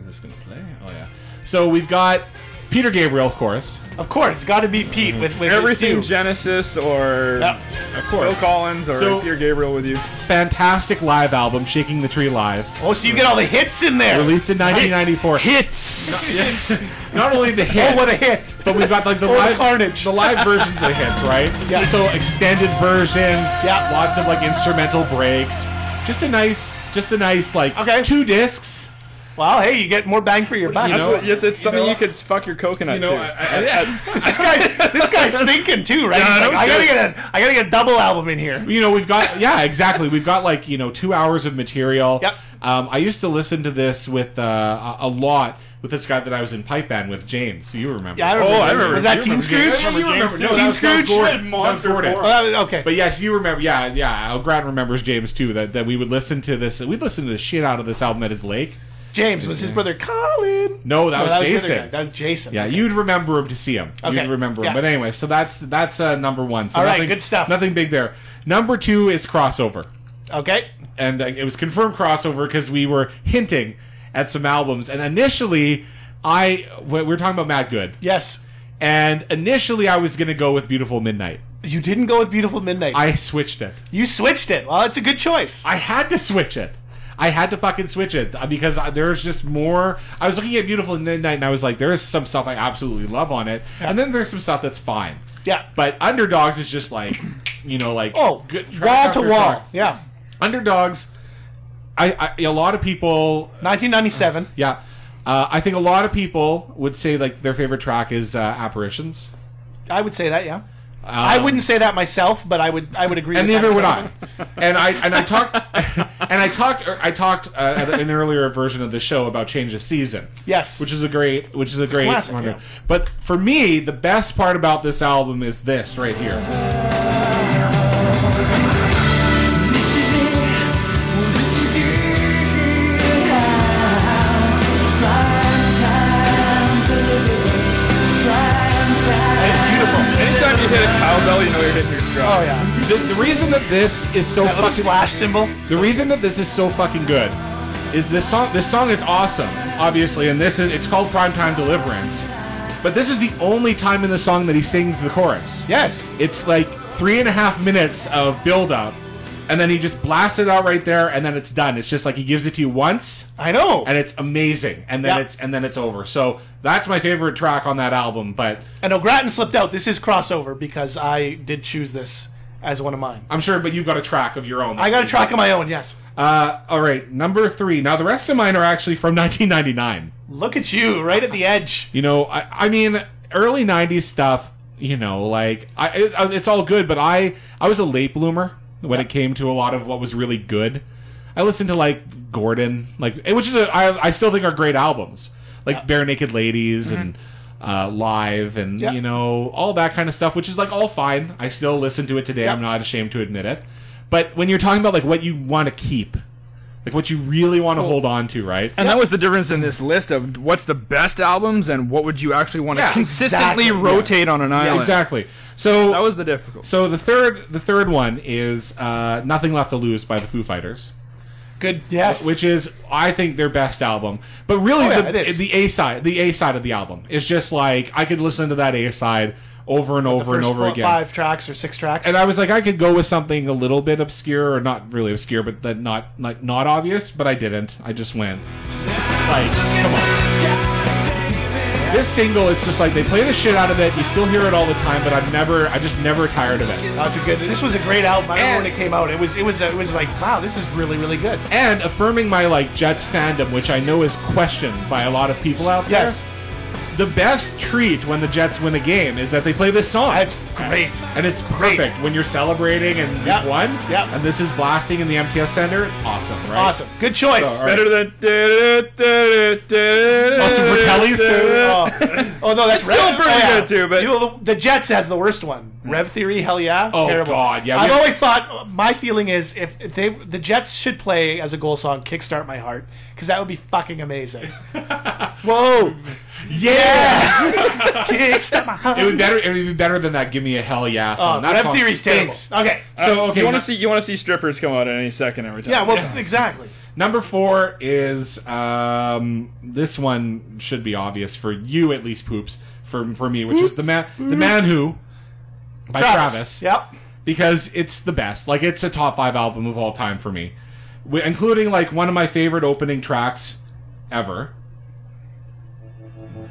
Speaker 4: Is this gonna play? Oh yeah. So we've got Peter Gabriel, of course.
Speaker 5: Of course, got to be Pete with, with
Speaker 6: everything
Speaker 5: His two.
Speaker 6: Genesis or
Speaker 5: Yeah.
Speaker 6: of course. Bill Collins or
Speaker 4: So-
Speaker 6: Peter Gabriel with you.
Speaker 4: fantastic live album, Shaking the Tree Live,
Speaker 5: Oh, so you get all the hits in there.
Speaker 4: released in 1994.
Speaker 5: Hits.
Speaker 4: Not only the hits,
Speaker 5: Oh, what a hit!
Speaker 4: but we've got like the
Speaker 5: Or
Speaker 4: live
Speaker 5: carnage.
Speaker 4: the live versions of the hits, right?
Speaker 5: Yeah.
Speaker 4: So extended versions,
Speaker 5: Yeah.
Speaker 4: lots of like instrumental breaks. Just a nice, just a nice like
Speaker 5: Okay.
Speaker 4: two discs.
Speaker 5: Well, hey, you get more bang for your buck.
Speaker 4: You know,
Speaker 6: Absolutely. yes, it's
Speaker 4: you
Speaker 6: something
Speaker 4: know,
Speaker 6: you could fuck your coconut
Speaker 4: You know,
Speaker 6: to.
Speaker 4: I, I-
Speaker 5: this guy, this guy's thinking too, right? He's
Speaker 6: I
Speaker 5: like,
Speaker 6: don't
Speaker 5: I gotta
Speaker 6: do
Speaker 5: get a, I gotta get a double album in here.
Speaker 4: you know, we've got yeah, exactly. We've got like you know two hours of material.
Speaker 5: Yep.
Speaker 4: Um, I used to listen to this with uh, a- a lot with this guy that I was in pipe band with, James. You remember?
Speaker 5: Yeah, I remember.
Speaker 6: Oh,
Speaker 5: Was that Teen Scrooge?
Speaker 4: Yeah, you remember. No,
Speaker 5: Teen
Speaker 4: that was- that was
Speaker 5: Scrooge?
Speaker 4: Gordon.
Speaker 6: That
Speaker 4: That was Gordon.
Speaker 6: form.
Speaker 5: Oh, that was- okay.
Speaker 4: But yes, you remember. Yeah, yeah. Al Grant remembers James too. That that we would listen to this. We'd listen to the shit out of this album at his lake.
Speaker 5: James was his brother Colin.
Speaker 4: No, that was
Speaker 5: the other
Speaker 4: Jason.
Speaker 5: guy. That was Jason.
Speaker 4: Yeah, you'd remember him to see him.
Speaker 5: Okay,
Speaker 4: You'd remember
Speaker 5: yeah.
Speaker 4: him. But anyway, so that's that's uh, number one. So
Speaker 5: All right,
Speaker 4: nothing,
Speaker 5: good stuff.
Speaker 4: Nothing big there. Number two is crossover,
Speaker 5: Okay.
Speaker 4: and uh, it was confirmed crossover because we were hinting at some albums. And initially, I we were talking about Matt Good,
Speaker 5: Yes.
Speaker 4: and initially I was gonna go with Beautiful Midnight.
Speaker 5: You didn't go with Beautiful Midnight.
Speaker 4: I switched it.
Speaker 5: you switched it. Well, it's a good choice.
Speaker 4: I had to switch it. I had to fucking switch it uh, because I- there's just more. I was looking at Beautiful Midnight and I was like, there is some stuff I absolutely love on it, and then there's some stuff that's fine.
Speaker 5: Yeah.
Speaker 4: But Underdogs is just like, you know, like
Speaker 5: oh,
Speaker 4: good-
Speaker 5: wall
Speaker 4: track
Speaker 5: to
Speaker 4: after
Speaker 5: wall.
Speaker 4: track.
Speaker 5: Yeah.
Speaker 4: Underdogs. I, I a lot of people
Speaker 5: 1997.
Speaker 4: yeah. Uh, I think a lot of people would say like their favorite track is uh, Apparitions.
Speaker 5: I would say that. Yeah. I wouldn't say that myself, but I would. I would agree.
Speaker 4: Um, and
Speaker 5: with
Speaker 4: neither
Speaker 5: that
Speaker 4: would I.
Speaker 5: assessment.
Speaker 4: And I and I talked and I talked I talked uh, at an earlier version of the show about change of season.
Speaker 5: Yes.
Speaker 4: which is a great which is a great
Speaker 5: classic,
Speaker 4: one.
Speaker 5: yeah.
Speaker 4: But for me, the best part about this album is this right here.
Speaker 6: It's beautiful. Anytime you hit a cowbell, you know you're hitting your stride.
Speaker 5: Oh yeah.
Speaker 4: The, the reason that this is so
Speaker 5: That little
Speaker 4: fucking
Speaker 5: splash symbol.
Speaker 4: The reason that this is so fucking good is this song. This song is awesome, obviously, and this is it's called Primetime Deliverance. But this is the only time in the song that he sings the chorus.
Speaker 5: Yes.
Speaker 4: It's like three and a half minutes of build up, and then he just blasts it out right there, and then it's done. It's just like he gives it to you once,
Speaker 5: I know.
Speaker 4: and it's amazing, and then
Speaker 5: Yeah.
Speaker 4: it's and then it's over. So that's my favorite track on that album. But
Speaker 5: And O'Gratton slipped out. This is crossover because I did choose this as one of mine.
Speaker 4: I'm sure, but you've got a track of your own.
Speaker 5: I got a track of my own. Yes.
Speaker 4: Uh, all right, number three. Now the rest of mine are actually from 1999.
Speaker 5: Look at you, right at the edge.
Speaker 4: You know, I, I mean, early '90s stuff. You know, like I, it, uh, it's all good, but I I was a late bloomer when it came to a lot of what was really good. I listened to like Gordon, like which is a, I, I still think are great albums, like Bare Naked Ladies
Speaker 6: Mm-hmm.
Speaker 4: and uh, Live, and
Speaker 5: Yeah.
Speaker 4: you know all that kind of stuff, which is like all fine. I still listen to it today. I'm not ashamed to admit it. But when you're talking about like what you want to keep, like what you really want to hold on to, right?
Speaker 6: And that was the difference in this list of what's the best albums and what would you actually want to
Speaker 4: Yeah,
Speaker 6: consistently
Speaker 5: exactly.
Speaker 6: rotate on an island.
Speaker 4: Uh, exactly. So
Speaker 6: That was the difficult.
Speaker 4: So the third, the third one is uh, "Nothing Left to Lose" by the Foo Fighters,
Speaker 5: Good. Yes.
Speaker 4: which is I think their best album. But really,
Speaker 5: Oh, yeah,
Speaker 4: the,
Speaker 5: it is.
Speaker 4: the A side, the A side of the album is just like I could listen to that A side over and over and
Speaker 5: First
Speaker 4: over
Speaker 5: four-
Speaker 4: again.
Speaker 5: Five tracks or six tracks.
Speaker 4: And I was like, I could go with something a little bit obscure, or not really obscure, but that not not not obvious. But I didn't. I just went like, come on. This single, it's just like they play the shit out of it. You still hear it all the time, but I'm never, I just never tired of it.
Speaker 5: That's a good. This was a great album. I remember
Speaker 4: And-
Speaker 5: when it came out. It was it was it was like wow, this is really really good.
Speaker 4: and affirming my like Jets fandom, which I know is questioned by a lot of people out there.
Speaker 5: Yes,
Speaker 4: The best treat when the Jets win a game is that they play this song.
Speaker 5: that's great.
Speaker 4: and it's perfect when you're celebrating and you've
Speaker 5: Yep.
Speaker 4: won.
Speaker 5: Yep.
Speaker 4: And this is blasting in the MTS Center. It's awesome, right?
Speaker 5: Awesome. Good choice.
Speaker 4: So, all right.
Speaker 6: than.
Speaker 4: Austin
Speaker 6: Austin
Speaker 4: Fratelli's
Speaker 5: Oh. oh no, that's
Speaker 6: It's still
Speaker 5: Rev-
Speaker 6: pretty
Speaker 5: oh, yeah.
Speaker 6: good, too, but-
Speaker 5: You know, the, the Jets has the worst one. Rev Theory, hell yeah,
Speaker 4: Oh,
Speaker 5: terrible.
Speaker 4: God, yeah, we-
Speaker 5: I've always thought my feeling is if if they the Jets should play as a goal song, "Kickstart My Heart" because that would be fucking amazing. Whoa,
Speaker 4: Yeah.
Speaker 5: kickstart my heart.
Speaker 4: it would better. It would be better than that. Give me a hell yeah
Speaker 5: Oh,
Speaker 4: song. that
Speaker 5: Rev
Speaker 4: song
Speaker 5: Theory's
Speaker 4: stinks. Uh,
Speaker 5: terrible. Okay,
Speaker 4: So okay,
Speaker 6: You want
Speaker 4: no-
Speaker 6: to see? You want to see strippers come out at any second every time?
Speaker 5: yeah, well, exactly.
Speaker 4: Number four is um, this one should be obvious for you at least, poops. For for me, which is the man, the man who by Travis.
Speaker 5: Yep.
Speaker 4: because it's the best. Like it's a top five album of all time for me, Wi- including like one of my favorite opening tracks ever.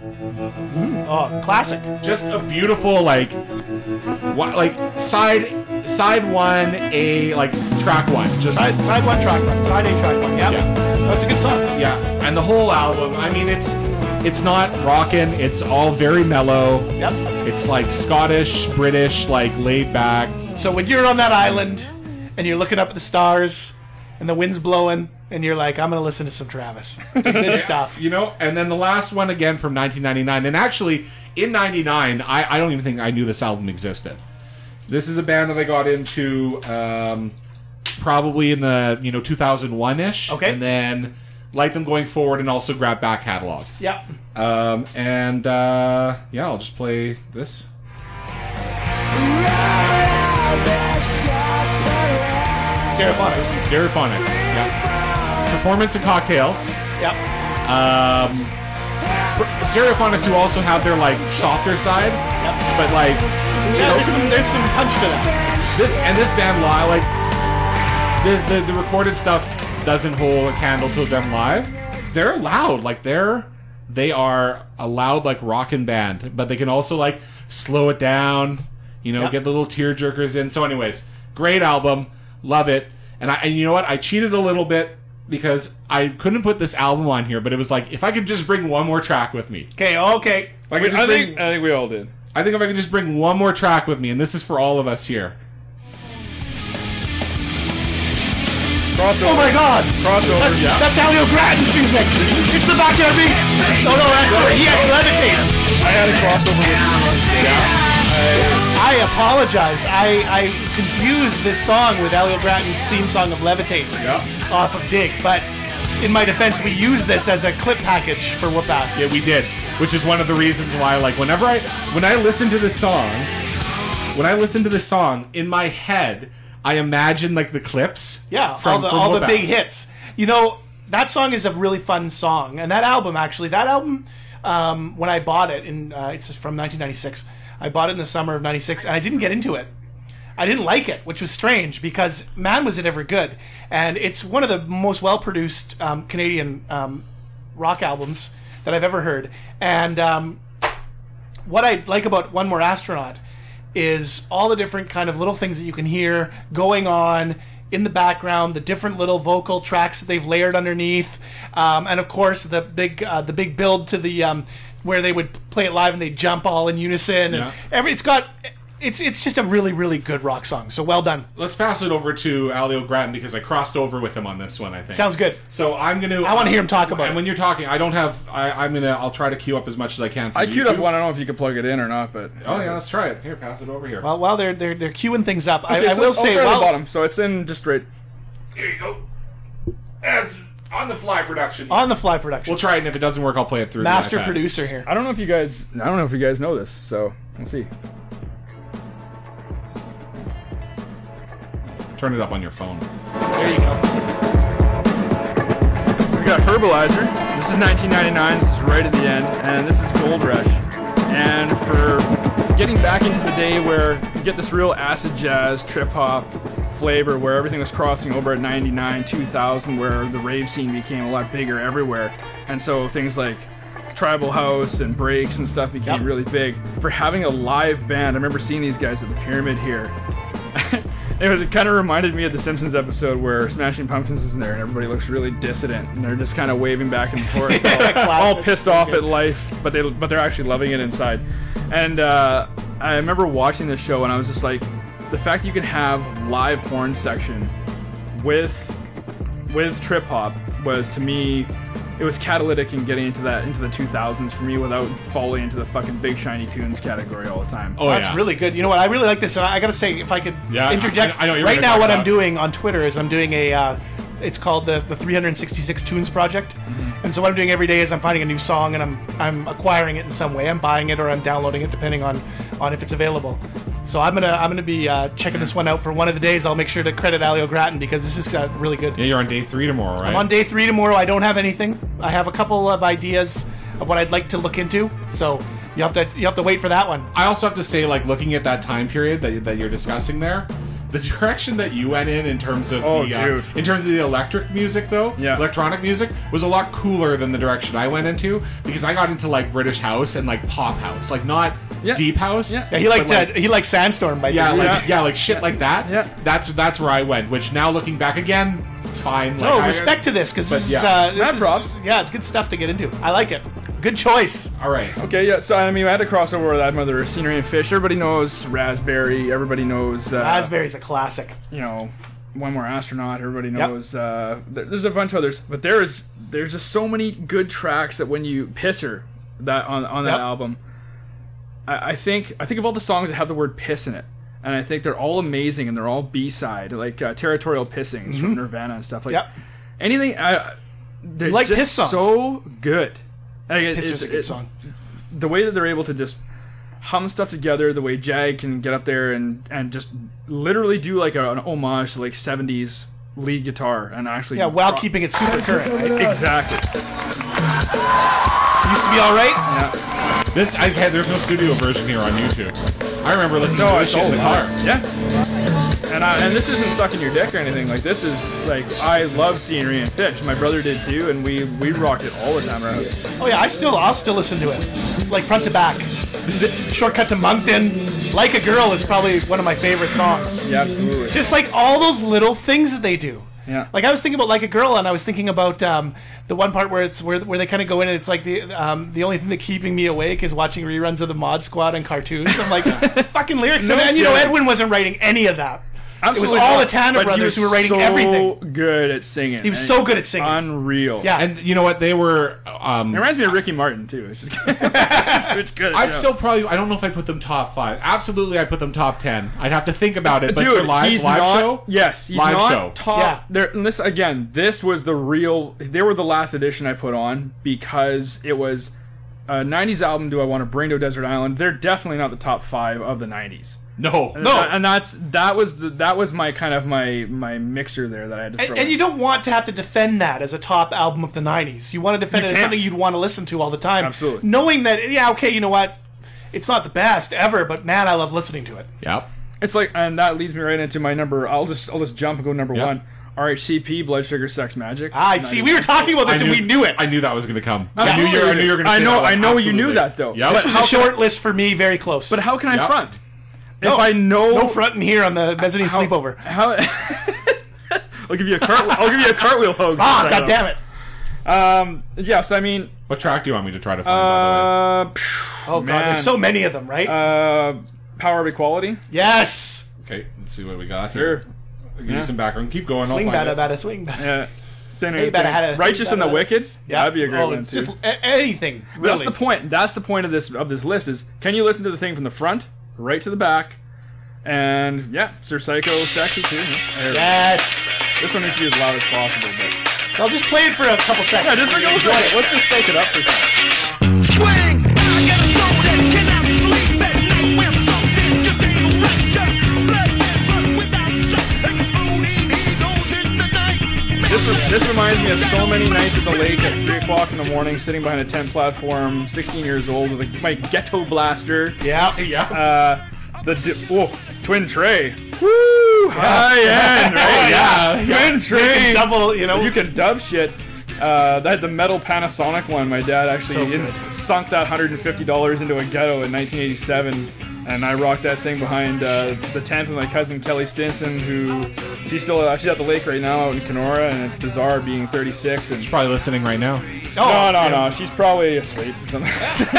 Speaker 5: Oh, classic.
Speaker 4: Just a beautiful like, wa- like side side one a like s- track one. Just
Speaker 5: Side, side one track one. Side A track one. Yep.
Speaker 4: Yeah.
Speaker 5: That's a good song.
Speaker 4: yeah, and the whole album. I mean, it's it's not rockin'. It's all very mellow.
Speaker 5: Yep.
Speaker 4: It's like Scottish, British, like laid back.
Speaker 5: So when you're on that island and you're looking up at the stars and the wind's blowing and you're like, I'm gonna listen to some Travis. Good stuff.
Speaker 4: You know, and then the last one again from 1999. And actually, in 99, I, I don't even think I knew this album existed. This is a band that I got into um, probably in the, you know, 2001 ish.
Speaker 5: Okay.
Speaker 4: And then like them going forward and also grab back catalog.
Speaker 5: Yeah.
Speaker 4: Um, and uh, yeah, I'll just play this.
Speaker 5: Stereophonics.
Speaker 4: Stereophonics. Yeah. Performance and cocktails.
Speaker 5: Yep.
Speaker 4: Um, Stereophonics, who also have their like softer side, but like
Speaker 5: Yeah, there's some there's some punch to that.
Speaker 4: this and this band live, like the, the the recorded stuff doesn't hold a candle to them live. They're loud, like they're they are a loud like rockin' band, but they can also like slow it down, you know,
Speaker 5: Yeah.
Speaker 4: get the little tear jerkers in. So, anyways, great album, love it. And I and you know what? I cheated a little bit because I couldn't put this album on here, but it was like if I could just bring one more track with me.
Speaker 5: Okay, okay.
Speaker 4: If I could just
Speaker 6: I
Speaker 4: bring-
Speaker 6: think I think we all did.
Speaker 4: I think if I could just bring one more track with me, and this is for all of us here.
Speaker 6: Crossover.
Speaker 5: Oh my god!
Speaker 6: Crossover.
Speaker 5: That's
Speaker 6: yeah.
Speaker 5: that's Alio Grattan's music! It's the backyard beats! Oh, No no that's sorry, he actually levitates.
Speaker 6: I had a crossover with
Speaker 5: I apologize. I, I confused this song with Alio Grattan's theme song of Levitate off of Dig, but in my defense we used this as a clip package for Whoop Ass.
Speaker 4: Yeah, we did, which is one of the reasons why. Like, whenever I when I listen to this song, when I listen to this song in my head, I imagine like the clips.
Speaker 5: Yeah, all the all the big hits. You know, that song is a really fun song, and that album actually, that album, um, when I bought it in, uh, it's from 1996. I bought it in the summer of '96, and I didn't get into it. I didn't like it, which was strange because man, was it ever good! And it's one of the most well-produced um, Canadian um, rock albums that I've ever heard. And um, what I like about One More Astronaut is all the different kind of little things that you can hear going on in the background, the different little vocal tracks that they've layered underneath, um, and of course the big uh, the big build to the um, where they would play it live and they jump all in unison. And
Speaker 4: Yeah.
Speaker 5: every it's got it's it's just a really really good rock song. So well done.
Speaker 4: Let's pass it over to Alio Grattan because I crossed over with him on this one. I think
Speaker 5: Sounds good.
Speaker 4: So I'm gonna.
Speaker 5: I wanna hear him talk about
Speaker 4: And
Speaker 5: it.
Speaker 4: when you're talking, I don't have. I, I'm gonna. I'll try to queue up as much as I can.
Speaker 6: I queued up
Speaker 4: one.
Speaker 6: one. I don't know if you could plug it in or not, but
Speaker 4: Oh yeah, let's try it. Here, pass it over here.
Speaker 5: Well, while they're they're they're queuing things up,
Speaker 6: Okay,
Speaker 5: I, I
Speaker 6: so
Speaker 5: will
Speaker 6: let's- I'll
Speaker 5: say
Speaker 6: try the
Speaker 5: while-
Speaker 6: bottom. So it's in just right.
Speaker 4: here you go. As on the fly production.
Speaker 5: on the fly production,
Speaker 4: We'll try it, and if it doesn't work, I'll play it through. the
Speaker 5: master
Speaker 4: iPad.
Speaker 5: producer here.
Speaker 6: I don't know if you guys. I don't know if you guys know this. So let's see.
Speaker 4: Turn it up on your phone.
Speaker 5: There you go.
Speaker 6: We got Herbalizer. This is 1999. This is right at the end, and this is Gold Rush. And for getting back into the day where you get this real acid jazz, trip hop flavor, where everything was crossing over at 99, 2000, where the rave scene became a lot bigger everywhere, and so things like tribal house and breaks and stuff became
Speaker 5: Yep.
Speaker 6: really big. For having a live band, I remember seeing these guys at the Pyramid here. It was. It kind of reminded me of the Simpsons episode where Smashing Pumpkins is in there, and everybody looks really dissident, and they're just kind of waving back and forth, all, all pissed off at life, but they but they're actually loving it inside. And uh, I remember watching this show, and I was just like, the fact you can have live horn section with with trip hop was to me it was catalytic in getting into that into the 2000s for me without falling into the fucking big shiny tunes category all the time.
Speaker 4: Oh,
Speaker 5: That's
Speaker 4: yeah.
Speaker 5: really good. You know what? I really like this, and I, I gotta say, if I could
Speaker 4: Yeah, I-
Speaker 5: interject,
Speaker 4: I- I know you're
Speaker 5: right
Speaker 4: gonna
Speaker 5: now
Speaker 4: talk
Speaker 5: what I'm
Speaker 4: about-
Speaker 5: doing on Twitter is I'm doing a. Uh, it's called the, the 366 Tunes Project,
Speaker 4: Mm-hmm.
Speaker 5: and so what I'm doing every day is I'm finding a new song and I'm I'm acquiring it in some way. I'm buying it or I'm downloading it, depending on on if it's available. So I'm gonna I'm gonna be uh, checking this one out for one of the days. I'll make sure to credit Alio Grattan because this is uh, really good.
Speaker 4: Yeah, you're on day three tomorrow, right?
Speaker 5: I'm on day three tomorrow. I don't have anything. I have a couple of ideas of what I'd like to look into. So you have to you have to wait for that one.
Speaker 4: I also have to say, like, looking at that time period that, that you're discussing there, the direction that you went in in terms of
Speaker 6: Oh,
Speaker 4: the uh,
Speaker 6: dude.
Speaker 4: in terms of the electric music though,
Speaker 6: Yeah.
Speaker 4: electronic music was a lot cooler than the direction I went into because I got into like British house and like pop house, like not
Speaker 6: Yeah.
Speaker 4: deep house.
Speaker 6: Yeah.
Speaker 5: Yeah, he
Speaker 4: but,
Speaker 5: liked uh, he liked Sandstorm by
Speaker 4: Yeah,
Speaker 5: the way.
Speaker 4: like yeah, like shit like that.
Speaker 6: Yeah.
Speaker 4: that's that's where I went. Which now looking back again, it's fine. Like,
Speaker 5: No
Speaker 4: I-
Speaker 5: Oh, respect to this because this
Speaker 4: yeah.
Speaker 5: is uh, this
Speaker 6: Mad
Speaker 5: is-
Speaker 6: props.
Speaker 5: Yeah, it's good stuff to get into. I like it. Good choice.
Speaker 4: All right,
Speaker 6: Okay, yeah. So I mean, I had to cross over with that mother scenery and fish. Everybody knows raspberry. Everybody knows uh,
Speaker 5: Raspberry's a classic.
Speaker 6: You know, One More Astronaut. Everybody knows. Uh, there- there's a bunch of others, but there is there's just so many good tracks that when you pisser that on on that
Speaker 5: Yep.
Speaker 6: album, I, I think I think of all the songs that have the word piss in it, and I think they're all amazing and they're all B side like uh, Territorial Pissings from Nirvana and stuff like.
Speaker 5: Mm-hmm. Yep.
Speaker 6: Anything. I, there's
Speaker 5: Like
Speaker 6: just
Speaker 5: piss songs.
Speaker 6: so good. Like, it-
Speaker 5: It's
Speaker 6: it's-
Speaker 5: just a good
Speaker 6: it-
Speaker 5: song.
Speaker 6: the way that they're able to just hum stuff together, the way Jag can get up there and and just literally do like a, an homage to like '70s lead guitar and actually
Speaker 5: Yeah, while
Speaker 6: pro-
Speaker 5: keeping it super current. Right?
Speaker 6: exactly.
Speaker 5: Used to be all right.
Speaker 4: This I had. There's no studio version here on YouTube. I remember listening to this shit in the car.
Speaker 6: Yeah. And I, and this isn't sucking your dick or anything. Like this is like I love scenery and fish. My brother did too, and we we rocked it all the time. Around.
Speaker 5: Oh yeah, I still I'll still listen to it, like front to back. Shortcut to Moncton. Like a girl is probably one of my favorite songs.
Speaker 6: Yeah, absolutely.
Speaker 5: Just like all those little things that they do.
Speaker 6: Yeah.
Speaker 5: Like I was thinking about like a girl, and I was thinking about um, the one part where it's where, where they kind of go in, and it's like the um, the only thing that keeping me awake is watching reruns of the Mod Squad and cartoons. I'm like, fucking lyrics,
Speaker 6: No
Speaker 5: and, you know
Speaker 6: kidding.
Speaker 5: Edwin wasn't writing any of that.
Speaker 6: Absolutely
Speaker 5: it was all
Speaker 6: not.
Speaker 5: the Tanner
Speaker 6: But he
Speaker 5: brothers
Speaker 6: was
Speaker 5: who were writing
Speaker 6: so
Speaker 5: everything.
Speaker 6: Good at singing.
Speaker 5: He was so good at singing.
Speaker 6: Unreal.
Speaker 5: Yeah.
Speaker 4: And you know what? They were. Um,
Speaker 6: It reminds me of Ricky Martin too. It's just it's good.
Speaker 4: I'd
Speaker 6: yeah.
Speaker 4: still probably. I don't know if I put them top five. Absolutely, I put them top ten. I'd have to think about it. But
Speaker 6: Dude,
Speaker 4: for live,
Speaker 6: he's
Speaker 4: live
Speaker 6: not,
Speaker 4: show.
Speaker 6: Yes, he's
Speaker 4: Live
Speaker 6: not
Speaker 4: show.
Speaker 6: top.
Speaker 5: Yeah.
Speaker 6: There, and this again. This was the real. They were the last edition I put on because it was a '90s album. Do I want to bring to Desert Island? They're definitely not the top five of the '90s.
Speaker 4: No,
Speaker 6: And Uh, that- and that's that was the, that was my kind of my my mixer there that I had to throw.
Speaker 5: And,
Speaker 6: in.
Speaker 5: and you don't want to have to defend that as a top album of the 90s. You want to defend
Speaker 6: You
Speaker 5: it as
Speaker 6: can't.
Speaker 5: something you'd want to listen to all the time.
Speaker 6: Absolutely.
Speaker 5: Knowing that, yeah, okay, you know what? It's not the best ever, but man, I love listening to it.
Speaker 4: Yep.
Speaker 6: It's like, and that leads me right into my number. I'll just I'll just jump and go number
Speaker 4: Yeah.
Speaker 6: one. RHCP, Blood Sugar, Sex, Magic.
Speaker 5: I Ah, see. We were talking about this and we knew it.
Speaker 4: I knew that was going to come. I
Speaker 6: Absolutely.
Speaker 4: knew you. I knew you were going to.
Speaker 6: I know- I know you knew that, though.
Speaker 4: Yeah.
Speaker 5: this was a short list for me, very close.
Speaker 6: But how can I
Speaker 4: Yeah.
Speaker 6: front? if I know
Speaker 5: no fronting here on the mezzanine
Speaker 6: how-
Speaker 5: sleepover.
Speaker 6: How? I'll give you a cartwheel. I'll give you a cartwheel hug.
Speaker 5: Ah,
Speaker 6: Right
Speaker 5: God damn it.
Speaker 6: on. Um. Yes. I mean.
Speaker 4: what track do you want me to try to find? by
Speaker 6: Uh.
Speaker 5: Oh, God. There's so many of them, right?
Speaker 6: Uh. Power of equality.
Speaker 5: yes.
Speaker 4: the way? Okay. Let's see what we got
Speaker 6: Sure.
Speaker 4: here. Give you some background. Keep going.
Speaker 5: Swing
Speaker 4: I'll find
Speaker 5: bada
Speaker 4: it.
Speaker 5: bada, swing bada.
Speaker 6: Yeah. Then
Speaker 5: better had a-
Speaker 6: righteous and the
Speaker 5: better-
Speaker 6: wicked.
Speaker 5: Yeah.
Speaker 6: That'd be a great
Speaker 5: Oh,
Speaker 6: one too.
Speaker 5: Just a- anything, really.
Speaker 6: That's the point. That's the point of this of this list is can you listen to the thing from the front right to the back, and yeah, Sir Psycho, sexy too. There we go.
Speaker 5: Yes.
Speaker 6: This one needs to be as loud as possible. But
Speaker 5: I'll just play it for a couple
Speaker 6: yeah,
Speaker 5: seconds.
Speaker 6: just like let's, just- let's just soak it up for a second.
Speaker 7: Swing! I got a soul that cannot sleep at night when something just ain't right. Just blood and blood without sight. Exploding egos in the night.
Speaker 6: This re- this reminds me of so many nights at the lake at three o'clock in the morning, sitting behind a tent platform, 16 years old with a, my ghetto blaster.
Speaker 5: Yeah.
Speaker 4: Yeah.
Speaker 6: Uh, the di- oh, twin tray. Woo! High end, right?
Speaker 4: yeah.
Speaker 6: Twin tray.
Speaker 5: Double, you know.
Speaker 6: You can dub shit. Uh, that the metal Panasonic one. My dad actually in- sunk that hundred and fifty dollars into a ghetto in 1987, and I rocked that thing behind uh, the tent with my cousin Kelly Stinson, who she's still uh, she's at the lake right now out in Kenora, and it's bizarre being 36 and
Speaker 4: Probably listening right now.
Speaker 6: no, no, no. She's probably asleep or something.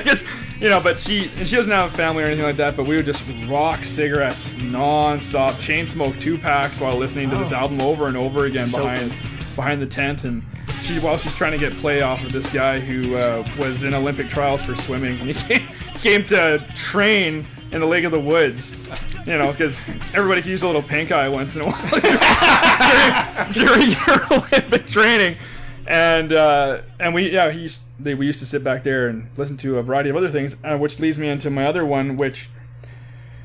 Speaker 6: 'Cause, you know, but she and she doesn't have a family or anything like that. But we would just rock cigarettes nonstop, chain smoke two packs while listening to this album over and over again
Speaker 5: So
Speaker 6: behind behind the tent. And she while she's trying to get play off of this guy who uh, was in Olympic trials for swimming, and he came, came to train in the Lake of the Woods. You know, because everybody can use a little pink eye once in a while during your Olympic training. And uh, and we yeah he used, they, we used to sit back there and listen to a variety of other things, uh, which leads me into my other one, which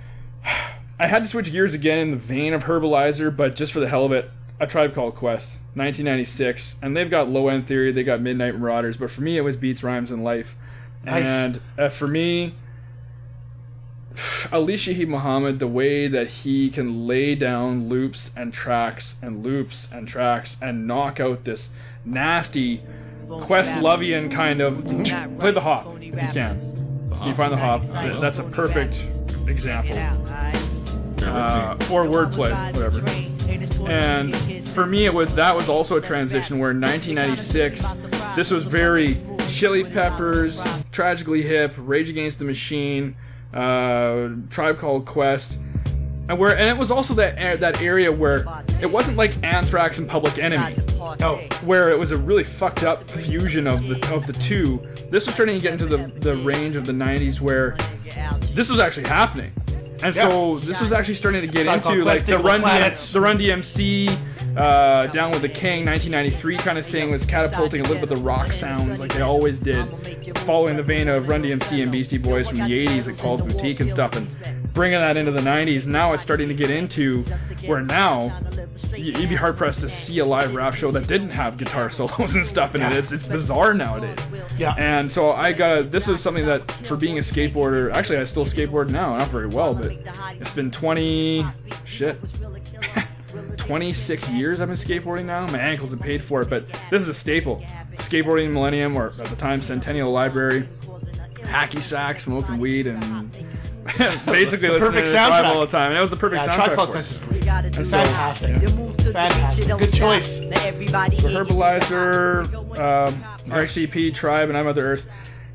Speaker 6: I had to switch gears again in the vein of Herbalizer, but just for the hell of it, a Tribe Called Quest, 1996, and they've got Low End Theory, they got Midnight Marauders, but for me it was Beats, Rhymes, and Life,
Speaker 5: Nice.
Speaker 6: and uh, for me. Alicia He Muhammad, the way that he can lay down loops and tracks and loops and tracks and knock out this nasty Quest Lovian kind of play the hop if you can. You find the hop. th- That's a perfect example. Uh, or wordplay, whatever. And for me, it was that was also a transition where in 1996, this was very Chili Peppers, Tragically Hip, Rage Against the Machine, uh, Tribe Called Quest. And where and it was also that a- that area where it wasn't like Anthrax and Public Enemy,
Speaker 5: Oh.
Speaker 6: where it was a really fucked up fusion of the of the two. This was starting to get into the the range of the '90s where this was actually happening, and so this was actually starting to get
Speaker 5: Talk
Speaker 6: into
Speaker 5: about
Speaker 6: like the
Speaker 5: Plastic
Speaker 6: Run
Speaker 5: Planets.
Speaker 6: DMC, the Run DMC, uh, Down with the King, 1993 kind of thing was catapulting a little bit the rock sounds like they always did, following the vein of Run DMC and Beastie Boys from the 80s, like Paul's Boutique and stuff, and bringing that into the 90s. Now it's starting to get into where now y- you'd be hard pressed to see a live rap show that didn't have guitar solos and stuff in it. It's it's bizarre nowadays.
Speaker 5: Yeah.
Speaker 6: And so I got to this is something that for being a skateboarder, actually I still skateboard now, not very well, but it's been 20 shit. 26 years I've been skateboarding now. My ankles have paid for it, but this is a staple. Skateboarding Millennium, or at the time Centennial Library, hacky sack, smoking weed, and basically listening
Speaker 5: perfect
Speaker 6: to Drive
Speaker 5: soundtrack.
Speaker 6: all the time. And it was the perfect
Speaker 5: Yeah,
Speaker 6: soundtrack
Speaker 5: Tribe Called
Speaker 6: for it.
Speaker 5: Quest is great.
Speaker 8: It's
Speaker 5: fantastic. Fantastic. Good choice.
Speaker 6: So Herbalizer, um, RCP, Tribe, and I'm Other Earth.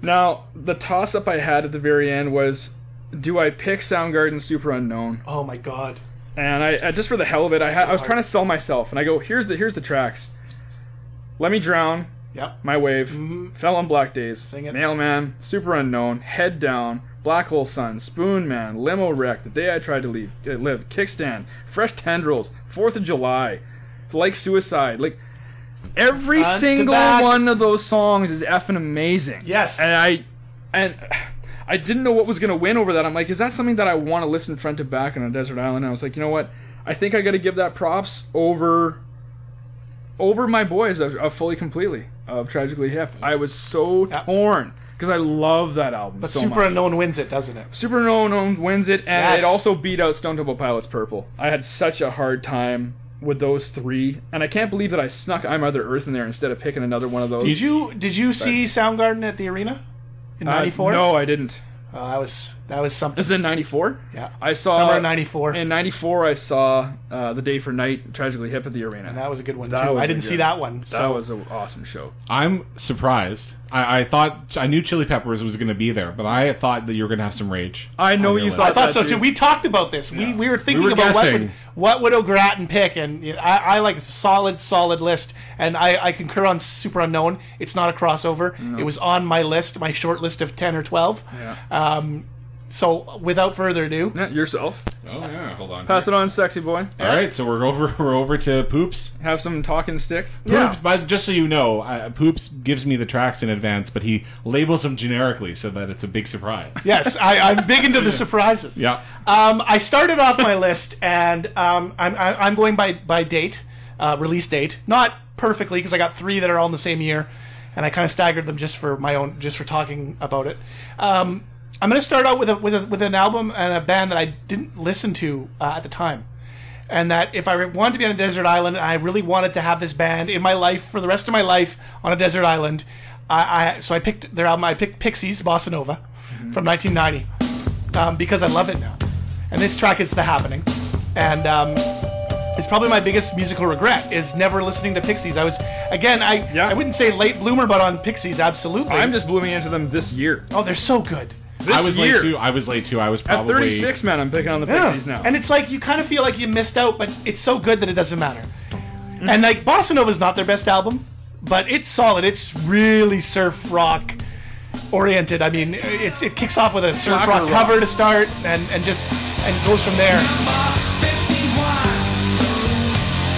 Speaker 6: Now, the toss up I had at the very end was do I pick Soundgarden Super Unknown?
Speaker 5: Oh my god.
Speaker 6: And I, I just for the hell of it, I, had, I was trying to sell myself, and I go, here's the here's the tracks. Let me drown,
Speaker 5: Yep.
Speaker 6: my wave, fell on black days,
Speaker 5: Mm-hmm. it.
Speaker 6: mailman, super unknown, head down, black hole sun, spoon man, limo wreck, the day I tried to leave, uh, live, kickstand, fresh tendrils, Fourth of July, like suicide, like every
Speaker 5: Front to
Speaker 6: single
Speaker 5: back.
Speaker 6: one of those songs is effing amazing.
Speaker 5: Yes.
Speaker 6: and I and. I didn't know what was going to win over that. I'm like, is that something that I want to listen front to back on a desert island? And I was like, you know what? I think I got to give that props over over my boys of, of fully completely of tragically hip. I was so
Speaker 5: Yeah.
Speaker 6: torn because I love that album
Speaker 5: But
Speaker 6: so
Speaker 5: Super
Speaker 6: much.
Speaker 5: Unknown wins it, doesn't it?
Speaker 6: Super Unknown wins it, and
Speaker 5: Yes.
Speaker 6: it also beat out Stone Temple Pilots Purple. I had such a hard time with those three, and I can't believe that I snuck I'm Other Earth in there instead of picking another one of those.
Speaker 5: Did you did you see Soundgarden at the arena in
Speaker 6: Uh,
Speaker 5: '94?
Speaker 6: no, I didn't.
Speaker 5: Oh, that was that was something.
Speaker 6: This is in '94.
Speaker 5: Yeah.
Speaker 6: I saw
Speaker 5: Summer of '94.
Speaker 6: In '94, I saw uh, the Day for Night tragically hip at the arena.
Speaker 5: That was a good one too.
Speaker 6: That was
Speaker 5: I
Speaker 6: a
Speaker 5: didn't see
Speaker 6: good-
Speaker 5: that one.
Speaker 6: that
Speaker 5: so-
Speaker 6: was an awesome show.
Speaker 5: Uh,
Speaker 4: I'm surprised. I, I thought I knew Chili Peppers was going to be there, but I thought that you were going to have some rage.
Speaker 6: I know you
Speaker 5: I
Speaker 6: thought.
Speaker 5: thought
Speaker 6: that,
Speaker 5: so too. We talked about this. We, we were thinking
Speaker 4: We were
Speaker 5: about what would,
Speaker 4: guessing.
Speaker 5: what would O'Gratton pick, and you know, I, I like a solid, solid list. And I, I concur on Super Unknown. It's not a crossover. It was on my list, my short list of ten or twelve.
Speaker 6: Yeah.
Speaker 5: Um, so without further ado,
Speaker 6: Yeah, yourself.
Speaker 4: Oh yeah, hold on.
Speaker 6: Pass it on, sexy boy.
Speaker 4: All right, so we're over. We're over to poops.
Speaker 6: Have some talking stick.
Speaker 5: Yeah.
Speaker 4: Poops, but just so you know, uh, Poops gives me the tracks in advance, but he labels them generically so that it's a big surprise.
Speaker 5: yes, I, I'm big into the surprises.
Speaker 4: Yeah.
Speaker 5: Um, I started off my list, and um, I'm, I- I'm going by by date, uh, release date. Not perfectly, because I got three that are all in the same year, and I kind of staggered them just for my own, just for talking about it. Um, I'm going to start out with a, with a, with an album and a band that I didn't listen to uh, at the time, and that if I wanted to be on a desert island, and I really wanted to have this band in my life for the rest of my life on a desert island. I, I so I picked their album. I picked Pixies, Bossa Nova, from 1990 um, because I love it now. And this track is The Happening. And um, it's probably my biggest musical regret is never listening to Pixies. I was, again, I
Speaker 6: Yeah.
Speaker 5: I wouldn't say late bloomer, but on Pixies, absolutely.
Speaker 6: I'm just blooming into them this year.
Speaker 5: oh, they're so good.
Speaker 6: This
Speaker 4: I was
Speaker 6: year.
Speaker 4: late too. I was late too. I was
Speaker 6: At
Speaker 4: probably
Speaker 6: 36, man, I'm picking on the Pixies now.
Speaker 5: And it's like you kind of feel like you missed out, but it's so good that it doesn't matter.
Speaker 6: Mm.
Speaker 5: And like Bossa Nova's not their best album, but it's solid. It's really surf rock oriented. I mean, it's, it kicks off with a surf
Speaker 6: Rocker
Speaker 5: rock,
Speaker 6: rock.
Speaker 5: cover to start, and and just and goes from there.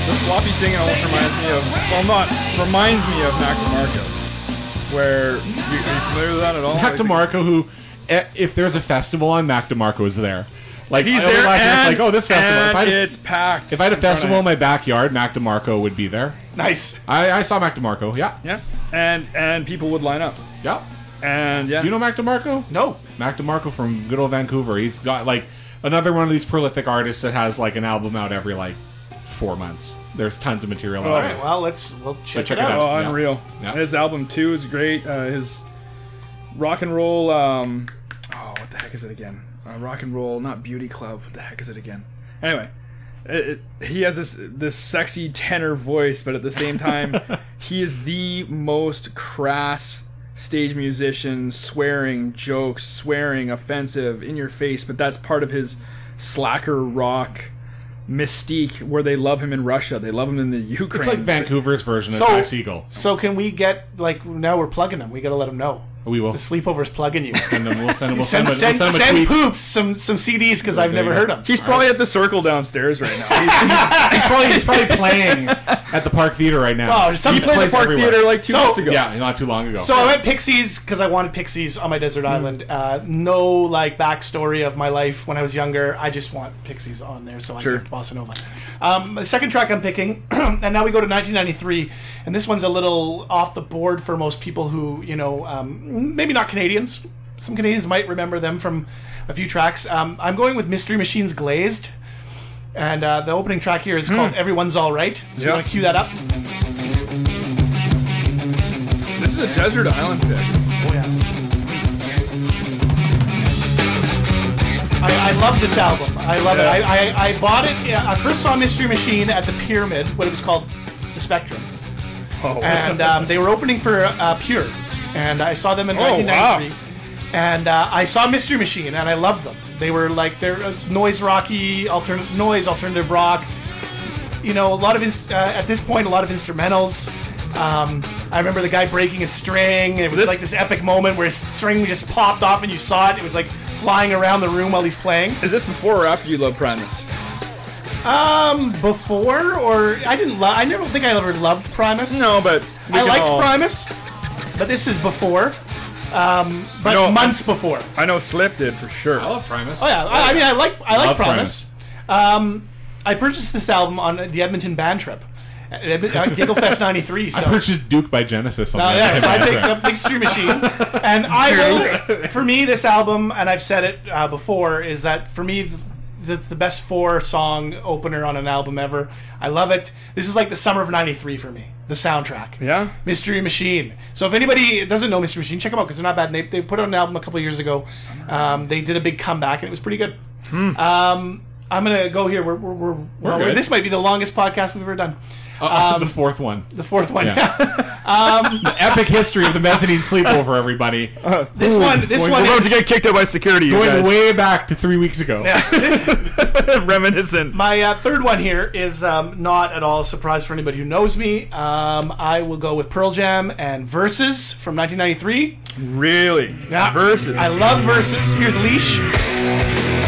Speaker 6: the sloppy singing almost reminds me of. Well, not reminds me of Mac DeMarco. Where you, are you familiar with that at all?
Speaker 4: Mac
Speaker 6: I think-
Speaker 4: DeMarco, who eh, if there's a festival on, Mac DeMarco is there. Like
Speaker 6: He's
Speaker 4: I always
Speaker 6: there,
Speaker 4: laugh at
Speaker 6: and,
Speaker 4: it's like oh this festival. If I,
Speaker 6: and
Speaker 4: had,
Speaker 6: it's packed.
Speaker 4: if I had a
Speaker 6: in front of
Speaker 4: festival in
Speaker 6: him.
Speaker 4: my backyard, Mac DeMarco would be there.
Speaker 5: Nice.
Speaker 4: I, I saw Mac DeMarco. Yeah,
Speaker 6: yeah, and and people would line up,
Speaker 4: yeah.
Speaker 6: and yeah,
Speaker 4: Do you know Mac DeMarco?
Speaker 5: No.
Speaker 4: Mac DeMarco from good old Vancouver. He's got like another one of these prolific artists that has like an album out every like four months. There's tons of material. out
Speaker 5: All
Speaker 4: there.
Speaker 5: right. Oh, Well, let's we'll check,
Speaker 4: check
Speaker 5: it,
Speaker 4: it
Speaker 5: out.
Speaker 4: out.
Speaker 6: oh,
Speaker 4: Yeah.
Speaker 6: unreal.
Speaker 4: Yeah.
Speaker 6: His album too is great. Uh, his rock and roll. Um, oh, what the heck is it again? Uh, rock and roll, not beauty club. What the heck is it again? Anyway, it, it- he has this this sexy tenor voice, but at the same time, he is the most crass stage musician, swearing jokes, swearing offensive in your face. But that's part of his slacker rock mystique where they love him in Russia, they love him in the Ukraine.
Speaker 4: It's like Vancouver's version
Speaker 5: So-
Speaker 4: of Ty Siegel.
Speaker 5: So can we get like now we're plugging them? We gotta let them know.
Speaker 4: We will
Speaker 5: The sleepover's plugging you.
Speaker 4: send them. We'll send them. We'll send, them.
Speaker 5: send send,
Speaker 4: we'll send them a
Speaker 5: send
Speaker 4: tweet.
Speaker 5: poops some some CDs because I've
Speaker 4: there
Speaker 5: never
Speaker 4: you
Speaker 5: heard
Speaker 4: go.
Speaker 5: them.
Speaker 6: He's probably at the circle downstairs right now. He's,
Speaker 4: He's probably, he's probably playing at the Park Theater right now.
Speaker 5: Wow, some
Speaker 6: he
Speaker 5: He
Speaker 6: played the
Speaker 4: plays
Speaker 6: Park
Speaker 4: everywhere.
Speaker 6: Theater like two
Speaker 5: So-
Speaker 6: months ago.
Speaker 4: Yeah, not too long ago.
Speaker 5: So I went Pixies because I wanted Pixies on my desert island. Uh, no like backstory of my life when I was younger. I just want Pixies on there, so
Speaker 6: Sure.
Speaker 5: I picked Bossa Nova. Um, the second track I'm picking, and now we go to 1993, and this one's a little off the board for most people who you know um, maybe not Canadians. Some Canadians might remember them from a few tracks. Um, I'm going with Mystery Machines Glazed, and uh, the opening track here is called "Everyone's All Right." So you
Speaker 6: Yeah.
Speaker 5: want to cue that up?
Speaker 6: This is a desert island pick.
Speaker 5: Oh yeah. I, I love this album. I love it. I, I, I bought it. I first saw Mystery Machine at the Pyramid, what it was called, the Spectrum,
Speaker 6: Oh,
Speaker 5: and um, they were opening for uh, Pure, and I saw them in
Speaker 6: Oh,
Speaker 5: 1993. And uh, I saw Mystery Machine, and I loved them. They were like they're uh, noise rocky, alternative noise, alternative rock. You know, a lot of inst- uh, at this point, a lot of instrumentals. Um, I remember the guy breaking a string. And it was
Speaker 6: This-
Speaker 5: like this epic moment where his string just popped off, and you saw it. It was like flying around the room while he's playing.
Speaker 6: is this before or after you love Primus?
Speaker 5: Before, or I didn't. Lo- I never think I ever loved Primus.
Speaker 6: No, but we
Speaker 5: I
Speaker 6: can
Speaker 5: liked
Speaker 6: all-
Speaker 5: Primus, but this is before. Um, but
Speaker 6: You know,
Speaker 5: months before.
Speaker 6: I know Slip did for sure.
Speaker 4: I love Primus.
Speaker 5: Oh yeah, I, I mean, I like I like
Speaker 4: Love
Speaker 5: Promise. Um, I purchased this album on the Edmonton band trip, at Edmon- uh, Gigglefest '93. So.
Speaker 4: I purchased Duke by Genesis. On
Speaker 5: Uh,
Speaker 4: that
Speaker 5: yeah, so I
Speaker 4: time.
Speaker 5: picked up Mixture Machine, and I will. For me, this album, and I've said it uh, before, is that for me, th- that's the best four song opener on an album ever. I love it. This is like the summer of '93 for me. The soundtrack.
Speaker 6: Yeah?
Speaker 5: Mystery Machine. So if anybody doesn't know Mystery Machine, check them out because they're not bad. And they they put out an album a couple years ago. Um, they did a big comeback and it was pretty good. Um, I'm gonna go here. We're we're, we're, well,
Speaker 4: good.
Speaker 5: this might be the longest podcast we've ever done.
Speaker 4: Uh,
Speaker 5: um,
Speaker 4: the fourth one.
Speaker 5: The fourth one.
Speaker 4: Yeah. The epic history of the mezzanine sleepover. Everybody.
Speaker 6: Uh,
Speaker 5: this one. This
Speaker 4: Going
Speaker 5: one.
Speaker 4: to
Speaker 5: is-
Speaker 6: Don't you get kicked out by security, you
Speaker 4: Going
Speaker 6: guys.
Speaker 4: way back to three weeks ago.
Speaker 6: Reminiscent.
Speaker 5: My uh, third one here is um, not at all a surprise for anybody who knows me. Um, I will go with Pearl Jam and Versus from 1993.
Speaker 6: Really?
Speaker 5: Yeah.
Speaker 6: Versus.
Speaker 5: I love Versus. Here's Leash.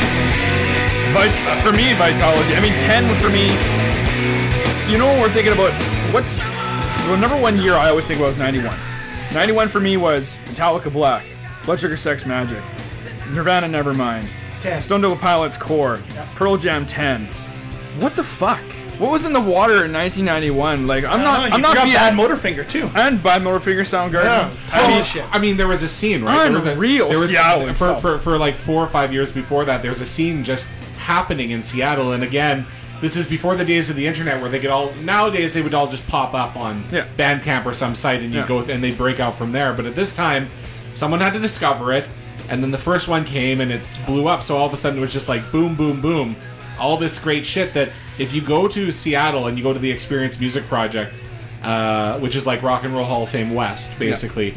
Speaker 6: Vi- uh, for me, Vitology. I mean, 10 for me. You know what we're thinking about? What's. The number one year I always think about is 91. 91 for me was Metallica Black, Blood Sugar Sex Magic, Nirvana Nevermind,
Speaker 5: Ten.
Speaker 6: Stone Temple Pilots Core, Pearl Jam 10. What the fuck? What was in the water in 1991? Like, I'm
Speaker 5: Oh,
Speaker 6: not.
Speaker 5: you
Speaker 6: I'm not
Speaker 5: forgot
Speaker 6: being.
Speaker 5: Bad Motorfinger too.
Speaker 6: and by Motor Figure Soundgarden.
Speaker 5: Yeah.
Speaker 6: I
Speaker 5: Holy
Speaker 6: mean,
Speaker 5: shit.
Speaker 4: I mean, there was a scene, right? There was a,
Speaker 6: Unreal
Speaker 4: there was,
Speaker 6: Seattle
Speaker 4: for,
Speaker 6: itself.
Speaker 4: for, for like four or five years before that, there was a scene just happening in Seattle. And again, this is before the days of the internet where they could all, nowadays, they would all just pop up on
Speaker 6: Yeah.
Speaker 4: Bandcamp or some site and you
Speaker 6: Yeah.
Speaker 4: go and they break out from there. But at this time, someone had to discover it. And then the first one came and it blew up. So all of a sudden, it was just like boom, boom, boom. All this great shit that if you go to Seattle and you go to the Experience Music Project, uh, which is like Rock and Roll Hall of Fame West, basically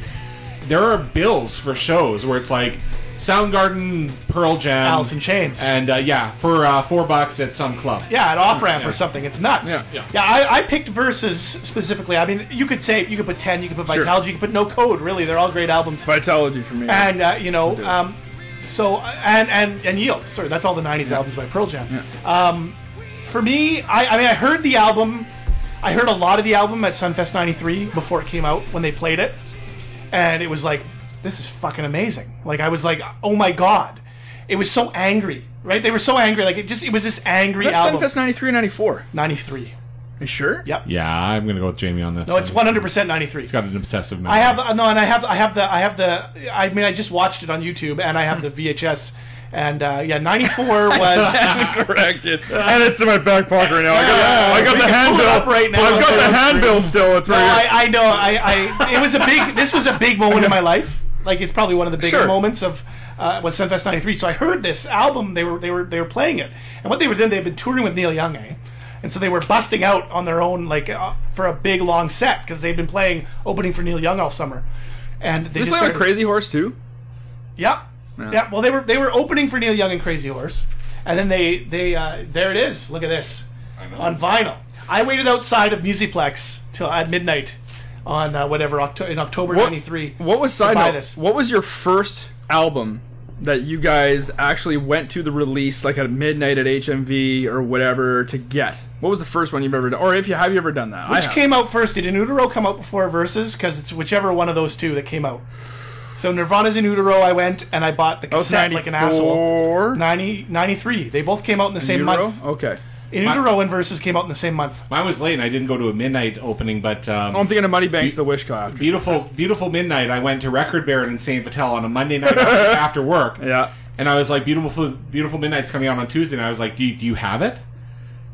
Speaker 4: there are bills for shows where it's like Soundgarden, Pearl Jam,
Speaker 5: Alice in Chains.
Speaker 4: and uh, yeah, for uh, four bucks at some club.
Speaker 5: Yeah, an off ramp or something. It's nuts.
Speaker 6: Yeah.
Speaker 4: Yeah.
Speaker 5: I, I picked Versus specifically. I mean, you could say you could put Ten, you could put
Speaker 6: Sure.
Speaker 5: Vitalogy, you could put No Code. Really, they're all great albums.
Speaker 6: Vitology for me.
Speaker 5: and uh, you know, um, so and and and Yield. Sorry, that's all the '90s albums by Pearl Jam. Um, for me, I, I mean, I heard the album. I heard a lot of the album at Sunfest '93 before it came out when they played it, and it was like, this is fucking amazing. Like I was like, oh my god, it was so angry. Right? They were so angry. Like it just, it was this angry
Speaker 6: That's
Speaker 5: album.
Speaker 6: Sunfest 93 and 94.
Speaker 5: '93.
Speaker 6: You sure?
Speaker 5: Yeah.
Speaker 4: Yeah, I'm gonna go with Jamie on this.
Speaker 5: No, it's 100 percent '93.
Speaker 4: He's got an obsessive.
Speaker 5: I have uh, no, and I have I have the I have the I mean I just watched it on YouTube and I have the VHS and uh, yeah, ninety four was
Speaker 6: corrected. And it's in my back pocket right now. I got, I got
Speaker 5: We
Speaker 6: the
Speaker 5: can pull it
Speaker 6: handbill.
Speaker 5: up right now.
Speaker 6: I've got
Speaker 5: Okay.
Speaker 6: the handbill still. It's right
Speaker 5: I,
Speaker 6: here.
Speaker 5: I know I, I it was a big this was a big moment in my life like it's probably one of the bigger
Speaker 6: Sure.
Speaker 5: moments of uh, was Sunfest '93. So I heard this album they were they were they were playing it and what they were doing they had been touring with Neil Young eh? and so they were busting out on their own like uh, for a big long set because they'd been playing opening for Neil Young all summer and they
Speaker 6: Did you
Speaker 5: just
Speaker 6: play on
Speaker 5: started,
Speaker 6: Crazy Horse too?
Speaker 5: yeah Yeah, well, they were they were opening for Neil Young and Crazy Horse, and then they they uh, there it is. Look at this
Speaker 4: I know.
Speaker 5: on vinyl. I waited outside of Musiplex till at midnight on uh, whatever Octo- in October
Speaker 6: What-
Speaker 5: '93.
Speaker 6: What was side
Speaker 5: buy
Speaker 6: note?
Speaker 5: this.
Speaker 6: What was your first album that you guys actually went to the release like at midnight at HMV or whatever to get? What was the first one you've ever done, or if you have you ever done that? I
Speaker 5: Which
Speaker 6: have.
Speaker 5: came out first? Did In Utero come out before Verses? Because it's whichever one of those two that came out. So Nirvana's In Utero, I went and I bought the
Speaker 6: That was
Speaker 5: cassette like an asshole.
Speaker 6: 94?
Speaker 5: 90, 93. They both came out in the same
Speaker 6: Euro?
Speaker 5: month.
Speaker 6: Okay.
Speaker 5: In Utero and Verses came out in the same month.
Speaker 4: Mine was late, and I didn't go to a midnight opening, but um,
Speaker 6: Oh, I'm thinking of Muddy Banks, the Wish Guy. After.
Speaker 4: beautiful, beautiful midnight. I went to Record Baron in Saint Patel on a Monday night after work.
Speaker 6: Yeah.
Speaker 4: and I was like, "Beautiful, beautiful midnight's coming out on Tuesday." And I was like, "Do you, do you have it?"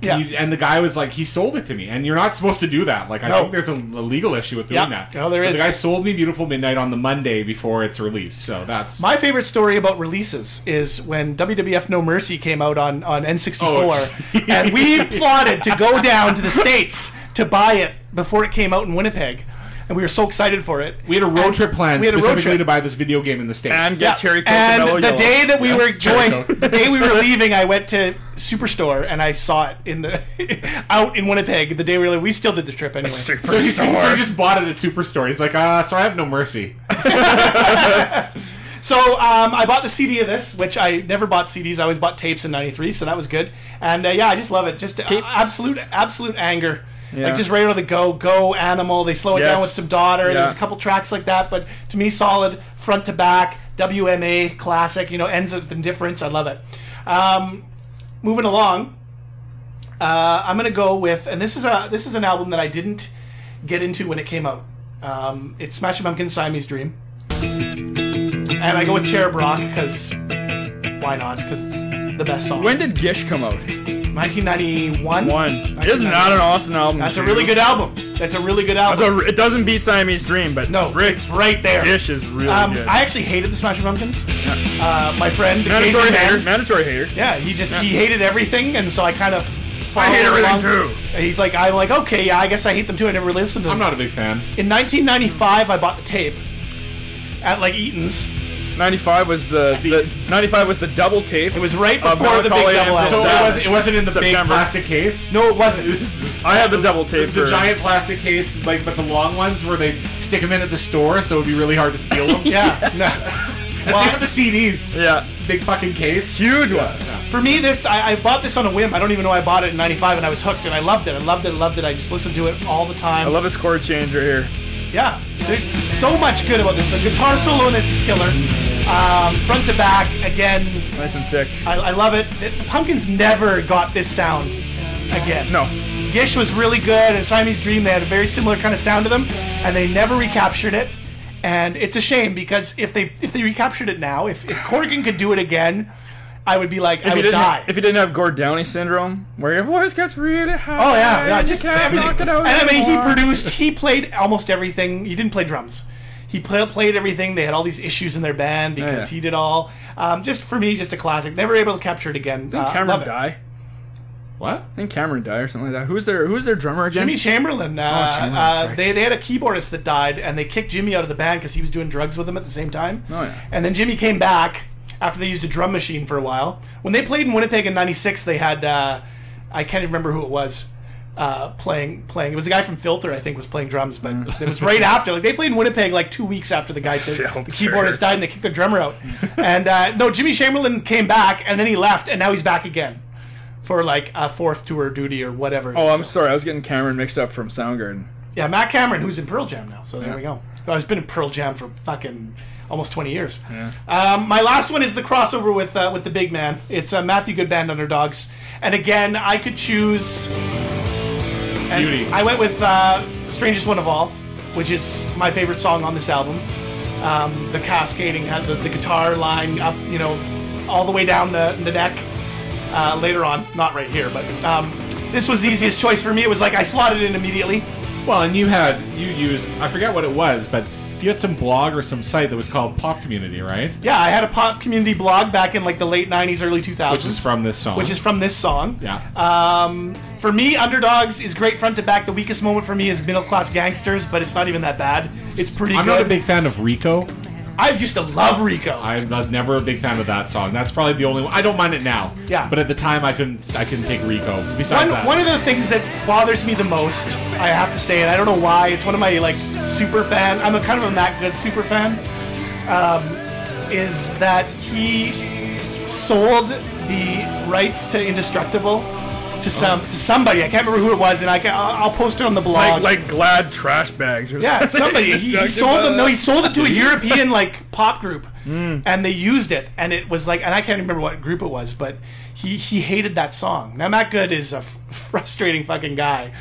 Speaker 5: Yeah.
Speaker 4: You- and the guy was like, "He sold it to me." And you're not supposed to do that. Like, I
Speaker 5: No.
Speaker 4: think there's a, a legal issue with doing
Speaker 5: Yeah.
Speaker 4: that.
Speaker 5: No, there
Speaker 4: But
Speaker 5: is.
Speaker 4: The guy sold me Beautiful Midnight on the Monday before its release, so that's
Speaker 5: My favorite story about releases is when WWF No Mercy came out on, on
Speaker 4: Oh,
Speaker 5: N64, and we plotted to go down to the States to buy it before it came out in Winnipeg. And we were so excited for it.
Speaker 4: we had a road trip planned
Speaker 5: we had a road
Speaker 4: specifically
Speaker 5: trip.
Speaker 4: to buy this video game in the states.
Speaker 6: And get cherry coke
Speaker 5: and
Speaker 6: Mellow
Speaker 5: the
Speaker 6: Yellow.
Speaker 5: day that we
Speaker 4: Yes, Cherry
Speaker 5: were
Speaker 4: Coke.
Speaker 5: going, the day we were leaving, I went to Superstore and I saw it in the out in Winnipeg. The day we were leaving, we still did the trip anyway.
Speaker 4: so he, so he just bought it at Superstore. He's like, "Ah, so I have no mercy."
Speaker 5: So um, I bought the CD of this, whiwhich I never bought CDs. I always bought tapes in '93, so that was good. And uh, yeah, I just love it. Just uh, absolute, absolute anger.
Speaker 6: Yeah.
Speaker 5: Like just right out of the go, go animal. They slow it
Speaker 6: Yes.
Speaker 5: down with some daughter.
Speaker 6: Yeah.
Speaker 5: There's a couple tracks like that, but to me, solid front to back, WMA classic. You know, ends with indifference. I love it. Um, moving along, uh, I'm gonna go with, and this is a this is an album that I didn't get into when it came out. Um, it's Smashing Pumpkins' Siamese Dream. And I go with Cherub Rock because why not? Because it's the best song.
Speaker 6: When did Gish come out?
Speaker 5: 1991.
Speaker 6: One. Isn't that an awesome album?
Speaker 5: That's a
Speaker 6: dude?
Speaker 5: really good album. That's a really good
Speaker 6: That's
Speaker 5: album.
Speaker 6: a- it doesn't beat Siamese Dream, but
Speaker 5: no,
Speaker 6: Rick
Speaker 5: it's right there.
Speaker 6: Gish is really
Speaker 5: um,
Speaker 6: good.
Speaker 5: I actually hated the Smashing Pumpkins. Uh, my friend, the
Speaker 6: mandatory
Speaker 5: Cajun man-
Speaker 6: hater. Mandatory hater.
Speaker 5: Yeah, he just he hated everything, and so I kind of.
Speaker 6: I hate
Speaker 5: followed
Speaker 6: everything
Speaker 5: along.
Speaker 6: too.
Speaker 5: And He's like, I'm like, okay, yeah, I guess I hate them too. I never listened to them.
Speaker 4: I'm not a big fan.
Speaker 5: In 1995, I bought the tape at like Eaton's.
Speaker 6: 95 was the, the 95 was the double tape.
Speaker 5: It was right
Speaker 6: Of
Speaker 5: before the big
Speaker 6: Melancholy
Speaker 5: double
Speaker 6: and
Speaker 5: album.
Speaker 4: So it,
Speaker 6: Savage.
Speaker 4: was, it wasn't in the big
Speaker 6: September.
Speaker 4: plastic case.
Speaker 5: no, it wasn't.
Speaker 6: I have the double tape
Speaker 4: The
Speaker 6: for
Speaker 4: giant plastic case, like, but the long ones where they stick them in at the store, so it'd be really hard to steal them.
Speaker 5: Yeah, no.
Speaker 4: And same with the CDs.
Speaker 6: yeah
Speaker 4: Big fucking case.
Speaker 6: huge ones.
Speaker 5: For me, this I, I bought this on a whim. I don't even know I bought it in '95, and I was hooked, and I loved it. I loved it. I loved it. I just listened to it all the time.
Speaker 6: I love his chord change right here.
Speaker 5: yeah, there's so much good about this. The guitar solo in this is killer, um, front to back. Again,
Speaker 6: Nice and thick.
Speaker 5: I, I love it. The, the Pumpkins never got this sound again.
Speaker 6: No,
Speaker 5: Gish was really good, and Siamese Dream, they had a very similar kind of sound to them, and they never recaptured it. And it's a shame because if they if they recaptured it now, if, if Corgan could do it again, I would be like, I
Speaker 6: if he
Speaker 5: would
Speaker 6: didn't,
Speaker 5: die.
Speaker 6: if he didn't have Gord Downey syndrome, where your voice gets really high.
Speaker 5: Oh yeah, yeah,
Speaker 6: and
Speaker 5: just
Speaker 6: you can't
Speaker 5: everything.
Speaker 6: knock it
Speaker 5: And
Speaker 6: out
Speaker 5: I mean, he
Speaker 6: anymore.
Speaker 5: produced, he played almost everything. He didn't play drums. He play, played everything. They had all these issues in their band because
Speaker 6: Oh, yeah.
Speaker 5: he did all. Um, just for me, just a classic. Never able to capture it again.
Speaker 6: Didn't
Speaker 5: Uh,
Speaker 6: Cameron
Speaker 5: love it.
Speaker 6: die?
Speaker 4: What?
Speaker 6: I think Cameron die or something like that. Who's their Who's their drummer again?
Speaker 5: Jimmy Chamberlain. Uh,
Speaker 6: Oh, Chamberlain,
Speaker 5: uh,
Speaker 6: sorry.
Speaker 5: they, they had a keyboardist that died, and they kicked Jimmy out of the band because he was doing drugs with them at the same time.
Speaker 6: Oh, yeah.
Speaker 5: And then Jimmy came back after they used a drum machine for a while. When they played in Winnipeg in '96, they had uh, I can't even remember who it was uh, playing playing. It was a guy from Filter, I think, was playing drums, but
Speaker 6: Mm.
Speaker 5: it was right after. Like they played in Winnipeg like two weeks after the guy did, the
Speaker 6: Filter.
Speaker 5: keyboardist died, and they kicked their drummer out. and uh, no, Jimmy Chamberlain came back, and then he left, and now he's back again. For like a fourth tour duty or whatever.
Speaker 6: Oh, I'm
Speaker 5: So-
Speaker 6: sorry. I was getting Cameron mixed up from Soundgarden.
Speaker 5: yeah, Matt Cameron, who's in Pearl Jam now. So there we go. Well, he's been in Pearl Jam for fucking almost 20 years. Um, my last one is the crossover with uh, with the big man. It's uh, Matthew Goodband Underdogs, and again, I could choose. and
Speaker 4: Beauty.
Speaker 5: I went with uh, Strangest One of All, which is my favorite song on this album. Um, the cascading, uh, the, the guitar line up, you know, all the way down the, the neck uh, later on. Not right here, but um, this was the easiest choice for me. It was like I slotted in immediately.
Speaker 4: Well, and you had you used I forget what it was, but you had some blog or some site that was called Pop Community, right?
Speaker 5: Yeah, I had a pop community blog back in like the late '90s, early 2000s,
Speaker 4: Which is from this song.
Speaker 5: which is Uh, from this song.
Speaker 4: yeah.
Speaker 5: For me, Underdogs is great front to back. The weakest moment for me is Middle Class Gangsters, but it's not even that bad. It's pretty
Speaker 4: I'm
Speaker 5: good.
Speaker 4: not a big fan of Rico.
Speaker 5: I used to love Rico.
Speaker 4: I was never a big fan of that song. That's probably the only one. I don't mind it now.
Speaker 5: Yeah.
Speaker 4: But at the time, I couldn't. I couldn't take Rico. Besides
Speaker 5: One,
Speaker 4: that,
Speaker 5: one of the things that bothers me the most, I have to say, and I don't know why, it's one of my like super fan. I'm a kind of a Matt Good super fan. Um, is that he sold the rights to Indestructible to some to somebody? I can't remember who it was, and I can, I'll, I'll post it on the blog.
Speaker 6: Like, like glad trash bags or
Speaker 5: yeah,
Speaker 6: something.
Speaker 5: somebody he, he sold them. No, he sold it to a European like pop group, and they used it, and it was like, and I can't remember what group it was, but he he hated that song. Now Matt Good is a f- frustrating fucking guy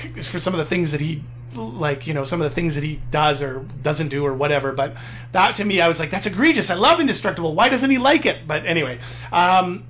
Speaker 5: c- for some of the things that he like, you know, some of the things that he does or doesn't do or whatever. But that to me, I was like, that's egregious. I love Indestructible. Why doesn't he like it? But anyway, um,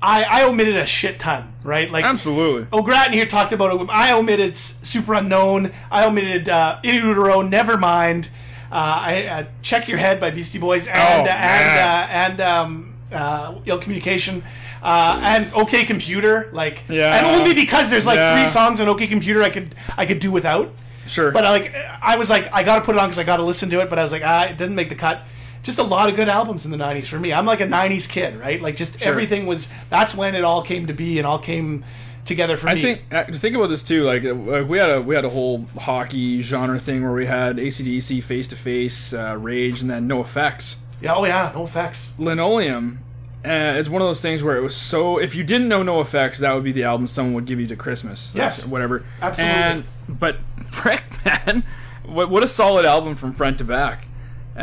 Speaker 5: I I omitted a shit ton, right? Like
Speaker 6: Absolutely.
Speaker 5: O'Gratton Oh, here talked about it. I omitted S- Super Unknown. I omitted uh, In Utero. Nevermind. Uh, I uh, Check Your Head by Beastie Boys and
Speaker 6: Oh,
Speaker 5: uh,
Speaker 6: man.
Speaker 5: and uh, and um, uh, Ill Communication uh, and OK Computer. Like
Speaker 6: Yeah.
Speaker 5: and only because there's like
Speaker 6: Yeah.
Speaker 5: three songs on OK Computer I could I could do without.
Speaker 6: Sure.
Speaker 5: But uh, I, like I was like I got to put it on because I got to listen to it. But I was like ah, it didn't make the cut. Just a lot of good albums in the '90s for me. I'm like a '90s kid, right? Like just everything was. That's when it all came to be and all came together for
Speaker 6: I
Speaker 5: me.
Speaker 6: think I think about this too. Like uh, like, we had a we had a whole hockey genre thing where we had ACDC, Face to Face, uh, Rage, and then No Effects.
Speaker 5: Yeah, oh yeah, no effects.
Speaker 6: Linoleum uh, is one of those things where it was so. If you didn't know No Effects, that would be the album someone would give you to Christmas.
Speaker 5: Yes.
Speaker 6: That's- whatever.
Speaker 5: Absolutely.
Speaker 6: And, but Frick, man, what, what a solid album from front to back.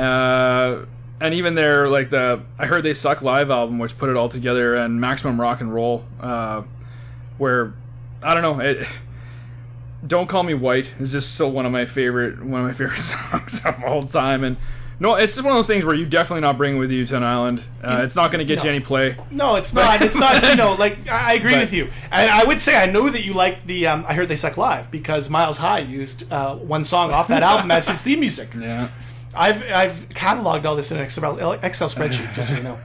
Speaker 6: Uh, and even their like the I heard they suck live album, which put it all together, and Maximum Rock and Roll, uh, where I don't know. It, don't call me white is just still one of my favorite one of my favorite songs of all time and no it's just one of those things where you definitely not bring it with you to an island uh, it's not going to get you
Speaker 5: No.
Speaker 6: any play
Speaker 5: No, it's not. It's not. You know, like I I agree
Speaker 6: But-
Speaker 5: with you. And I would say I know that you like the. Um, I heard they suck live because Miles High used uh, one song off that album as his theme music.
Speaker 6: yeah
Speaker 5: I've I've cataloged all this in an Excel, Excel spreadsheet, just so you know.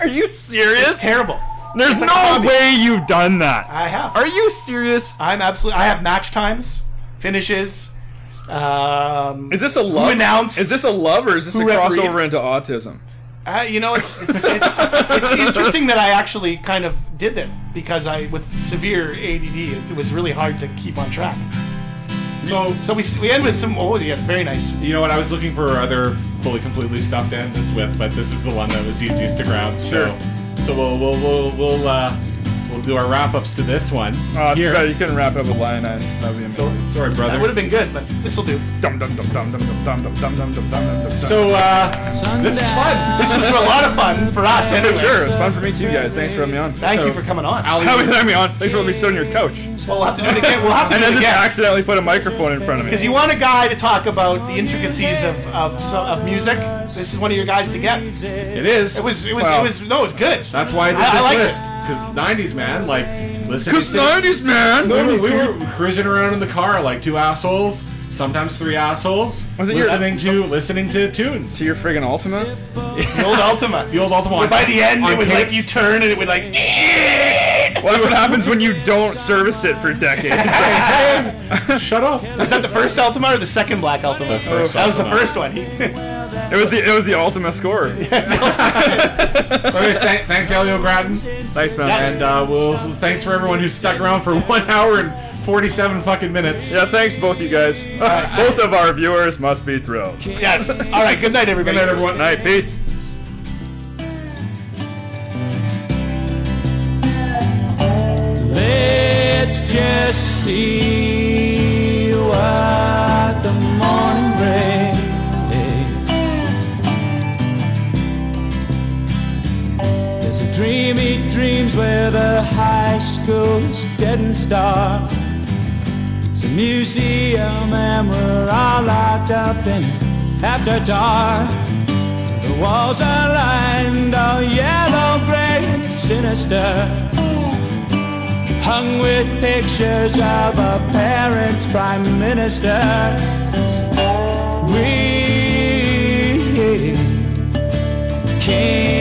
Speaker 6: are you
Speaker 5: It's
Speaker 6: serious
Speaker 5: terrible.
Speaker 6: there's
Speaker 5: it's
Speaker 6: no
Speaker 5: like a hobby.
Speaker 6: way you've done that
Speaker 5: I have.
Speaker 6: are you serious
Speaker 5: I'm absolutely. I have match times, finishes. Um,
Speaker 6: is this a love
Speaker 5: announced?
Speaker 6: is this a love or is this
Speaker 5: Who
Speaker 6: a
Speaker 5: refereed?
Speaker 6: crossover into autism
Speaker 5: Uh, you know, it's it's, it's it's interesting that I actually kind of did that because I, with severe ADD, it was really hard to keep on track.
Speaker 4: so
Speaker 5: So we, we end with some. Oh yes, very nice.
Speaker 4: you know what? I was looking for other fully completely stuffed to end this with, but this is the one that was easiest to grab. So, so we'll we'll we'll we'll, uh, we'll do our wrap ups to this one.
Speaker 6: uh,
Speaker 4: Here.
Speaker 6: you couldn't wrap up with lion eyes that would be amazing
Speaker 4: So- sorry, brother.
Speaker 5: That would have been good, but this will do.
Speaker 6: dum dum dum dum dum dum dum dum dum dum dum dum dum
Speaker 4: so uh, this is fun.
Speaker 5: This was a lot of fun for us, anyway.
Speaker 6: sure it was fun for me too guys thanks for having me on
Speaker 5: Thank you
Speaker 4: So-
Speaker 5: for coming on.
Speaker 4: Ali,
Speaker 6: having me on thanks for letting me sit on your couch
Speaker 5: We'll have to do it again. We'll have to
Speaker 6: And
Speaker 5: do
Speaker 6: then
Speaker 5: it
Speaker 6: just
Speaker 5: again.
Speaker 6: accidentally put a microphone in front of me.
Speaker 5: Because you want a guy to talk about the intricacies of of, so, of music. This is one of your guys to get. It
Speaker 4: it is. It
Speaker 5: was it was
Speaker 6: Wow.
Speaker 5: it was no, it was good.
Speaker 4: That's why I did
Speaker 5: I- I
Speaker 4: this
Speaker 5: like it.
Speaker 4: list. Because '90s man, like listen.
Speaker 6: Cause nineties man.
Speaker 4: We were, we were cruising around in the car like two assholes, sometimes three assholes,
Speaker 6: Was it your-
Speaker 4: listening to listening to tunes.
Speaker 6: To your friggin' ultimate.
Speaker 5: The old Ultima.
Speaker 4: The old Altamont.
Speaker 5: But by the end,
Speaker 4: on
Speaker 5: it was
Speaker 4: tapes.
Speaker 5: like you turn and it would like.
Speaker 6: Well, that's what happens when you don't service it for decades.
Speaker 4: Shut up.
Speaker 5: Was that the first Ultima or the second Black Ultima?
Speaker 4: The first
Speaker 5: that was the
Speaker 4: Ultima.
Speaker 5: first one.
Speaker 6: it was the it was the ultimate score.
Speaker 4: Okay, thank- thanks, Elio Grattan.
Speaker 6: Thanks, man.
Speaker 4: And uh, well, thanks for everyone who stuck around for one hour and 47 fucking minutes.
Speaker 6: Yeah, thanks both you guys. both of our viewers must be thrilled. Good
Speaker 5: yes. All right. Good night, everybody.
Speaker 6: night, everyone. Night, peace.
Speaker 8: Let's just see what the morning brings. There's a dreamy dreams where the high school's getting stark. It's a museum and we're all locked up in it after dark. The walls are lined oh all yellow, gray, and sinister hung with pictures of our parents' prime minister. We came.